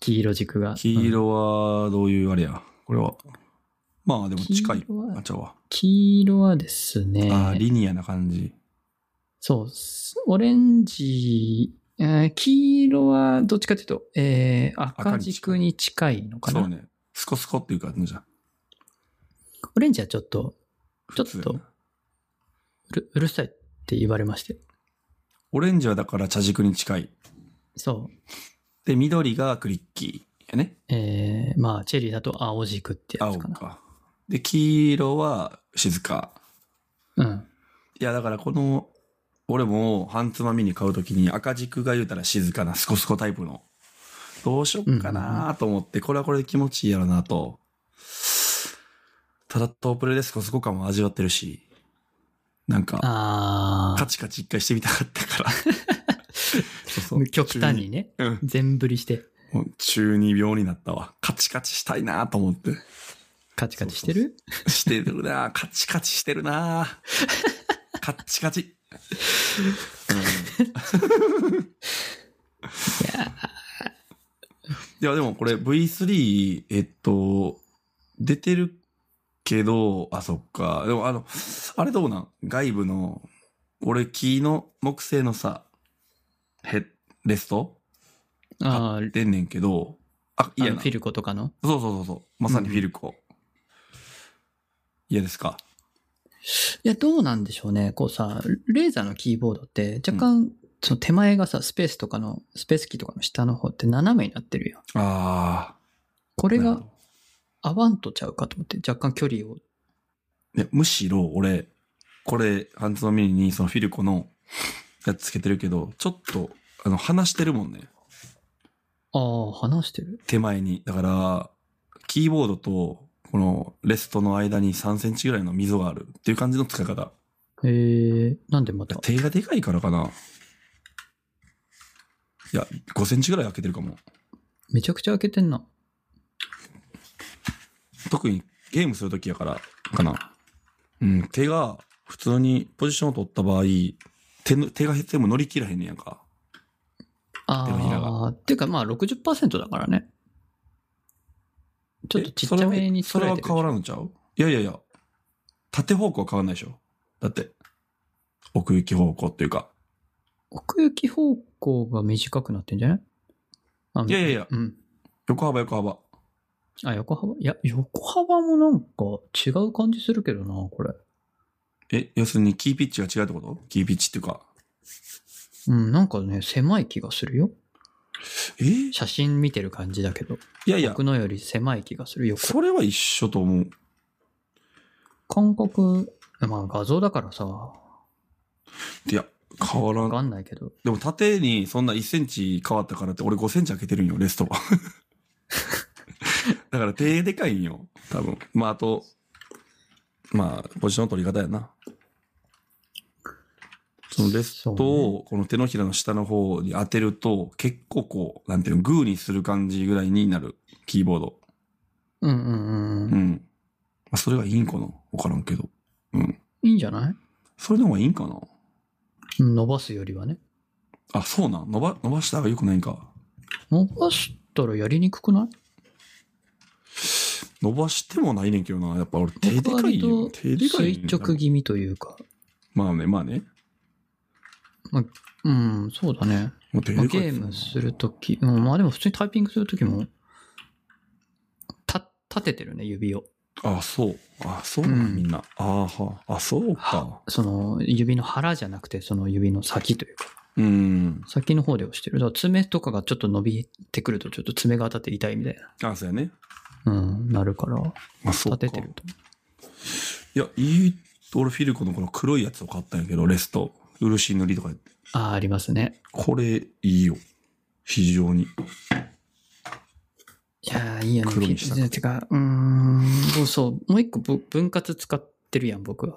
Speaker 1: 黄色軸が。
Speaker 2: 黄
Speaker 1: うん
Speaker 2: 色は、どういうあれや。これは。まあ、でも近い
Speaker 1: 黄。色は
Speaker 2: あ、ちゃうわ。
Speaker 1: 黄色はですね、
Speaker 2: ああ、リニアな感じ。
Speaker 1: そうっす、オレンジ、えー黄色はどっちかというと、えー赤軸に近いのかな。
Speaker 2: そうね。スコスコっていう感じじゃん。
Speaker 1: オレンジはちょっとちょっと
Speaker 2: 普通やな
Speaker 1: うるうるさいって言われまして。
Speaker 2: オレンジはだから茶軸に近い。
Speaker 1: そう。
Speaker 2: で、緑がクリッキーやね。
Speaker 1: えーまあ、チェリーだと青軸ってやつ
Speaker 2: 青
Speaker 1: かな。
Speaker 2: か。で、黄色は静か。
Speaker 1: うん。
Speaker 2: いや、だからこの、俺も半つまみに買うときに赤軸が言うたら静かなスコスコタイプの。どうしよっかなと思って、これはこれで気持ちいいやろなと。ただトープレでスコスコ感も味わってるし、なんか、
Speaker 1: あ
Speaker 2: カチカチ一回してみたかっ たから。そうそ
Speaker 1: あ、極端に。ね、
Speaker 2: 中二うん。
Speaker 1: 全振りして、
Speaker 2: もう中二病になったわ。カチカチしたいなと思って。
Speaker 1: カチカチしてる
Speaker 2: してるなぁカチカチしてるなぁカッチカチ。うん
Speaker 1: いや
Speaker 2: いや、でもこれ V3、えっと、出てるけど、あ、そっか。でもあの、あれどうなん外部の、俺、木の木製のさ、ヘッ、レスト
Speaker 1: ーあー
Speaker 2: 出んねんけど、あ、
Speaker 1: あ
Speaker 2: 嫌
Speaker 1: の
Speaker 2: な。
Speaker 1: フィ
Speaker 2: そう
Speaker 1: ルコとかの。
Speaker 2: そうそうそう。まさにフィルコ。嫌、ですか
Speaker 1: いや、どうなんでしょうね。こうさ、レーザーのキーボードって若干、その手前がさ、スペースとかの、スペースキーとかの下の方って斜めになってるよ。
Speaker 2: ああ。
Speaker 1: これ
Speaker 2: なる
Speaker 1: が
Speaker 2: ほど
Speaker 1: 合わんとちゃうかと思って、若干距離を。
Speaker 2: いやむしろ俺、これ、ハンズのミニにそのフィルコのやつつけてるけど、ちょっと、あの、離してるもんね。
Speaker 1: ああ、離してる。
Speaker 2: 手前に。だから、キーボードと、このレストの間に3センチぐらいの溝があるっていう感じの使い方。
Speaker 1: へえ、なんでまた。
Speaker 2: 手がでかいからかな。いや、5センチぐらい開けてるかも。
Speaker 1: めちゃくちゃ開けてんな。
Speaker 2: 特にゲームするときやから、かな。うん、手が普通にポジションを取った場合、手の、手が減っても乗り切らへんねやんか。手のひら
Speaker 1: ああ、っていうかまあ60%だからね。ちょっと
Speaker 2: え
Speaker 1: ちっちゃめに
Speaker 2: そ
Speaker 1: 作
Speaker 2: れ
Speaker 1: ら
Speaker 2: は
Speaker 1: れ
Speaker 2: そ
Speaker 1: てる
Speaker 2: れは変わらんのちゃういやいやいや。縦方向は変わらないでしょ。だって。奥行き方向っていうか。
Speaker 1: 奥行き方向が短くなってんじゃないあ
Speaker 2: いやいやいや、
Speaker 1: うん。
Speaker 2: 横幅横幅。
Speaker 1: あ、横幅いや、横幅もなんか違う感じするけどな、これ。
Speaker 2: え、要するにキーピッチが違うってことキーピッチっていうか。
Speaker 1: うん、なんかね、狭い気がするよ。
Speaker 2: えい
Speaker 1: 写真見てる感じだけど。
Speaker 2: やいや
Speaker 1: 僕、のより狭い気がするよ。
Speaker 2: それは一緒と思う。
Speaker 1: 感覚、まあ画像だからさ、
Speaker 2: いや、変わら
Speaker 1: わ
Speaker 2: ん。
Speaker 1: かんないけど。
Speaker 2: でも縦にそんな1センチ変わったからって、俺5センチ開けてるんよ、レスト は。だから手でかいんよ、多分。まあ、あと、まあ、ポジションの取り方やな。そのレストをこの手のひらの下の方に当てると、結構こう、なんていうの、グーにする感じぐらいになる、キーボード。
Speaker 1: うんうんうん
Speaker 2: う
Speaker 1: うん。
Speaker 2: ん。まあ、それはいいんかなわからんけど。うん。
Speaker 1: いいんじゃない
Speaker 2: それの方がいいんかな
Speaker 1: うん伸ばすよりはね。
Speaker 2: あ、そうなん伸ば、伸ばした方が良くないんか。
Speaker 1: 伸ばしたらやりにくくない
Speaker 2: 伸ばしてもないねんけどな。やっぱ俺手で
Speaker 1: 僕は
Speaker 2: かい
Speaker 1: 割
Speaker 2: よ。
Speaker 1: と
Speaker 2: 手でかいね
Speaker 1: 垂
Speaker 2: ん
Speaker 1: 直気味というか。
Speaker 2: まあね、まあね。
Speaker 1: うん、そうだね。
Speaker 2: もう手
Speaker 1: まあ
Speaker 2: で
Speaker 1: ゲ
Speaker 2: かいっ
Speaker 1: ー
Speaker 2: す
Speaker 1: ムするとき、うん、まあでも普通にタイピングするときも、た、立ててるね、指を。
Speaker 2: あ、そう。あ、そうなん、
Speaker 1: うん
Speaker 2: みんな。あーは。あ、そうか。
Speaker 1: その、指の腹じゃなくて、その指の先というか、
Speaker 2: うん。
Speaker 1: 先の方で押してる。だから爪とかがちょっと伸びてくると、ちょっと爪が当たって痛いみたい
Speaker 2: あ、そうやね。
Speaker 1: な。うん、なるから、
Speaker 2: まあ、そうか。
Speaker 1: 立ててると。
Speaker 2: いや、いい。俺フィルコのこの黒いやつを買ったんやけど、レスト。漆塗りとかやって。
Speaker 1: ああ、ありますね。
Speaker 2: これ、いいよ。非常に。
Speaker 1: いやーいいよね。
Speaker 2: 黒にしたくて
Speaker 1: てか、うーん、そうそう。もう一個ぶ分割使ってるやん、僕は。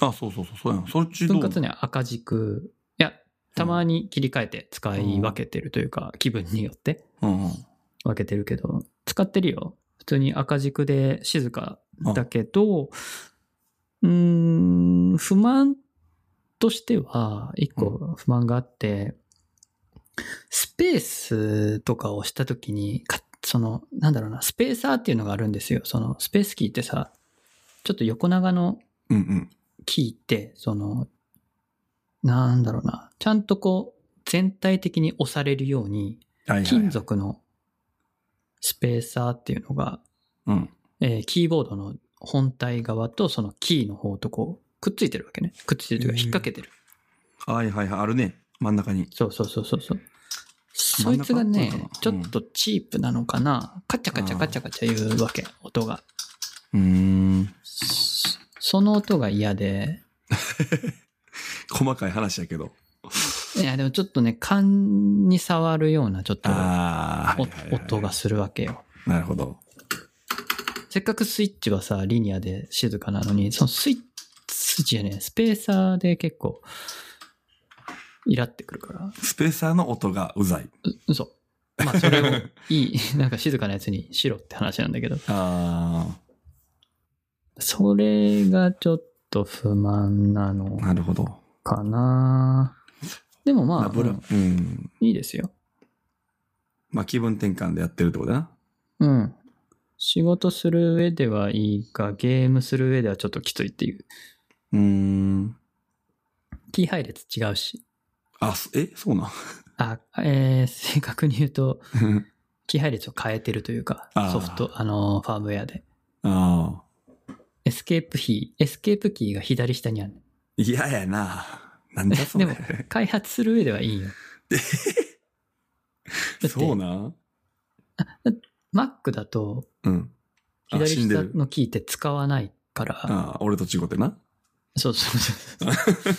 Speaker 2: あ、そうそうそう、そうやん。そっちどう
Speaker 1: 分割には赤軸。いや、たまに切り替えて使い分けてるというか、気分によって。
Speaker 2: うんうん。
Speaker 1: 分けてるけど、使ってるよ。普通に赤軸で静かだけど、うーん、不満としては、一個不満があって、スペースとかをしたときに、かその、なんだろうな、スペーサーっていうのがあるんですよ。その、スペースキーってさ、ちょっと横長の
Speaker 2: うんうん。
Speaker 1: キーって、その、なんだろうな、ちゃんとこう、全体的に押されるように、
Speaker 2: はいはいはい
Speaker 1: 金。属のスペーサーっていうのが、
Speaker 2: うん。
Speaker 1: えーキーボードの本体側とそのキーの方とこうくっついてるわけね。くっついてるという
Speaker 2: へ
Speaker 1: か
Speaker 2: ー
Speaker 1: 引っ掛けてる。
Speaker 2: はいはいはい。あるね。真ん中に。
Speaker 1: そうそうそうそうそう。そ
Speaker 2: 真ん
Speaker 1: い
Speaker 2: 中
Speaker 1: つがね
Speaker 2: これかな、
Speaker 1: ちょっとチープなのかな。カチャカチャカチャカチャ言うわけ、音が。
Speaker 2: うーん。
Speaker 1: そその音が嫌で、
Speaker 2: 細かい話やけど。
Speaker 1: いやでもちょっとね、勘に触るようなちょっと
Speaker 2: ああ、
Speaker 1: お
Speaker 2: はいはいはい
Speaker 1: 音が。するわけよ。
Speaker 2: なるほど。
Speaker 1: せっかくスイッチはさ、リニアで静かなのに、そのスイッチ、スイッチじゃねえスペーサーで結構、イラってくるから。
Speaker 2: スペーサーの音がうざい。
Speaker 1: う嘘。まあ、それを、 いい、なんか静かなやつにしろって話なんだけど、
Speaker 2: あ
Speaker 1: それがちょっと不満なの
Speaker 2: あ、なるほど。
Speaker 1: かなでもまあ、
Speaker 2: まあ、ブラ
Speaker 1: うん
Speaker 2: うん。
Speaker 1: いいですよ。
Speaker 2: まあ、気分転換でやってるってことだな。
Speaker 1: うん。仕事する上ではいいが、ゲームする上ではちょっときついっていう。
Speaker 2: うーん。
Speaker 1: キー配列違うし。
Speaker 2: あ、そえ、そうなん。
Speaker 1: あ、えー正確に言うと、機配列を変えてるというか
Speaker 2: あー、
Speaker 1: ソフト、あのー、ファームウェアで。
Speaker 2: ああ。
Speaker 1: エスケープキー、エスケープキーが左下にある。
Speaker 2: 嫌やな。なんじゃそれ。
Speaker 1: でも開発する上ではいいよ。だって
Speaker 2: そうなん。
Speaker 1: Mac だと、
Speaker 2: うん。あ
Speaker 1: 左
Speaker 2: 死んで
Speaker 1: 下
Speaker 2: る
Speaker 1: のキーって使わないから、
Speaker 2: ああ、俺と違ってな。
Speaker 1: そうそうそう そう。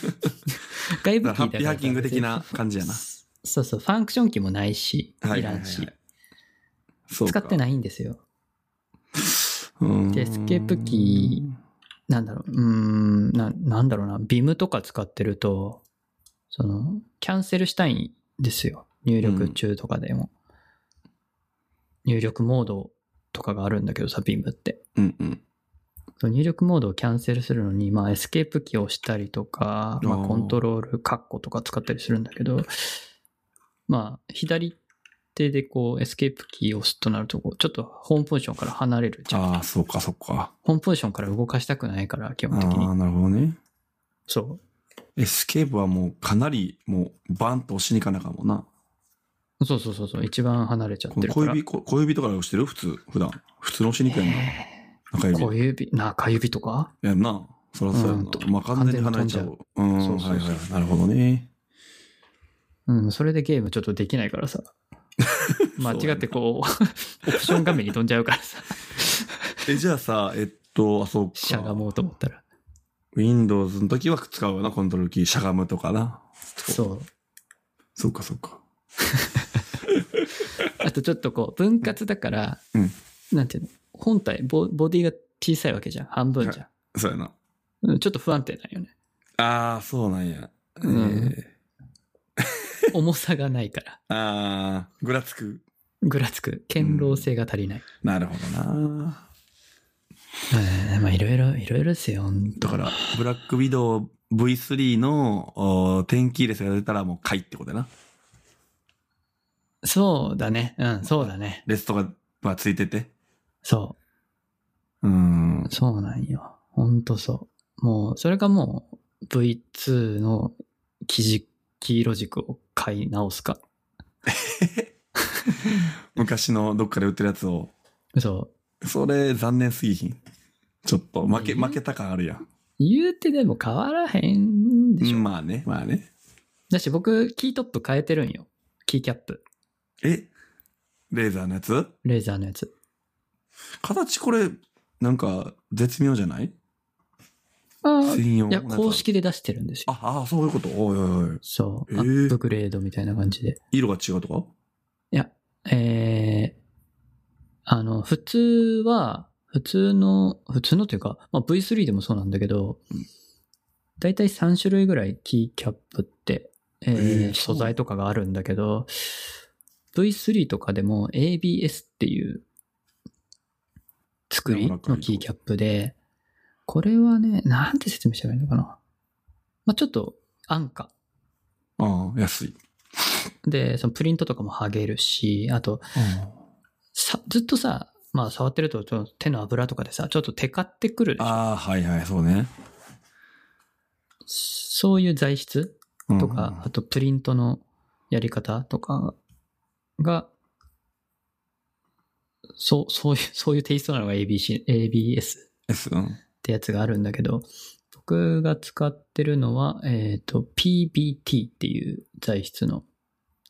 Speaker 1: 外部
Speaker 2: だ
Speaker 1: キーだ
Speaker 2: からハッ
Speaker 1: か
Speaker 2: ピー
Speaker 1: ら。
Speaker 2: ハッキング的な感じやな。
Speaker 1: そうそう、ファンクションキーもないし、
Speaker 2: はい
Speaker 1: いら
Speaker 2: はいはい
Speaker 1: んし、
Speaker 2: そう。
Speaker 1: 使ってないいんですよ。
Speaker 2: うーん
Speaker 1: でスケープキなんだろう、うーん、ななんだろうな、ビムとか使ってると、その、キャンセルしたいんですよ。入力中とかでも。入力モードとかがあるんだけどさ、ビムって。
Speaker 2: うんうん。
Speaker 1: 入力モードをキャンセルするのに、まあ、エスケープキーを押したりとか、まあ、
Speaker 2: あー
Speaker 1: コントロールカッコとか使ったりするんだけど、まあ、左手でこう、エスケープキーを押すとなると、こうちょっとホームポジションから離れるじゃん。
Speaker 2: ああ、そうか、そうか。
Speaker 1: ホームポジションから動かしたくないから、基
Speaker 2: あ
Speaker 1: 本的に
Speaker 2: あ、。なるほどね。
Speaker 1: そ
Speaker 2: エスケープはもうかなり、もうバンと押しに行かなあかんもんな。
Speaker 1: う。そうそうそうそう、一番離れちゃっ
Speaker 2: こ
Speaker 1: てる
Speaker 2: の
Speaker 1: か
Speaker 2: 小
Speaker 1: ら。
Speaker 2: 指、こ小指とかで押してる普通、普段。普通の押しにくいやんな。中指。
Speaker 1: 小指、中指とか
Speaker 2: やんな。そらそうやん
Speaker 1: うんと
Speaker 2: な。まあ完全に離れちゃう。うん、
Speaker 1: そうそうそう
Speaker 2: はいはい。なるほどね。
Speaker 1: うん、それでゲームちょっとできないからさ。間違ってこう、オプション画面に飛んじゃうからさ、
Speaker 2: え、じゃあさ、えっと、あ、そう
Speaker 1: しゃが
Speaker 2: か。
Speaker 1: もうと思ったら。
Speaker 2: Windows の時は使うよな、コントロールキー。しゃがむとかな。
Speaker 1: そう。
Speaker 2: そうか、そうか。
Speaker 1: あとちょっとこう、分割だから、
Speaker 2: うん
Speaker 1: なんていうの、本体ボ、ボディが小さいわけじゃん。半分じゃん。
Speaker 2: そうやな。
Speaker 1: うんちょっと不安定なんよね。
Speaker 2: ああ、そうなんや。
Speaker 1: うん
Speaker 2: え
Speaker 1: 重さがないから。
Speaker 2: ーああ、ぐらつく。
Speaker 1: ぐらつく。堅牢性が足りない。
Speaker 2: なるほどな。
Speaker 1: うん、まあいろいろ、いろいろですよ、ほんと
Speaker 2: だから、ブラックウィドウ V3 のおー天気レスが出たらもう買いってことやな。
Speaker 1: そうだね。うん、そうだね。
Speaker 2: レストが、まあ、ついてて。
Speaker 1: そう
Speaker 2: ーん
Speaker 1: う。。そうなんよ。ほんとそう。もう、それがもう、V2 の基軸、キーロジックを買い直すか。
Speaker 2: 昔のどっかで売ってるやつを。
Speaker 1: そう。
Speaker 2: それ、残念すぎひん。ちょっと、負け、
Speaker 1: え
Speaker 2: 負けた感あるやん。
Speaker 1: 言うてでも変わらへんでしょ。
Speaker 2: まあね、まあね。
Speaker 1: だし僕、キートップ変えてるんよ。キーキャップ。
Speaker 2: えレーザーのやつ
Speaker 1: レーザーのやつ。
Speaker 2: 形これ、なんか、絶妙じゃない
Speaker 1: あ
Speaker 2: 専用
Speaker 1: い
Speaker 2: の
Speaker 1: や、
Speaker 2: つ
Speaker 1: 公。式で出してるんですよ。
Speaker 2: あ、ああ、そういうこと。おいおいおい。
Speaker 1: そう。
Speaker 2: えー
Speaker 1: アップグレードみたいな感じで。
Speaker 2: 色が違うとか
Speaker 1: いや、えー、あの、普通は、普通の、普通のというか、まあ、V3 でもそうなんだけど、だいたい3種類ぐらいキーキャップって、えー
Speaker 2: えーそ
Speaker 1: 素
Speaker 2: う
Speaker 1: 材とかがあるんだけど、V3 とかでも ABS っていう作り
Speaker 2: 柔らかい
Speaker 1: のキーキャップで、これはね、なんて説明したらいいのかな。まあ、ちょっと安価。
Speaker 2: ああ、安い。
Speaker 1: で、そのプリントとかも剥げるし、あと、さずっとさ、まあ触ってるとちょっと手の油とかでさ、ちょっとテカってくるでしょ
Speaker 2: ああ、はいはい、そうね。
Speaker 1: そういう材質
Speaker 2: うん
Speaker 1: とか、あとプリントのやり方とかが、そう、そういう、そういうテイストなのが ABC、ABS っ
Speaker 2: S? うん。
Speaker 1: てやつがあるんだけど、僕が使ってるのは、えっ、と、PBT っていう材質の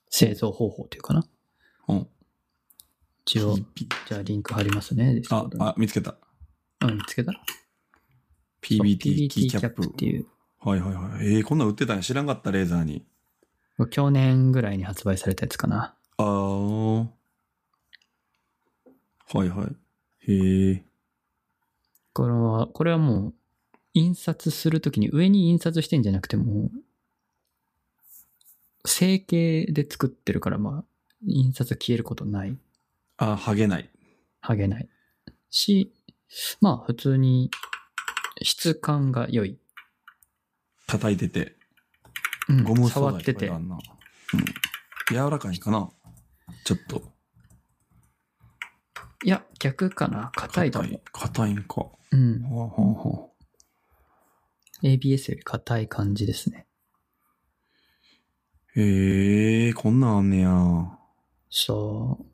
Speaker 1: 製造方法というかな。
Speaker 2: うん。
Speaker 1: 一応、
Speaker 2: PP
Speaker 1: じゃあリンク貼りますね。
Speaker 2: あ、あ、見つけた。
Speaker 1: うん、見つけたそう
Speaker 2: PBT キーキャップ。
Speaker 1: っていう。
Speaker 2: はいはいはい。えー、こんなん売ってたんや知らんかった、レーザーに。
Speaker 1: 去年ぐらいに発売されたやつかな。
Speaker 2: あー。はいはい。へえ。
Speaker 1: これは、これはもう、印刷するときに上に印刷してんじゃなくてもう、成形で作ってるから、まあ、印刷は消えることない。
Speaker 2: あ、剥げない。
Speaker 1: 剥げない。し、まあ、普通に、質感が良い。
Speaker 2: 叩いてて。
Speaker 1: うん
Speaker 2: ゴム素
Speaker 1: 触
Speaker 2: 材
Speaker 1: って
Speaker 2: とか
Speaker 1: て
Speaker 2: いら。んな。うん。柔らかいんかなちょっと。
Speaker 1: いや、逆かな。硬いと思う。
Speaker 2: 硬いんか。
Speaker 1: うん。
Speaker 2: ほうほうほ
Speaker 1: ABS より硬い感じですね。
Speaker 2: う。へえ、こんなんあんねや。
Speaker 1: そ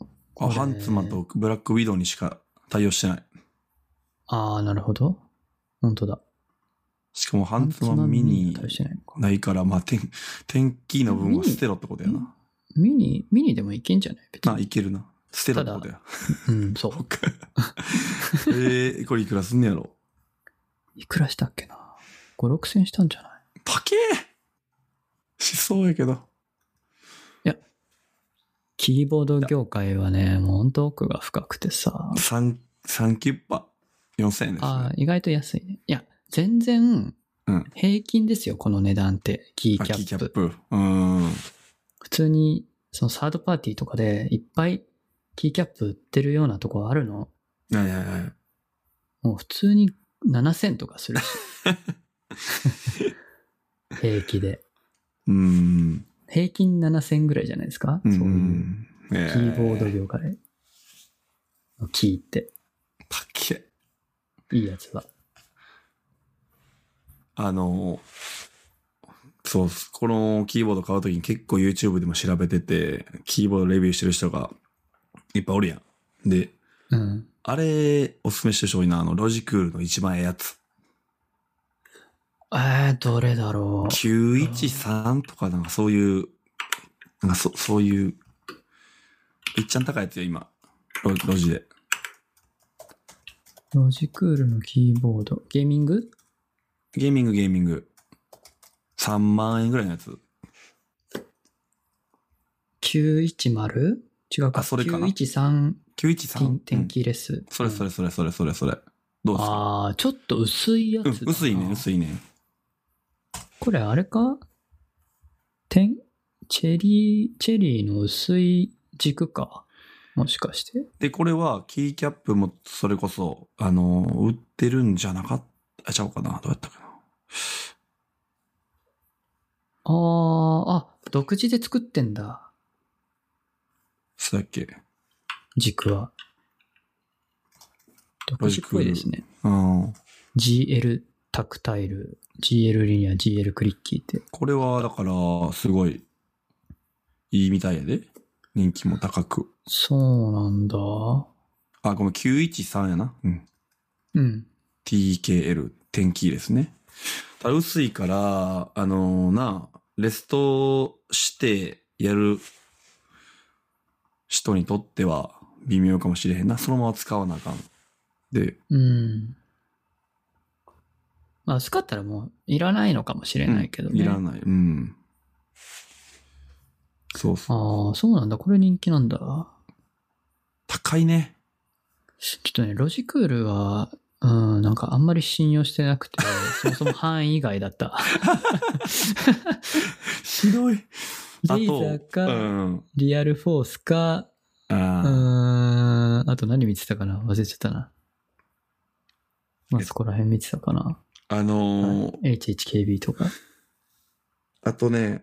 Speaker 1: う。こ
Speaker 2: あ、
Speaker 1: れ
Speaker 2: ハンツマとブラックウィドウにしか対応してない。
Speaker 1: ああ、なるほど。本当だ。
Speaker 2: しかもハンツマミニ
Speaker 1: ハンツマミには対応してないのか。
Speaker 2: ないから、まあ、天、天気の分は
Speaker 1: ミニ
Speaker 2: 捨てろってことや
Speaker 1: うん
Speaker 2: な。
Speaker 1: ミニ、ミニでもいけんじゃない別
Speaker 2: な、
Speaker 1: に。
Speaker 2: いけるな。捨てろってことや。
Speaker 1: うん、そう。
Speaker 2: えー、これいくらすんねやろ。
Speaker 1: いくらしたっけな ?5、6千したんじゃない
Speaker 2: 高えしそうやけど。
Speaker 1: キーボード業界はね、もう本当奥が深くてさ。
Speaker 2: 三、三キュッパ。4000円です、
Speaker 1: ああ
Speaker 2: ね。、
Speaker 1: 意外と安いね。いや、全然
Speaker 2: うん、
Speaker 1: 平均ですよ、この値段って。キー
Speaker 2: あ
Speaker 1: キャ
Speaker 2: キー
Speaker 1: ッ
Speaker 2: キャ
Speaker 1: プ
Speaker 2: ッ。プ。うーん。
Speaker 1: 普通に、そのサードパーティーとかでいっぱいキーキャップ売ってるようなとこあるの。
Speaker 2: はいはいはい。
Speaker 1: もう普通に7000とかする し。平気で。
Speaker 2: うん。
Speaker 1: 平均7000ぐらいじゃないですか、そういう
Speaker 2: そうい
Speaker 1: キーボード業界のキーって、
Speaker 2: たっけ。
Speaker 1: いいやつは。
Speaker 2: あの、そうっす。このキーボード買うときに結構 YouTube でも調べてて、キーボードレビューしてる人がいっぱいおるやん。で、
Speaker 1: うん。
Speaker 2: あれ、おすすめしてる人多いな。あの、ロジクールの一番ええやつ。
Speaker 1: えー、どれだろう。
Speaker 2: 913とかなんかそういう、なんかそ、そういう、いっちゃん高いやつよ、今。ロロジで。
Speaker 1: ロジクールのキーボード。ゲーミング
Speaker 2: ゲーミング、ゲーミング。3万円ぐらいのやつ。
Speaker 1: 910? 違うか。
Speaker 2: あそれかな
Speaker 1: 913
Speaker 2: 913?
Speaker 1: 天気レス。
Speaker 2: それそ
Speaker 1: れ。
Speaker 2: れそれそれそれそれ。どうですか
Speaker 1: ああ、ちょっと薄いやつ
Speaker 2: う
Speaker 1: だ
Speaker 2: ん
Speaker 1: な、、
Speaker 2: 薄いね、薄いね。
Speaker 1: これあれかてんチェリー、チェリーの薄い軸か。もしかして。
Speaker 2: で、これは、キーキャップも、それこそ、あのー、売ってるんじゃなかった、あちゃうかな、どうやったかな。
Speaker 1: ああ、あ、独自で作ってんだ。
Speaker 2: そうだっけ。
Speaker 1: 軸は。独自っぽいですね。
Speaker 2: うん。
Speaker 1: GL タクタイル、GL リニア、GL クリッキーって。
Speaker 2: これは、だから、すごい、いいみたいやで。人気も高く。
Speaker 1: そうなんだ。
Speaker 2: あ、ごめん、913やな。うん。
Speaker 1: うん。
Speaker 2: TKL、天気ですね。ただ薄いから、あのな、レストしてやる人にとっては微妙かもしれへんな。そのまま使わなあかん。で、
Speaker 1: うん。まあ、薄かったらもういらないのかもしれないけどね。
Speaker 2: いらない。うん。そうそう。
Speaker 1: ああ、そうなんだ。これ人気なんだ。
Speaker 2: 高いね。
Speaker 1: ちょっとね、ロジクールは、うん、なんかあんまり信用してなくて、そもそも範囲以外だった。
Speaker 2: ひどい。あ
Speaker 1: リーザ
Speaker 2: と、
Speaker 1: か、
Speaker 2: うん。
Speaker 1: リアルフォースか、うー
Speaker 2: あ
Speaker 1: ん、あと何見てたかな忘れちゃったな。まあ、そこら辺見てたかな。
Speaker 2: ーあのー
Speaker 1: HHKB とか。
Speaker 2: あとね、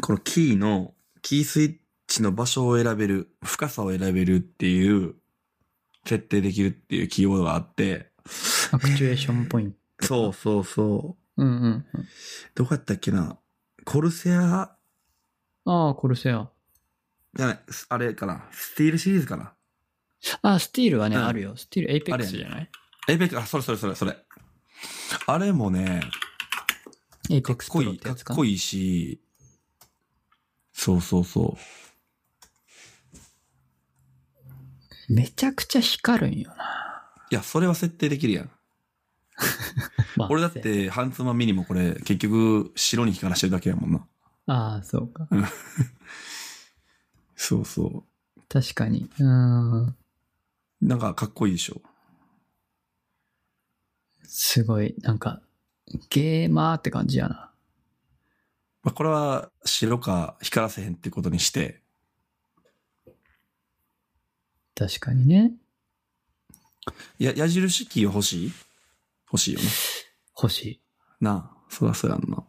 Speaker 2: このキーの、キースイッチの場所を選べる、深さを選べるっていう、設定できるっていうキーボードがあって、
Speaker 1: アクチュエーションポイント。
Speaker 2: そうそうそう。
Speaker 1: うんうんうん。
Speaker 2: どこやったっけなコルセア、
Speaker 1: ああ、コルセア。
Speaker 2: じゃない、あれかなスティールシリーズかな
Speaker 1: ああ、スティールはね、
Speaker 2: うん
Speaker 1: あるよ。スティール、エイペッ
Speaker 2: あ
Speaker 1: ク
Speaker 2: れ
Speaker 1: スじゃない
Speaker 2: エイペック、あ、それそれそれそれ。あれもね、
Speaker 1: エイペ
Speaker 2: か
Speaker 1: ッ
Speaker 2: っ
Speaker 1: クス
Speaker 2: こ
Speaker 1: プロ
Speaker 2: い
Speaker 1: っ
Speaker 2: い、
Speaker 1: て
Speaker 2: か
Speaker 1: や
Speaker 2: っ
Speaker 1: つかな。
Speaker 2: こいいし、そうそうそう。
Speaker 1: めちゃくちゃ光るんよな。
Speaker 2: いや、それは設定できるやん。
Speaker 1: まあ
Speaker 2: 俺だっ。て、ハンツマミニもこれ、結局、白に光らしてるだけやもんな。
Speaker 1: ああ、そうか。
Speaker 2: そうそう。
Speaker 1: 確かに。うーん。
Speaker 2: なんかかっこいいでしょ。
Speaker 1: すごい、なんか、ゲーマーって感じやな。
Speaker 2: まあ、これは白か光らせへんってことにして、
Speaker 1: 確かにね。
Speaker 2: や、矢印キーは欲しい欲しいよね。
Speaker 1: 欲し
Speaker 2: なあ、そらそうやんな。
Speaker 1: い。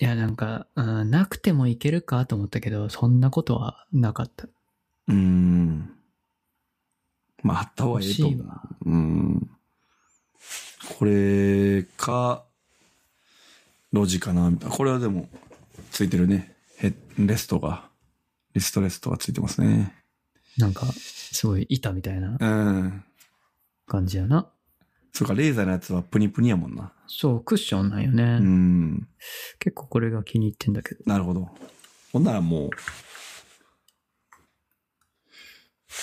Speaker 1: いや、なんか、うん、なくてもいけるかと思ったけど、そんなことはなかった。
Speaker 2: うーん。まあ、あった方が
Speaker 1: 欲
Speaker 2: いい
Speaker 1: し
Speaker 2: と
Speaker 1: い
Speaker 2: 思う。
Speaker 1: わ。
Speaker 2: うーん。これか、ロジかな、みたいな。これはでも、ついてるね。ヘッレストが、リストレストがついてますね。
Speaker 1: なんか、すごい板みたいな
Speaker 2: うん。
Speaker 1: 感じやな。
Speaker 2: そうか、レーザーのやつはプニプニやもんな。
Speaker 1: そう、クッションなんよね。
Speaker 2: うん。
Speaker 1: 結構これが気に入ってんだけど。
Speaker 2: なるほど。ほんならもう、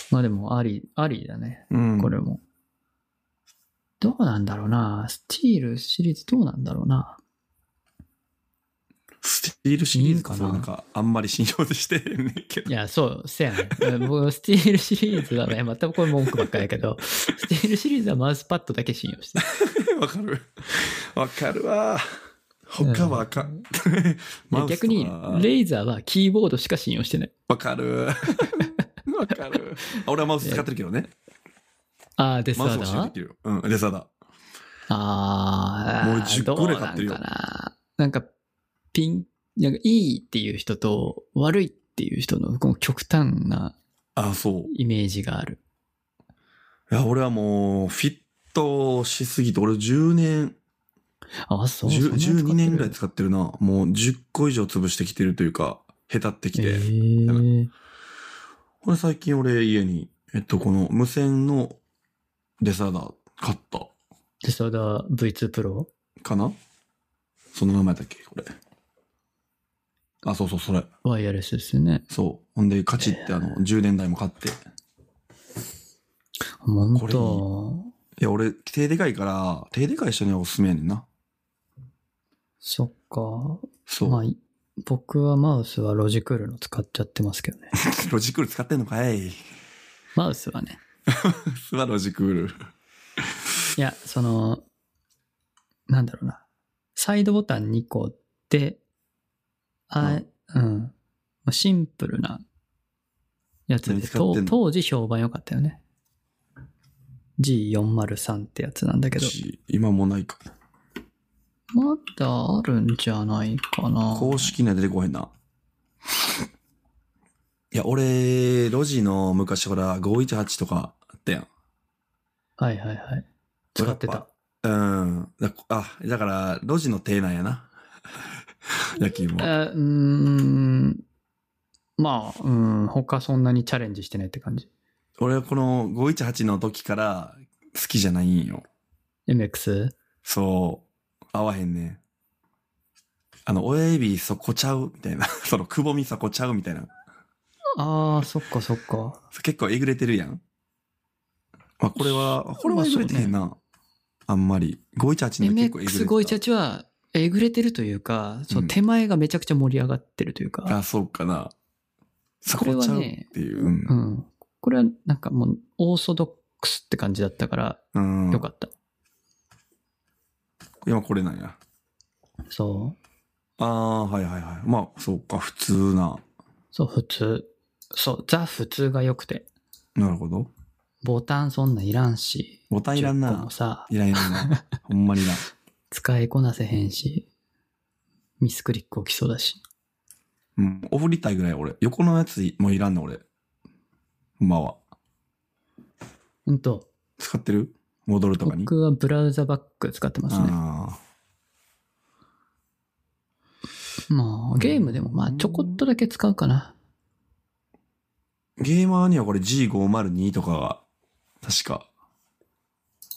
Speaker 1: まあでも、あり、ありだね。
Speaker 2: うん
Speaker 1: これも。どうなんだろうな。スティールシリーズどうなんだろうな。
Speaker 2: スティールシリーズか
Speaker 1: いいんか
Speaker 2: な
Speaker 1: な
Speaker 2: なんか、あんまり信用してへんねんけど
Speaker 1: い。や、そう、せやねん。 僕、スティールシリーズはね、 またこれ文句ばっかりやけど、スティールシリーズはマウスパッドだけ信用してる。
Speaker 2: わかる。わかるわ。他はあかん。 マウス
Speaker 1: 逆
Speaker 2: と
Speaker 1: に、
Speaker 2: か
Speaker 1: レイザーはキーボードしか信用 してない。
Speaker 2: わかる。わかる。俺はマウス使ってるけどね。
Speaker 1: ああ、デス
Speaker 2: マウ
Speaker 1: ア
Speaker 2: ス押しで
Speaker 1: ダ
Speaker 2: できるよ。うん、デサだ。
Speaker 1: ああ、
Speaker 2: もう10個ぐらい買ってるよ
Speaker 1: どうなんかな。なんか、ピン、なんかいいっていう人と悪いっていう人のこの極端な
Speaker 2: あ、そう。
Speaker 1: イメージがある。
Speaker 2: いや、俺はもう、フィットしすぎて、俺10年、
Speaker 1: あ、そう。
Speaker 2: 10 12年ぐらい
Speaker 1: つ
Speaker 2: 使ってるな。もう10個以上潰してきてるというか、へたってき
Speaker 1: え
Speaker 2: て。
Speaker 1: ー、
Speaker 2: これ最近俺家に、えっと、この無線のデサーダー買った
Speaker 1: デスアダ V2 プロ
Speaker 2: かなその名前だっけこれ。あ、そうそう、それ。
Speaker 1: ワイヤレスですよね。
Speaker 2: そう。ほんで、カチってあの、10年代も買って。い
Speaker 1: 本
Speaker 2: これ
Speaker 1: 当
Speaker 2: や、俺、手でかいから、手でかい人にはおすすめやねんな。
Speaker 1: そっか。
Speaker 2: そう。
Speaker 1: まあ、い僕はマウスはロジクールの使っちゃってますけどね。
Speaker 2: ロジクール使ってんのかい。
Speaker 1: マウスはね。
Speaker 2: すはロジクール。
Speaker 1: いや、その、なんだろうな。サイドボタン2個で、あ、うん。まあシンプルなやつ
Speaker 2: 何
Speaker 1: で、
Speaker 2: 使ってん
Speaker 1: と
Speaker 2: の
Speaker 1: 当時評判良かったよね。G403 ってやつなんだけど、
Speaker 2: 今もうないか。
Speaker 1: まだあるんじゃないかな。
Speaker 2: 公式には出てこへんな。 いや、俺、ロジの昔ほら、518とかあったやん。
Speaker 1: はいはいはい。使ってた。
Speaker 2: うん。だあ、だから、ロジの手なんやな。 野球
Speaker 1: え
Speaker 2: も。
Speaker 1: ーうーん。まあ、うん、他そんなにチャレンジしてないって感じ。
Speaker 2: 俺はこの518の時から好きじゃないんよ。
Speaker 1: MX?
Speaker 2: そう。合わへんね。あの、親指そこちゃうみたいな。 その、くぼみそこちゃうみたいな。
Speaker 1: ああ、そっかそっか。
Speaker 2: 結構えぐれてるやん。まあ、これは、これはえぐれてへんな。あんまり。518には結構えぐれてた。
Speaker 1: MX518 はえぐれてるというか、そうの
Speaker 2: ん
Speaker 1: 手前がめちゃくちゃ盛り上がってるというか、
Speaker 2: あ、そうかな。そ
Speaker 1: これ
Speaker 2: こ
Speaker 1: は
Speaker 2: ちゃうっ
Speaker 1: ね
Speaker 2: ていう。うん
Speaker 1: うん。これはなんかもうオーソドックスって感じだったから
Speaker 2: うん。
Speaker 1: よかった。
Speaker 2: 今これなんや。
Speaker 1: そう。
Speaker 2: ああ、はいはいはい。まあ、そうか、普通な。
Speaker 1: そう、普通。そう、ザ普通が良くて。
Speaker 2: なるほど。
Speaker 1: ボタンそんないらんし。
Speaker 2: ボタンいらん
Speaker 1: 10個
Speaker 2: な
Speaker 1: も。さ、
Speaker 2: いらんいらんな。ほんまにいらん。
Speaker 1: 使いこなせへんし、ミスクリック起きそうだし。
Speaker 2: うん。お振りたいぐらい俺。横のやつもいらんな、俺。ほんまは。
Speaker 1: ほんと、
Speaker 2: 使ってる戻るとかに。
Speaker 1: 僕はブラウザバック使ってますね。
Speaker 2: あ
Speaker 1: まあ、ゲームでもまあ、ちょこっとだけ使うかな。
Speaker 2: あ。ゲーマーにはこれ G502 とかが、確か、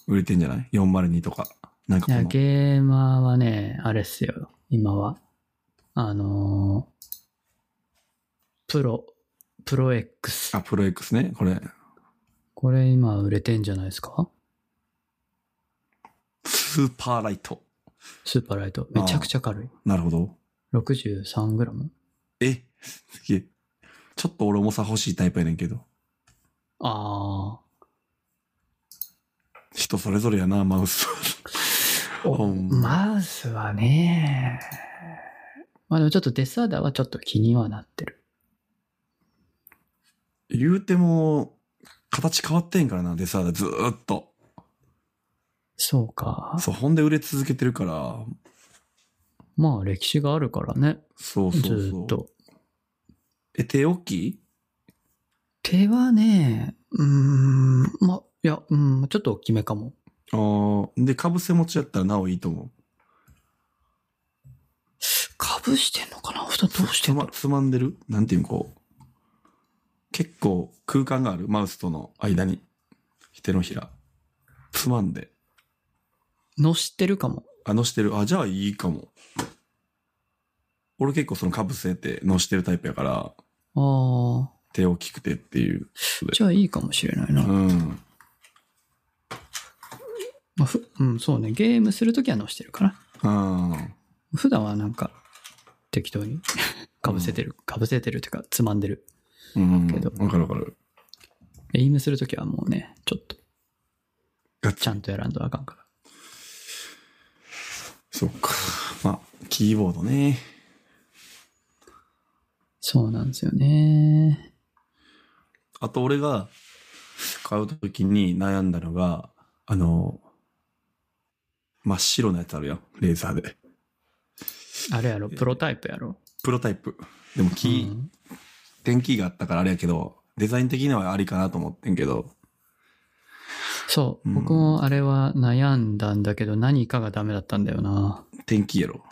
Speaker 2: 売れてんじゃない ?402 とか。なん
Speaker 1: い
Speaker 2: かこ
Speaker 1: や、
Speaker 2: の
Speaker 1: ゲーマーはね、あれっすよ、今は。あのープロ、プロ X
Speaker 2: あ、。プロ X ね、これ。
Speaker 1: これ今売れてんじゃないですか
Speaker 2: スーパーライト。
Speaker 1: スーパーライト。めちゃくちゃ軽い。
Speaker 2: なるほど。
Speaker 1: 63g?
Speaker 2: え、すげえ。ちょっと俺重さ欲しいタイプやねんけど。
Speaker 1: あ
Speaker 2: 人それぞれやな、マウスは。
Speaker 1: ー。 お
Speaker 2: うん
Speaker 1: マウスはね、まあでもちょっとデスアダーはちょっと気にはなってる。
Speaker 2: 言うても、形変わってんからな、デサーダずーっと。
Speaker 1: そうか。
Speaker 2: そう、ほんで売れ続けてるから、
Speaker 1: まあ歴史があるからね、
Speaker 2: そう
Speaker 1: ず
Speaker 2: そう
Speaker 1: ー
Speaker 2: そ
Speaker 1: っ
Speaker 2: う。
Speaker 1: と。
Speaker 2: え、手大きい
Speaker 1: 手はね、うーん、まあ、いや、うん、ちょっと大きめかも。
Speaker 2: あーで、かぶせ持ちやったらなおいいと思う。
Speaker 1: かぶしてんのかな普段どうしてん
Speaker 2: つま
Speaker 1: の
Speaker 2: つまんでるなんていうんこう。結構空間がある、マウスとの間に。手のひら。つまんで。
Speaker 1: のしてるかも。
Speaker 2: あ、のしてる。あ、じゃあいいかも。俺結構そのかぶせてのしてるタイプやから、
Speaker 1: あ
Speaker 2: 手大きくてっていう。
Speaker 1: あ。じゃあいいかもしれないうな。
Speaker 2: ん。
Speaker 1: まあ、ふうん、そうね。ゲームするときはのしてるかな。
Speaker 2: うん。
Speaker 1: 普段はなんか、適当に かぶせてる。かぶせてるっていうか、つまんでる。
Speaker 2: うん。
Speaker 1: けど
Speaker 2: わかるわかる。
Speaker 1: エイムするときはもうね、ちょっと、
Speaker 2: ガッ
Speaker 1: ち
Speaker 2: チャ
Speaker 1: ゃんとやらんとあかんから。
Speaker 2: そっか。まあ、キーボードね。
Speaker 1: そうなんですよね。
Speaker 2: あと俺が、買うときに悩んだのが、あの、真っ白なやつあるやん、レーザーで。
Speaker 1: あれやろ、プロタイプやろ。
Speaker 2: プロタイプ。でも、キー、
Speaker 1: うん
Speaker 2: 電気があったからあれやけど、デザイン的にはありかなと思ってんけど、
Speaker 1: そう、
Speaker 2: うん
Speaker 1: 僕もあれは悩んだんだけど、何かがダメだったんだよな。
Speaker 2: 天気やろ。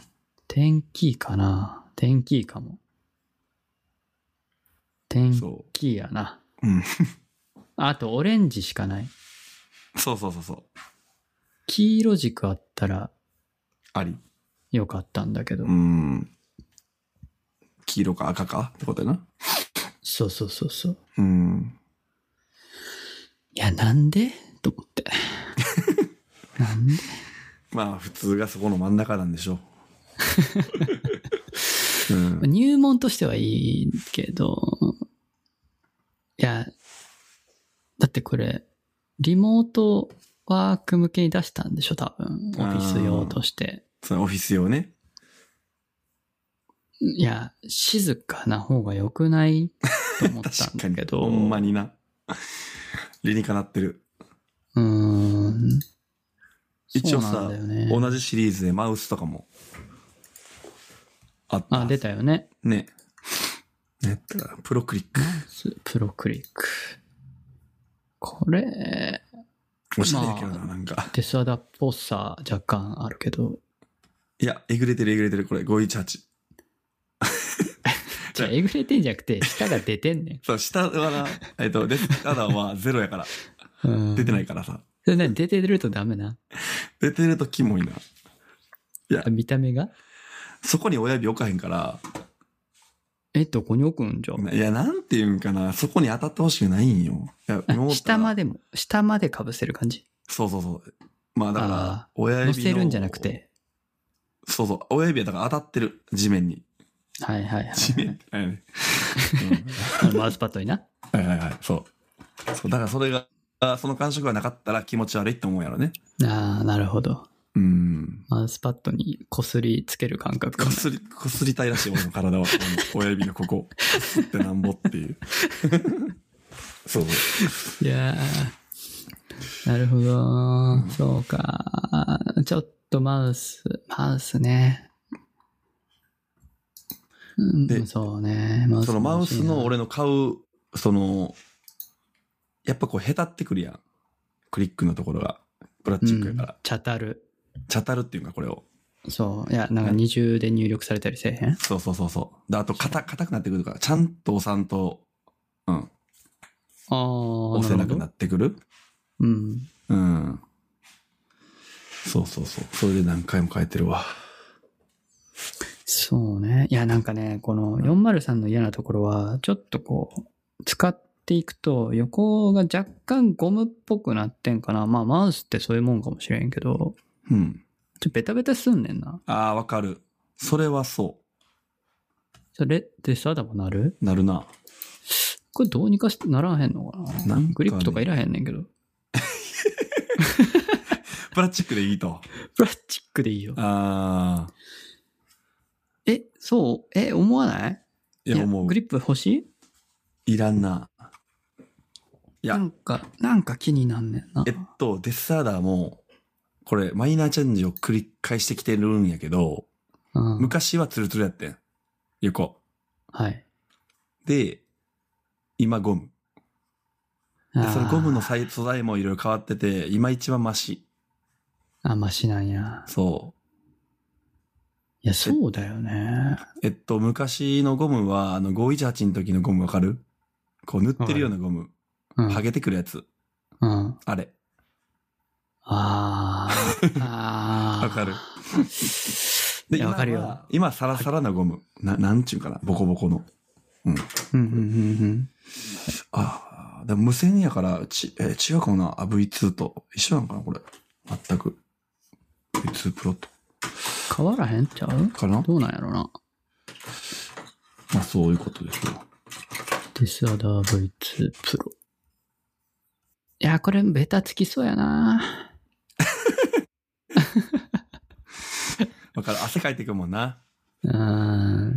Speaker 1: 天気かな。天気かも。天
Speaker 2: そ
Speaker 1: 気やな。
Speaker 2: う。うん。
Speaker 1: あと、オレンジしかない。
Speaker 2: そうそうそうそう。
Speaker 1: 黄色軸あったら
Speaker 2: あり。
Speaker 1: よかったんだけど。
Speaker 2: うん。黄色か赤かってことやな。
Speaker 1: そうそうそうそう。
Speaker 2: うん。
Speaker 1: いや、なんでと思 って。なんで
Speaker 2: まあ、普通がそこの真ん中なん でしょう。うん。
Speaker 1: 入門としてはいいけど、いや、だってこれ、リモートワーク向けに出したんでしょ、多分。オフィス用として。
Speaker 2: そのオフィス用ね。
Speaker 1: いや、静かな方が良くないと思ったん
Speaker 2: 確か
Speaker 1: だ
Speaker 2: に
Speaker 1: け。ど。
Speaker 2: ほんまにな。理にかなってる。
Speaker 1: うーん。
Speaker 2: 一応
Speaker 1: そうなん
Speaker 2: さ、
Speaker 1: だよね
Speaker 2: 同じシリーズでマウスとかも。あった。
Speaker 1: あ、出たよね。
Speaker 2: ね。ねプロクリック。
Speaker 1: スプロクリック。これ、
Speaker 2: おしゃれやけどな、なんか。
Speaker 1: デスアダっぽさ若干あるけど。
Speaker 2: いや、えぐれてるえぐれてる、これ、518。
Speaker 1: じゃあ、えぐれてんじゃなくて、舌が出てんね
Speaker 2: そう、下はな、えっと、レスアダはゼロやから、
Speaker 1: ん。うん
Speaker 2: 出てないからさ。
Speaker 1: それ何出てるとダメな。
Speaker 2: 出てるとキモいな。
Speaker 1: あ見た目が
Speaker 2: そこに親指置かへんから、
Speaker 1: え、どこに置くんじゃ。
Speaker 2: いや、なんていうんかな、そこに当たってほしくないんよ。いや、
Speaker 1: あ下ま
Speaker 2: で。
Speaker 1: でも、下まで被せる感じ。
Speaker 2: そうそうそう。まあだから
Speaker 1: あ、
Speaker 2: 親指
Speaker 1: 乗
Speaker 2: の。
Speaker 1: せるんじゃなく。て。
Speaker 2: そうそう、親指はだから当たってる、地面に。
Speaker 1: はいはいは
Speaker 2: 地
Speaker 1: い。
Speaker 2: 面はいはい
Speaker 1: あのマウスパッドにな。
Speaker 2: はいはいはい、そう。そう、だからそれが、あその感触がなかったら気持ち悪いって思うやろね。
Speaker 1: ああ、なるほど。
Speaker 2: うん。
Speaker 1: マウスパッドにこすりつける感覚が
Speaker 2: こ。すり、こす りたいらしい、俺の体は。この 親指のここ。こすってなんぼっていう。そう。
Speaker 1: いやーなるほど。そうか。ちょっとマウス、マウスね。う
Speaker 2: で
Speaker 1: ん、そうね。マ
Speaker 2: そのマウスの
Speaker 1: 俺。
Speaker 2: 俺の買う、その、やっぱこう、へたってくるやん。クリックのところが。プラスチックやから。
Speaker 1: チャタル。
Speaker 2: チャタルっていうか、これを。
Speaker 1: そう。いや、なんか二重で入力されたりせえへん
Speaker 2: そうそうそうそう。で、あと、硬、硬くなってくるから、ちゃんと押さんと、うん、
Speaker 1: ああ。
Speaker 2: 押せなくな
Speaker 1: る
Speaker 2: ってくる。
Speaker 1: ほど。うん。
Speaker 2: うん。そうそうそう。それで何回も変えてるわ。
Speaker 1: そうね。いや、なんかね、この403の嫌なところは、ちょっとこう、使っていくと、横が若干ゴムっぽくなってんかな。まあ、マウスってそういうもんかもしれんけど、
Speaker 2: うん。
Speaker 1: ちょっとベタベタすんねんな。
Speaker 2: ああ、わかる。それはそ
Speaker 1: それってさ、だもなる
Speaker 2: う。なるな。
Speaker 1: これどうにかしてならへんのかな
Speaker 2: なんかね
Speaker 1: グリップとかいらへんねん けど。
Speaker 2: プラスチックでいいと。
Speaker 1: プラスチックでいいよ。
Speaker 2: ああ。
Speaker 1: え、そうえ、思わない
Speaker 2: いや、思う
Speaker 1: グ。リップ欲しい
Speaker 2: いらんな。いや
Speaker 1: なんか、なんか気になんねんな
Speaker 2: え。っと、デスアダーも、これ、マイナーチェンジを繰り返してきてるんやけど、
Speaker 1: うん、
Speaker 2: 昔はツルツルやってん。横。
Speaker 1: はい。
Speaker 2: で、今ゴム。で、そのゴムの
Speaker 1: あー
Speaker 2: さい素材もいろいろ変わってて、今一番マシ。
Speaker 1: あ、マシなんや。
Speaker 2: そ
Speaker 1: いや、そうだよね。
Speaker 2: う。えっと、昔のゴムは、あの、518の時のゴムわかるこう、塗ってるようなゴム。
Speaker 1: うん。
Speaker 2: はげてくるやつ。
Speaker 1: うん。
Speaker 2: あれ。
Speaker 1: あ ーあー。
Speaker 2: わかる
Speaker 1: いやわかるよ
Speaker 2: 今は今、サラサラなゴム。な、なんちゅうんかな。ボコボコの。
Speaker 1: うんうんうん
Speaker 2: ああ、でも無線やから、ち、えー違うかもな。あ、V2 と。一緒なんかな、これ。全く。V2 プロと。
Speaker 1: うん。変わらへんちゃう
Speaker 2: かな
Speaker 1: どうなんやろな。
Speaker 2: まあ、そういうことですよ。
Speaker 1: デスアダー V2 プロ。いや、これベタつきそうやな。
Speaker 2: わかる。汗かいてくもんな。
Speaker 1: うー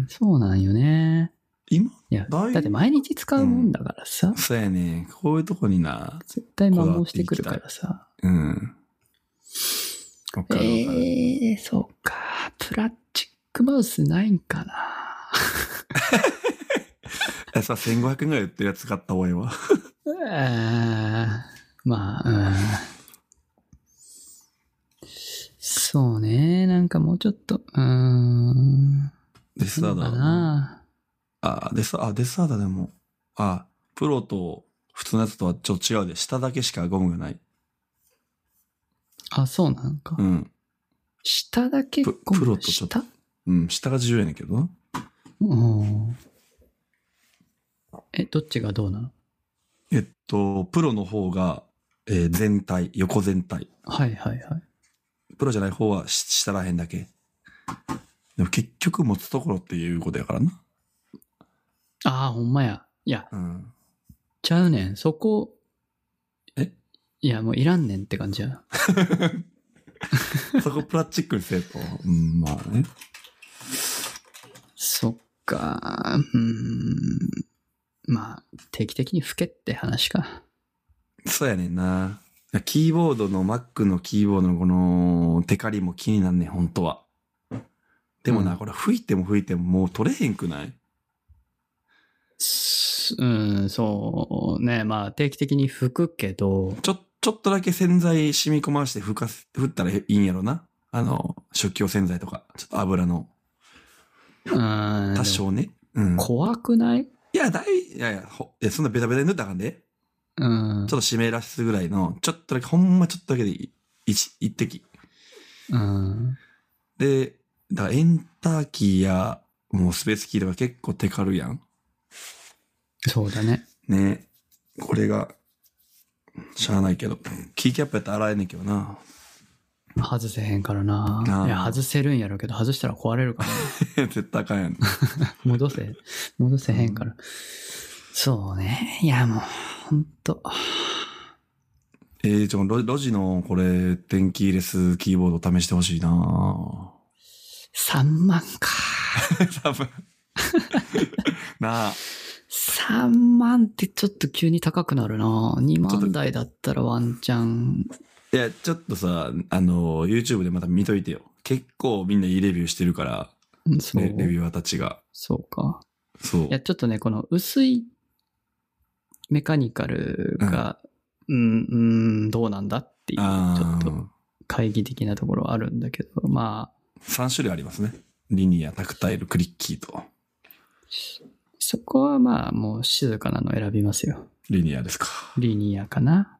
Speaker 1: ん、そうなんよね。
Speaker 2: 今
Speaker 1: いや、
Speaker 2: だいぶ
Speaker 1: だって毎日使うもんだからさ、
Speaker 2: そうやね。こういうとこにな。
Speaker 1: 絶対摩耗してくるからさ。
Speaker 2: うん。わかるわかる。
Speaker 1: ええー、そうか。プラスチックマウスないんかな。
Speaker 2: えさ、1500円ぐらい売ってるやつ買った方がい いわ。
Speaker 1: あーまあ、うん。そうね。なんかもうちょっと、うーん。
Speaker 2: デスアーダ
Speaker 1: か
Speaker 2: ー。
Speaker 1: な。
Speaker 2: あ、デス、あ、デスアーダーでも。あ、プロと普通のやつとはちょっと違うで、下だけしかゴムがない。
Speaker 1: あ、そうなんか。
Speaker 2: うん。
Speaker 1: 下だけ
Speaker 2: プ
Speaker 1: ゴム
Speaker 2: プロとちょっと
Speaker 1: 下
Speaker 2: うん、下が重要やねんけどな。
Speaker 1: うん。え、どっちがどうなの
Speaker 2: えっと、プロの方が、えー全体、横全体。
Speaker 1: はいはいはい。
Speaker 2: プロじゃない方はし下らへんだけ。でも結局持つところっていうことやからな。
Speaker 1: ああ、ほんまや。いや、
Speaker 2: うん。
Speaker 1: ちゃうねん。そこ、
Speaker 2: え
Speaker 1: いや、もういらんねんって感じや。
Speaker 2: そこプラスチックにせえと。うん、まあね。
Speaker 1: そっか、うーん。まあ、定期的に吹けって話か。
Speaker 2: そうやねんな。キーボードの Mac のキーボードのこのテカリも気になんねん、本当は。でもな、
Speaker 1: うん
Speaker 2: これ吹いても吹いてももう取れへんくない
Speaker 1: すうん、そうね。まあ、定期的に吹くけど、
Speaker 2: ちょ、ちょっとだけ洗剤染み込まして吹かせ、吹ったらいいんやろな。あの、食器用洗剤とか、ちょっと油の、
Speaker 1: うーん。
Speaker 2: 多少ね。うん
Speaker 1: でも。怖くない
Speaker 2: いや、大、いやいや、ほいやそんなベタベタに塗ったらあかんで。
Speaker 1: うん
Speaker 2: ち。ょっと湿らすぐらいの、ちょっとだけ、ほんまちょっとだけでいい、一、一滴。
Speaker 1: うん。
Speaker 2: で、だからエンターキーや、もうスペースキーとか結構テカるやん。
Speaker 1: そうだね。
Speaker 2: ねこれが、しゃあないけど。キーキャップやったら洗えねえけどな。
Speaker 1: 外せへんからな。
Speaker 2: あー
Speaker 1: いや、外せるんやろうけど、外したら壊れるから。
Speaker 2: 絶対あかんやん。
Speaker 1: 戻せ、戻せへんから。そうね。いや、もう、ほんと。
Speaker 2: えー、ちょ、ロロジのこれ、電気レスキーボード試してほしい な
Speaker 1: 3万か。
Speaker 2: 多分。 なあ、
Speaker 1: 3万ってちょっと急に高くなるな。2
Speaker 2: ちょっと
Speaker 1: 万台だったらワンチャン。
Speaker 2: いや、ちょっとさ、あの、YouTube でまた見といてよ。結構みんないいレビューしてるから、
Speaker 1: うんそう。
Speaker 2: レレビューアーたちが。
Speaker 1: そうか。
Speaker 2: そう。
Speaker 1: いや、ちょっとね、この薄いメカニカルが、うん、うん、どうなんだっていう、ちょ
Speaker 2: あ
Speaker 1: っと
Speaker 2: あ、
Speaker 1: 会議的なところあるんだけど、まあ、
Speaker 2: 3種類ありますね。リニア、タクタイル、クリッキーと。
Speaker 1: そこはまあ、もう静かなの選びますよ。
Speaker 2: リニアですか。
Speaker 1: リニアかな。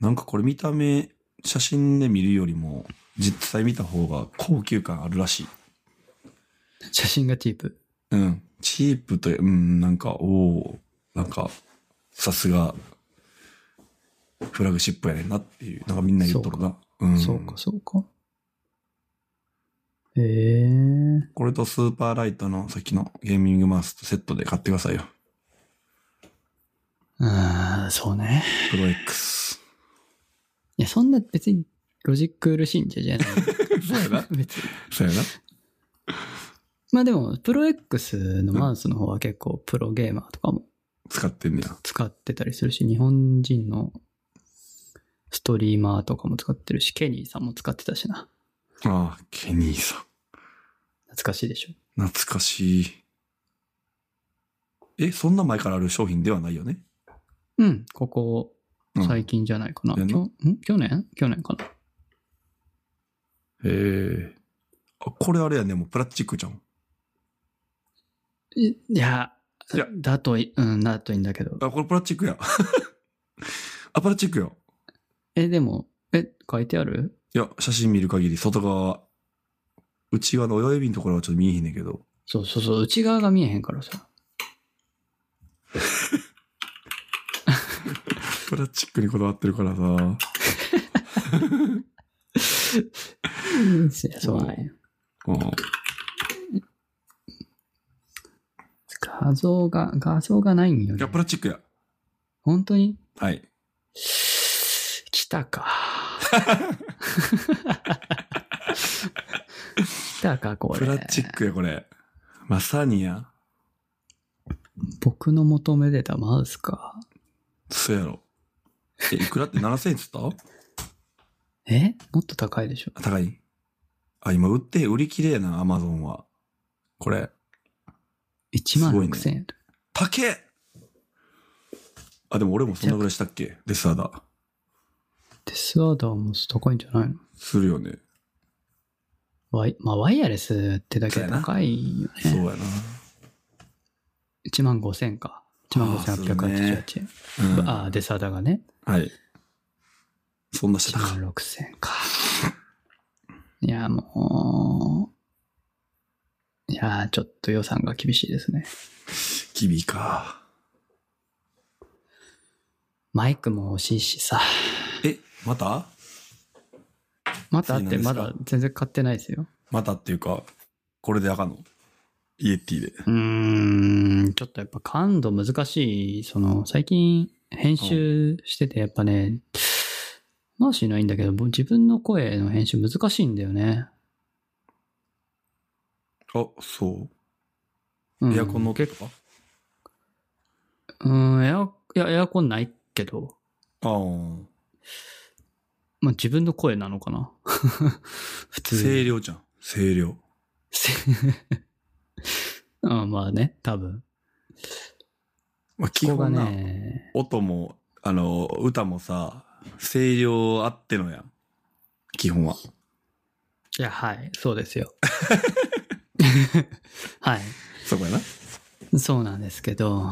Speaker 2: なんかこれ見た目、写真で見るよりも、実際見た方が高級感あるらしい。
Speaker 1: 写真がチープ。
Speaker 2: うん。チープと、うん、なんか、おおなんか、さすが、フラグシップやねんなっていう、なんかみんな言うとるな。うん。
Speaker 1: そうか、そうか。へえー。
Speaker 2: これとスーパーライトのさっきのゲーミングマウスとセットで買ってくださいよ。
Speaker 1: うん、そうね。
Speaker 2: プロ X。
Speaker 1: いや、そんな別にロジックール信者じゃない。
Speaker 2: そうやな。
Speaker 1: 別に。
Speaker 2: そうやな。
Speaker 1: まあでも、プロ X のマウスの方は結構プロゲーマーとかも
Speaker 2: 使ってんねや。
Speaker 1: 使ってたりするし、日本人のストリーマーとかも使ってるし、ケニーさんも使ってたしな。
Speaker 2: ああ、ケニーさん。
Speaker 1: 懐かしいでしょ。
Speaker 2: 懐かしい。え、そんな前からある商品ではないよね。
Speaker 1: うん、ここ
Speaker 2: うん、
Speaker 1: 最近じゃないかな。
Speaker 2: うん
Speaker 1: きょん去年去年かな。
Speaker 2: へえ。あこれあれやね、もうプラスチックじゃん。
Speaker 1: いいや、
Speaker 2: いや
Speaker 1: だとい、うん、だといいんだけど。
Speaker 2: あ、これプラスチックや。 あ、プラスチックよ。
Speaker 1: え、でも、え、書いてある
Speaker 2: いや、写真見る限り、外側、内側の親指のところはちょっと見えへんねんけど。
Speaker 1: そうそうそう、内側が見えへんから さ。
Speaker 2: プラスチックにこだわってるからさ。
Speaker 1: そうなんや。
Speaker 2: うん。
Speaker 1: 画像が、画像がないんよ
Speaker 2: いや、
Speaker 1: ね
Speaker 2: プ。ラスチックや。
Speaker 1: 本当に
Speaker 2: はい。
Speaker 1: 来たか。来たか、これ。
Speaker 2: プラスチックや、これ。まさにや。
Speaker 1: 僕の求めてたマウスか。
Speaker 2: そうやろ。え、いくらって7000円っつった
Speaker 1: えもっと高いでしょ。
Speaker 2: あ高いあ、今売って、売り切れやな、アマゾンは。これ。
Speaker 1: 1万
Speaker 2: すごいね
Speaker 1: 6000円。
Speaker 2: 高えあ、でも俺もそんなぐらいしたっけデスアダ。
Speaker 1: デスアダーも高いんじゃないの
Speaker 2: するよね。
Speaker 1: ワイまあ、ワイヤレスってだけで高いよ
Speaker 2: そう
Speaker 1: ね。
Speaker 2: やな。
Speaker 1: 1万5000か。1万5888円。
Speaker 2: うん
Speaker 1: ああ、デスアダーがね。
Speaker 2: はい。そんなして
Speaker 1: 1
Speaker 2: たか。
Speaker 1: 万6000か。いや、もう。いや、ちょっと予算が厳しいですね。
Speaker 2: キビか。
Speaker 1: マイクも欲しいしさ。
Speaker 2: え、また
Speaker 1: まだあっ
Speaker 2: そ
Speaker 1: て、
Speaker 2: う
Speaker 1: ま
Speaker 2: なんですか
Speaker 1: だ全然買ってないですよ。
Speaker 2: またっていうか、これであかんのイエティで。
Speaker 1: うーん、ちょっとやっぱ感度難しい。その、最近編集してて、やっぱね、マーシーないんだけど、ぼ自分の声の編集難しいんだよね。
Speaker 2: あ、そうう。
Speaker 1: ん、
Speaker 2: エアコンの音とか
Speaker 1: うん、エア、いや、エアコンないけど、
Speaker 2: ああ。
Speaker 1: まあ自分の声なのかな。 普通に。
Speaker 2: 声量じゃん。声量。
Speaker 1: あまあね、多分。
Speaker 2: まあ、基
Speaker 1: ここが
Speaker 2: 本な、
Speaker 1: ね、
Speaker 2: 音も、あの、歌もさ、声量あってのやん。基本は。
Speaker 1: いや、はい、そうです よ。はい。
Speaker 2: そこやな。
Speaker 1: そうなんですけど、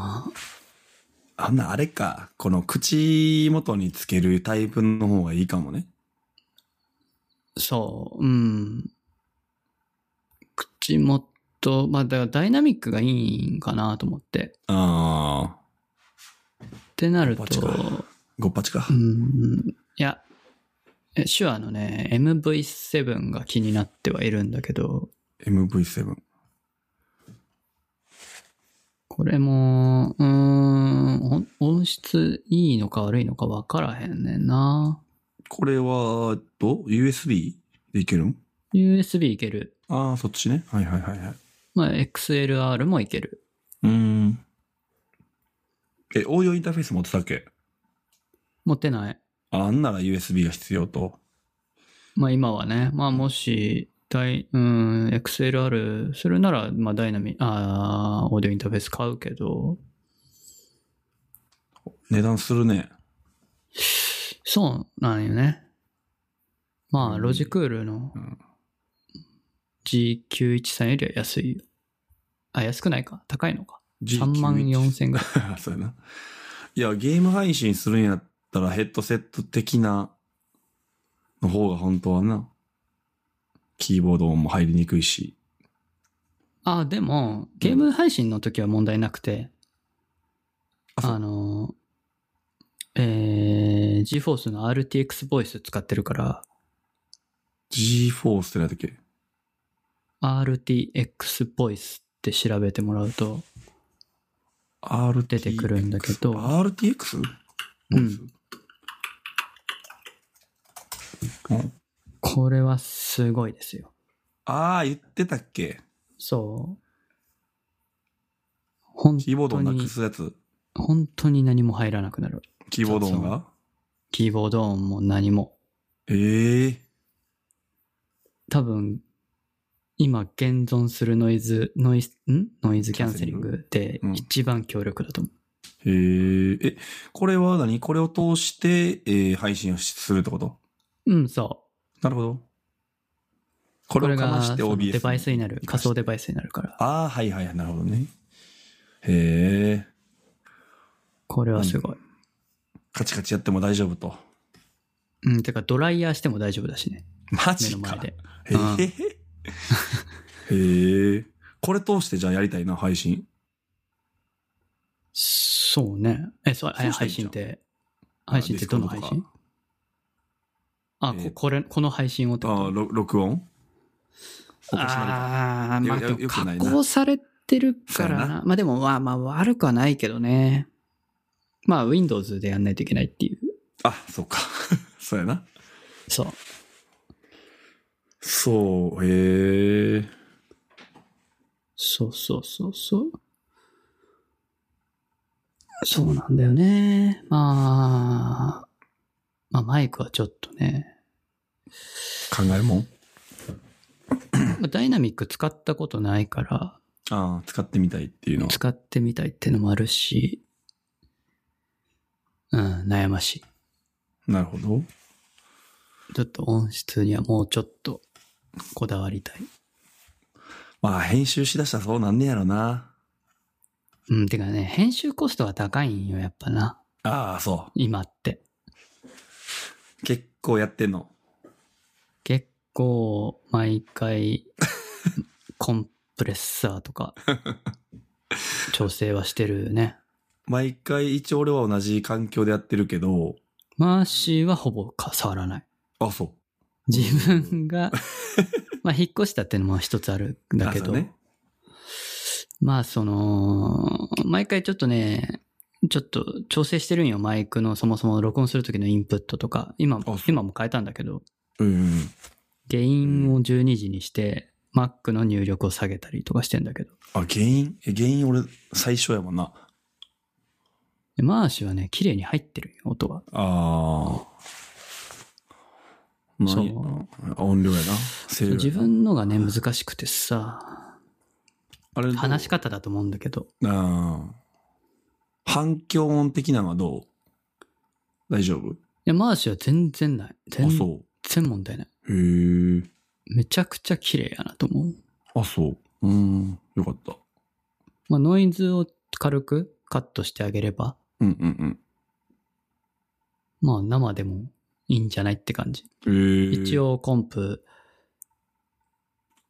Speaker 2: あんなあれか。この口元につけるタイプの方がいいかもね。
Speaker 1: そう、うん。口元、まあ、だからダイナミックがいいんかなと思って。
Speaker 2: ああ。
Speaker 1: ってなると
Speaker 2: マジ、かごっぱちか
Speaker 1: う。ん、いや、え手話のね、MV7 が気になってはいるんだけど、
Speaker 2: MV7。
Speaker 1: これも、うーん、音音質いいのか悪いのか分からへんねんな。
Speaker 2: これは、どう ?USB でいけるん
Speaker 1: USB いける。
Speaker 2: ああ、そっちね。はいはいはいはい。
Speaker 1: まあ、XLR もいける。
Speaker 2: うーん。え、応用インターフェース持ってたっけ
Speaker 1: 持ってない。
Speaker 2: ああんなら USB が必要と。
Speaker 1: まあ今はね、まあもし、ダイうん、XLR するなら、まあダイナミあーオーディオインターフェース買うけど、
Speaker 2: 値段するね。
Speaker 1: そうなんよね。まあ、ロジクールの
Speaker 2: うん
Speaker 1: G913 よりは安いよ。あ、安くないか高いのか。
Speaker 2: 3
Speaker 1: 3万4千ぐらい。
Speaker 2: そうやな。いや、ゲーム配信するんやったらヘッドセット的なの方が本当はな。キーボード音も入りにくいし。
Speaker 1: あ、でも、ゲーム配信の時は問題なくて、
Speaker 2: あそう
Speaker 1: あの、えー、GForce の RTX ボイス使ってるから、
Speaker 2: G-Force ってなんだっけ
Speaker 1: RTX ボイスって調べてもらうと、
Speaker 2: ?RTX。
Speaker 1: 出てくるんだけど
Speaker 2: RTX?
Speaker 1: うん
Speaker 2: うん
Speaker 1: これはすごいですよ。
Speaker 2: ああ、言ってたっけ
Speaker 1: そう。本
Speaker 2: キーボード
Speaker 1: 当
Speaker 2: をなく
Speaker 1: に、
Speaker 2: すやつ。
Speaker 1: 本当に何も入らなくなる。
Speaker 2: キーボード音が
Speaker 1: キーボード音も何も。
Speaker 2: ええ
Speaker 1: 多分、今現存するノイズ、ノイズ、んノイズキャンセリングって
Speaker 2: うん
Speaker 1: 一番強力だと思う。
Speaker 2: へえ、え、これは何これを通して、えー配信をしするってこと
Speaker 1: うん、そう。
Speaker 2: なるほど。こ
Speaker 1: こ
Speaker 2: れ
Speaker 1: れ
Speaker 2: をか
Speaker 1: が
Speaker 2: まして
Speaker 1: その
Speaker 2: OBS。
Speaker 1: デバイスになる。仮想デバ
Speaker 2: イス。
Speaker 1: イスになるから。
Speaker 2: ああ、はいはいはい、なるほどね。へえ、
Speaker 1: これはすごい。
Speaker 2: カチカチやっても大丈夫と。
Speaker 1: うん、てかドライヤーしても大丈夫だしね。
Speaker 2: マ
Speaker 1: 目
Speaker 2: ジ
Speaker 1: の前
Speaker 2: か。
Speaker 1: で。
Speaker 2: へえ。 へえ。これ通してじゃあやりたいな、配信。
Speaker 1: そうね。え、そう、
Speaker 2: そう
Speaker 1: え
Speaker 2: した
Speaker 1: 配
Speaker 2: らいいじゃ
Speaker 1: 信
Speaker 2: ん
Speaker 1: って、配信ってどの配信
Speaker 2: Discord
Speaker 1: あ、
Speaker 2: え
Speaker 1: こ
Speaker 2: ー
Speaker 1: これ、この配信をって
Speaker 2: と
Speaker 1: こ
Speaker 2: かあー
Speaker 1: と
Speaker 2: ろ録音おかしなりか
Speaker 1: ああー、まあ、
Speaker 2: いや
Speaker 1: でも
Speaker 2: よくない
Speaker 1: 加
Speaker 2: な
Speaker 1: 工されてるからな。
Speaker 2: そうや
Speaker 1: まあでも、まあまあ悪くはないけどね。まあ、Windows でやんないといけないっていう。
Speaker 2: あ、そうか。 そうやな。
Speaker 1: そう。
Speaker 2: そう、へえ。
Speaker 1: そうそうそうそう。そうなんだよね。まあ、まあマイクはちょっとね、
Speaker 2: 考えるもん
Speaker 1: まあダイナミック使ったことないから、
Speaker 2: ああ、使ってみたいっていうのは。
Speaker 1: 使ってみたいってのもあるし、うん、悩ましい。
Speaker 2: なるほど。
Speaker 1: ちょっと音質にはもうちょっとこだわりたい。
Speaker 2: まあ、編集しだしたらそうなんねやろな。
Speaker 1: うん、てかね、編集コストが高いんよ、やっぱな。
Speaker 2: ああ、そ
Speaker 1: 今って。
Speaker 2: う。結構やってんの。
Speaker 1: 結構、毎回、コンプレッサーと か、調整はしてるね。
Speaker 2: 毎回一応俺は同じ環境でやってるけど、
Speaker 1: マーシーはほぼか触らない。
Speaker 2: あ、そう。
Speaker 1: 自分 が、まあ、引っ越したってのも一つあるんだけ
Speaker 2: あ
Speaker 1: ど、
Speaker 2: そうね
Speaker 1: まあ、その、毎回ちょっとね、ちょっと調整してるんよ、マイクのそもそも録音する時のインプットとか。今
Speaker 2: そう、
Speaker 1: 今も変えたんだけど、
Speaker 2: うんうん。
Speaker 1: ゲインを12時にして、Mac の入力を下げたりとかしてんだけど。
Speaker 2: あ、原因え原因俺、最初やもんな。
Speaker 1: でマーシュはね、綺麗に入ってるよ、音が。
Speaker 2: ああ。ま
Speaker 1: そう
Speaker 2: あ、音量やな。声量やな
Speaker 1: 自分のがね、難しくてさ、
Speaker 2: あれどう
Speaker 1: 話し方だと思うんだけど、
Speaker 2: ああ。反響音的なのはどう大丈夫
Speaker 1: いやマーシュは全然ない。全
Speaker 2: あ、そ
Speaker 1: 然問題ない。
Speaker 2: う。へえ。
Speaker 1: めちゃくちゃ綺麗やなと思う。
Speaker 2: あ、そう。うん。よかった。
Speaker 1: まあ、ノイズを軽くカットしてあげれば、
Speaker 2: うんうん
Speaker 1: まあ、生でもいいんじゃないって感じ。
Speaker 2: うん。へえ。
Speaker 1: 一。応、コンプ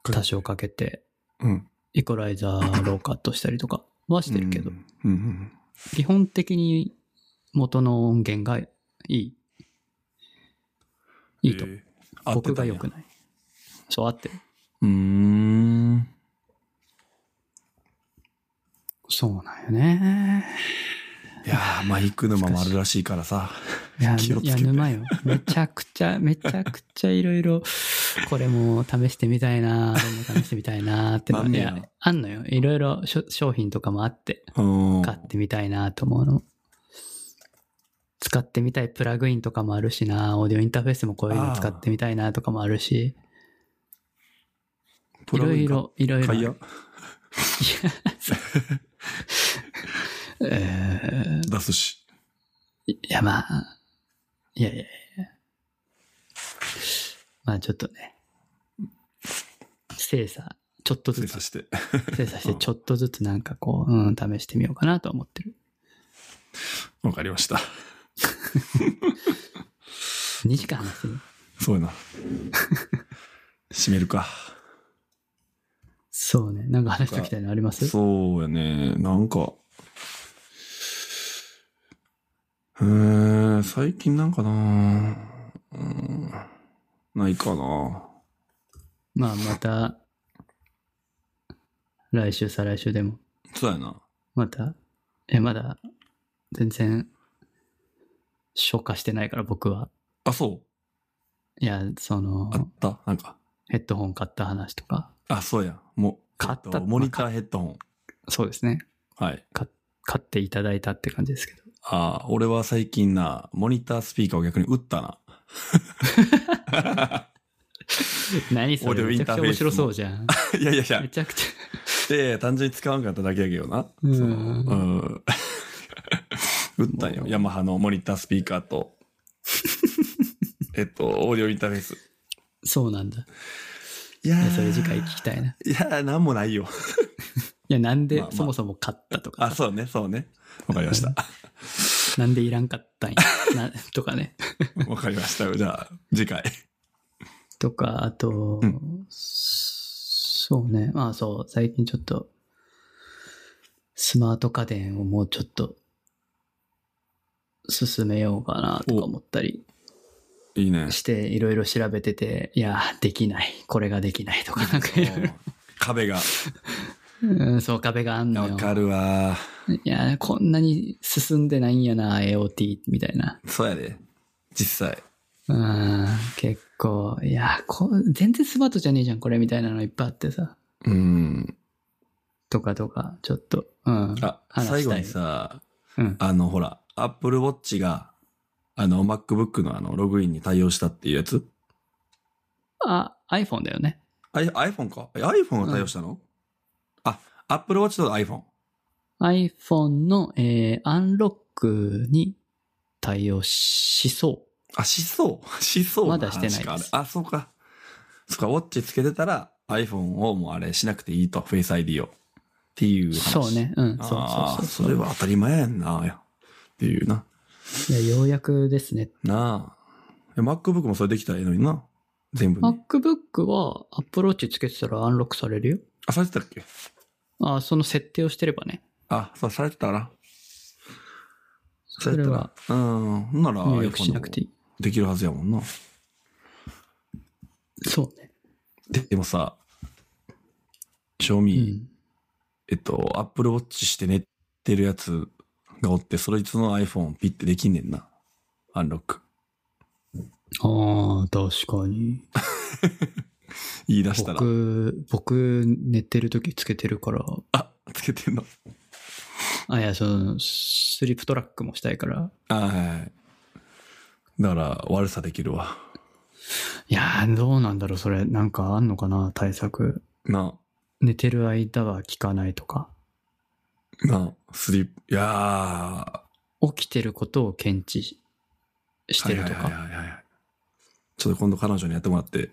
Speaker 2: かけて
Speaker 1: 多少かけて、
Speaker 2: うん。
Speaker 1: イコライザーローカットしたりとかはしてるけど
Speaker 2: う、んうんうん。
Speaker 1: 基本的に元の音源がいい。いいと
Speaker 2: へ。え。
Speaker 1: 僕が良
Speaker 2: よ
Speaker 1: くない。そう、合ってる。
Speaker 2: うーん。
Speaker 1: そうなんよね。
Speaker 2: いやー、マイク沼もあるらしいからさ。
Speaker 1: いや、
Speaker 2: 気をつ
Speaker 1: い
Speaker 2: け
Speaker 1: や
Speaker 2: て
Speaker 1: 沼よ。めちゃくちゃ、 めちゃくちゃいろいろ、これも試してみたいな、これも試してみたいなってのは、
Speaker 2: まん
Speaker 1: い
Speaker 2: ねや
Speaker 1: や、あんのよ。いろいろしょ商品とかもあって、
Speaker 2: うん。
Speaker 1: 買ってみたいなと思うの。使ってみたいプラグインとかもあるしな、オーディオインターフェースもこういうの使ってみたいなとかもあるし、い
Speaker 2: プラ
Speaker 1: ろ
Speaker 2: グイ
Speaker 1: い
Speaker 2: ンか
Speaker 1: ろ、いろい
Speaker 2: 買い
Speaker 1: ろ
Speaker 2: や。
Speaker 1: え
Speaker 2: 出すし。
Speaker 1: ーいや、まあ、いやいやいや。まあちょっとね、精査、ちょっとず
Speaker 2: で
Speaker 1: つ
Speaker 2: さ、して。
Speaker 1: 精査してちょっとずつなんかこう、うん、試してみようかなとは思ってる。
Speaker 2: わかりました。
Speaker 1: 2時間話してる。
Speaker 2: そうやな。 閉めるか。
Speaker 1: そうね、なんか話しておきたいのあります
Speaker 2: そうやね。なんか。うーん、最近なんかなうん。ないかな
Speaker 1: まあまた、来週、再来週でも、
Speaker 2: そうやな。
Speaker 1: また、え、まだ、全然、消化してないから僕は。
Speaker 2: あ、そ。
Speaker 1: いや、そうの
Speaker 2: あ、ったなんか。
Speaker 1: ヘッドホン買った話とか。
Speaker 2: あ、そうや。もう。
Speaker 1: 買った
Speaker 2: えとモニターヘッドホン。
Speaker 1: そうですね。
Speaker 2: はい。
Speaker 1: 買っていただいたって感じ ですけど。
Speaker 2: ああ、俺は最近な、モニタースピーカーを逆に打ったな。
Speaker 1: 何それ
Speaker 2: オーディオイ
Speaker 1: めち
Speaker 2: ン
Speaker 1: ゃ
Speaker 2: タ
Speaker 1: く
Speaker 2: ー
Speaker 1: ち
Speaker 2: フ
Speaker 1: ゃ面白
Speaker 2: ェースも
Speaker 1: そうじゃん。
Speaker 2: いやいやいや
Speaker 1: め。ちゃくちゃ。
Speaker 2: で、単純に使わんかっただけやけどな。
Speaker 1: うん
Speaker 2: そのうん。 打ったんよ。ヤマハのモニタースピーカーと、 えっと、オーディオインターフェース。
Speaker 1: そうなんだ。
Speaker 2: いや
Speaker 1: いやそれ次回聞きたいな。
Speaker 2: いやー、なんもないよ。
Speaker 1: いや、なんで
Speaker 2: まあまあ
Speaker 1: そもそも買ったとか
Speaker 2: あ、
Speaker 1: さ、
Speaker 2: そうね、そうね。わかりました。
Speaker 1: なんでいらんかったんや。 なとかね。
Speaker 2: わかりましたよ。じゃあ、次回。
Speaker 1: とか、あと、
Speaker 2: うん
Speaker 1: そうね。まあそう、最近ちょっと、スマート家電をもうちょっと、進めようかなとか思ったり
Speaker 2: いいね。
Speaker 1: して、いろいろ調べてて、いや、できない。これができないとか、なんかいろいろ
Speaker 2: 壁が。
Speaker 1: うん、そう、壁があんの
Speaker 2: わ
Speaker 1: よ。
Speaker 2: かるわ
Speaker 1: いや、こんなに進んでないんやな、AOT みたいな。
Speaker 2: ー。そうやで。実際。
Speaker 1: うん、結構、いや、こ全然スマートじゃねえじゃん、これみたいなのいっぱいあってさ。
Speaker 2: うん。
Speaker 1: とかとか、ちょっと、うん。
Speaker 2: あ、
Speaker 1: 話したい
Speaker 2: 最後にさ、
Speaker 1: うん。
Speaker 2: あの、ほら、Apple Watch が、あの、MacBook のあの、ログインに対応したっていうやつ。
Speaker 1: あ、iPhone だよね。
Speaker 2: あい iPhone かえ ?iPhone が対応したの、あ、Apple Watch と iPhone。
Speaker 1: iPhone の、えー、アンロックに対応しそ
Speaker 2: あ、しそう。 しそう
Speaker 1: まだしてないです
Speaker 2: 話かあれあ、そうか。そっか、ウォッチつけてたら iPhone をもうあれしなくていいと、Face ID を。っていう
Speaker 1: う。
Speaker 2: 話。
Speaker 1: そう。ね。うん。そう
Speaker 2: あ
Speaker 1: そ
Speaker 2: あ、
Speaker 1: うそう。
Speaker 2: それは当たり前やんな。っていうな。
Speaker 1: いや、ようやくですね。
Speaker 2: なあ。え MacBook もそれできたらええのにな。全部ね。
Speaker 1: MacBook は Apple Watch つけてたらアンロックされるよ。
Speaker 2: あ、されてたっけ
Speaker 1: あ、その設定をしてればね。
Speaker 2: あ、そう、されてたな。
Speaker 1: それは
Speaker 2: されてたな。うん。ほんなら、
Speaker 1: 入力しなくていい。
Speaker 2: iPhone できるはずやもんな。
Speaker 1: そうね。
Speaker 2: ででもさ、賞
Speaker 1: う
Speaker 2: 味、
Speaker 1: ん。
Speaker 2: えっと、Apple Watch して寝てるやつがおって、それいつの iPhone をピッてできんねんな。アンロック。
Speaker 1: ああ、確かに。
Speaker 2: 言い出したら。
Speaker 1: 僕、僕、寝てる時つけてるから、
Speaker 2: あ、つけてんの。
Speaker 1: あ、いや、その、スリープトラックもしたいから。
Speaker 2: あはいはい。だから、悪さできるわ。
Speaker 1: いやー、どうなんだろう、それ。なんかあんのかな、対策。
Speaker 2: な
Speaker 1: 寝てる間は効かないとか。
Speaker 2: あ、なあ、スリープ、いやー。は
Speaker 1: 起きてることを検知しして
Speaker 2: い
Speaker 1: る
Speaker 2: はい
Speaker 1: と
Speaker 2: はい
Speaker 1: か。
Speaker 2: はいはい。ちょっと今度彼女にやってもらって。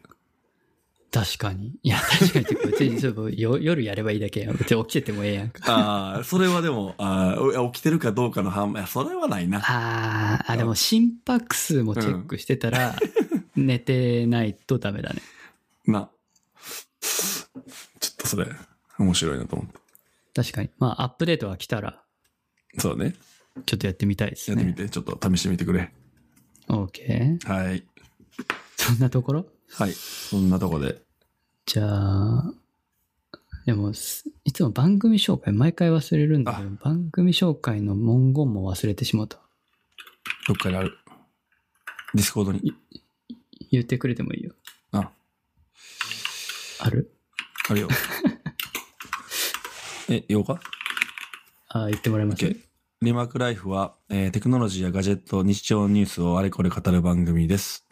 Speaker 1: 確かに。いや、確かにって。別にそう よ夜やればいいだけやん。別に起きててもええやんか。
Speaker 2: ああ、それはでも、あー起きてるかどうかの判いや、それはないな。
Speaker 1: あーあ、でも心拍数もチェックしてたら、寝てないとダメだね。
Speaker 2: な。ちょっとそれ、面白いなと思っ
Speaker 1: 確かに。まあ、アップデートが来たら、
Speaker 2: て。そうね。
Speaker 1: ちょっとやってみたいです
Speaker 2: やってみ
Speaker 1: ね。
Speaker 2: て、ちょっと試してみてくれ。
Speaker 1: OK。
Speaker 2: はい。
Speaker 1: そんなところ
Speaker 2: はい。そんなとこで。
Speaker 1: じゃあ、でも、すいつも番組紹介、毎回忘れるんだけど、番組紹介の文言も忘れてしまった。
Speaker 2: どっかにある。ディスコードに。
Speaker 1: 言ってくれてもいいよ。
Speaker 2: あ、
Speaker 1: ある
Speaker 2: ある よ。え、言おうか
Speaker 1: あ、言ってもらえます
Speaker 2: OK リマークライフは、えーテクノロジーやガジェット、日常ニュースをあれこれ語る番組です。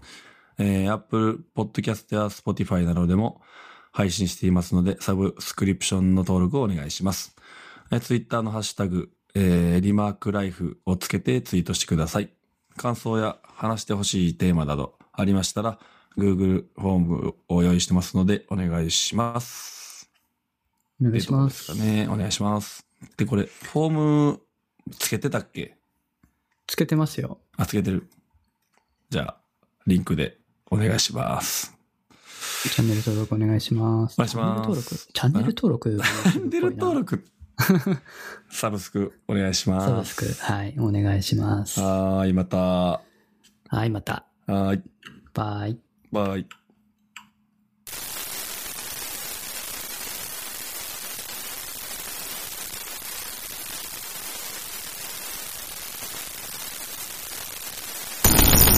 Speaker 2: えー Apple Podcast や Spotify などでも配信していますので、サブスクリプションの登録をお願いします。えー Twitter のハッシュタグ、えーリマークライフをつけてツイートしてください。感想や話してほしいテーマなどありましたら、Google フォームを用意してますので、お願いします。
Speaker 1: お
Speaker 2: お
Speaker 1: 願いします。
Speaker 2: ね。お願いします。で、これ、フォーム、つけてたっけ
Speaker 1: つけてますよ。
Speaker 2: あ、つけてる。じゃあ、リンクでお願いします。
Speaker 1: チャンネル登録お願いします。
Speaker 2: お願いします
Speaker 1: チャンネル登録。チ
Speaker 2: チャ
Speaker 1: ャ
Speaker 2: ン
Speaker 1: ン
Speaker 2: ネ
Speaker 1: ネ
Speaker 2: ル
Speaker 1: ル登
Speaker 2: 登
Speaker 1: 録
Speaker 2: 録。サブスク、お願いし
Speaker 1: っぽいな。サブ
Speaker 2: ま
Speaker 1: ス
Speaker 2: す。
Speaker 1: ク。はい。お願いします。
Speaker 2: はーい、また。は
Speaker 1: はい、また。
Speaker 2: ーい、
Speaker 1: バイ。
Speaker 2: バイ。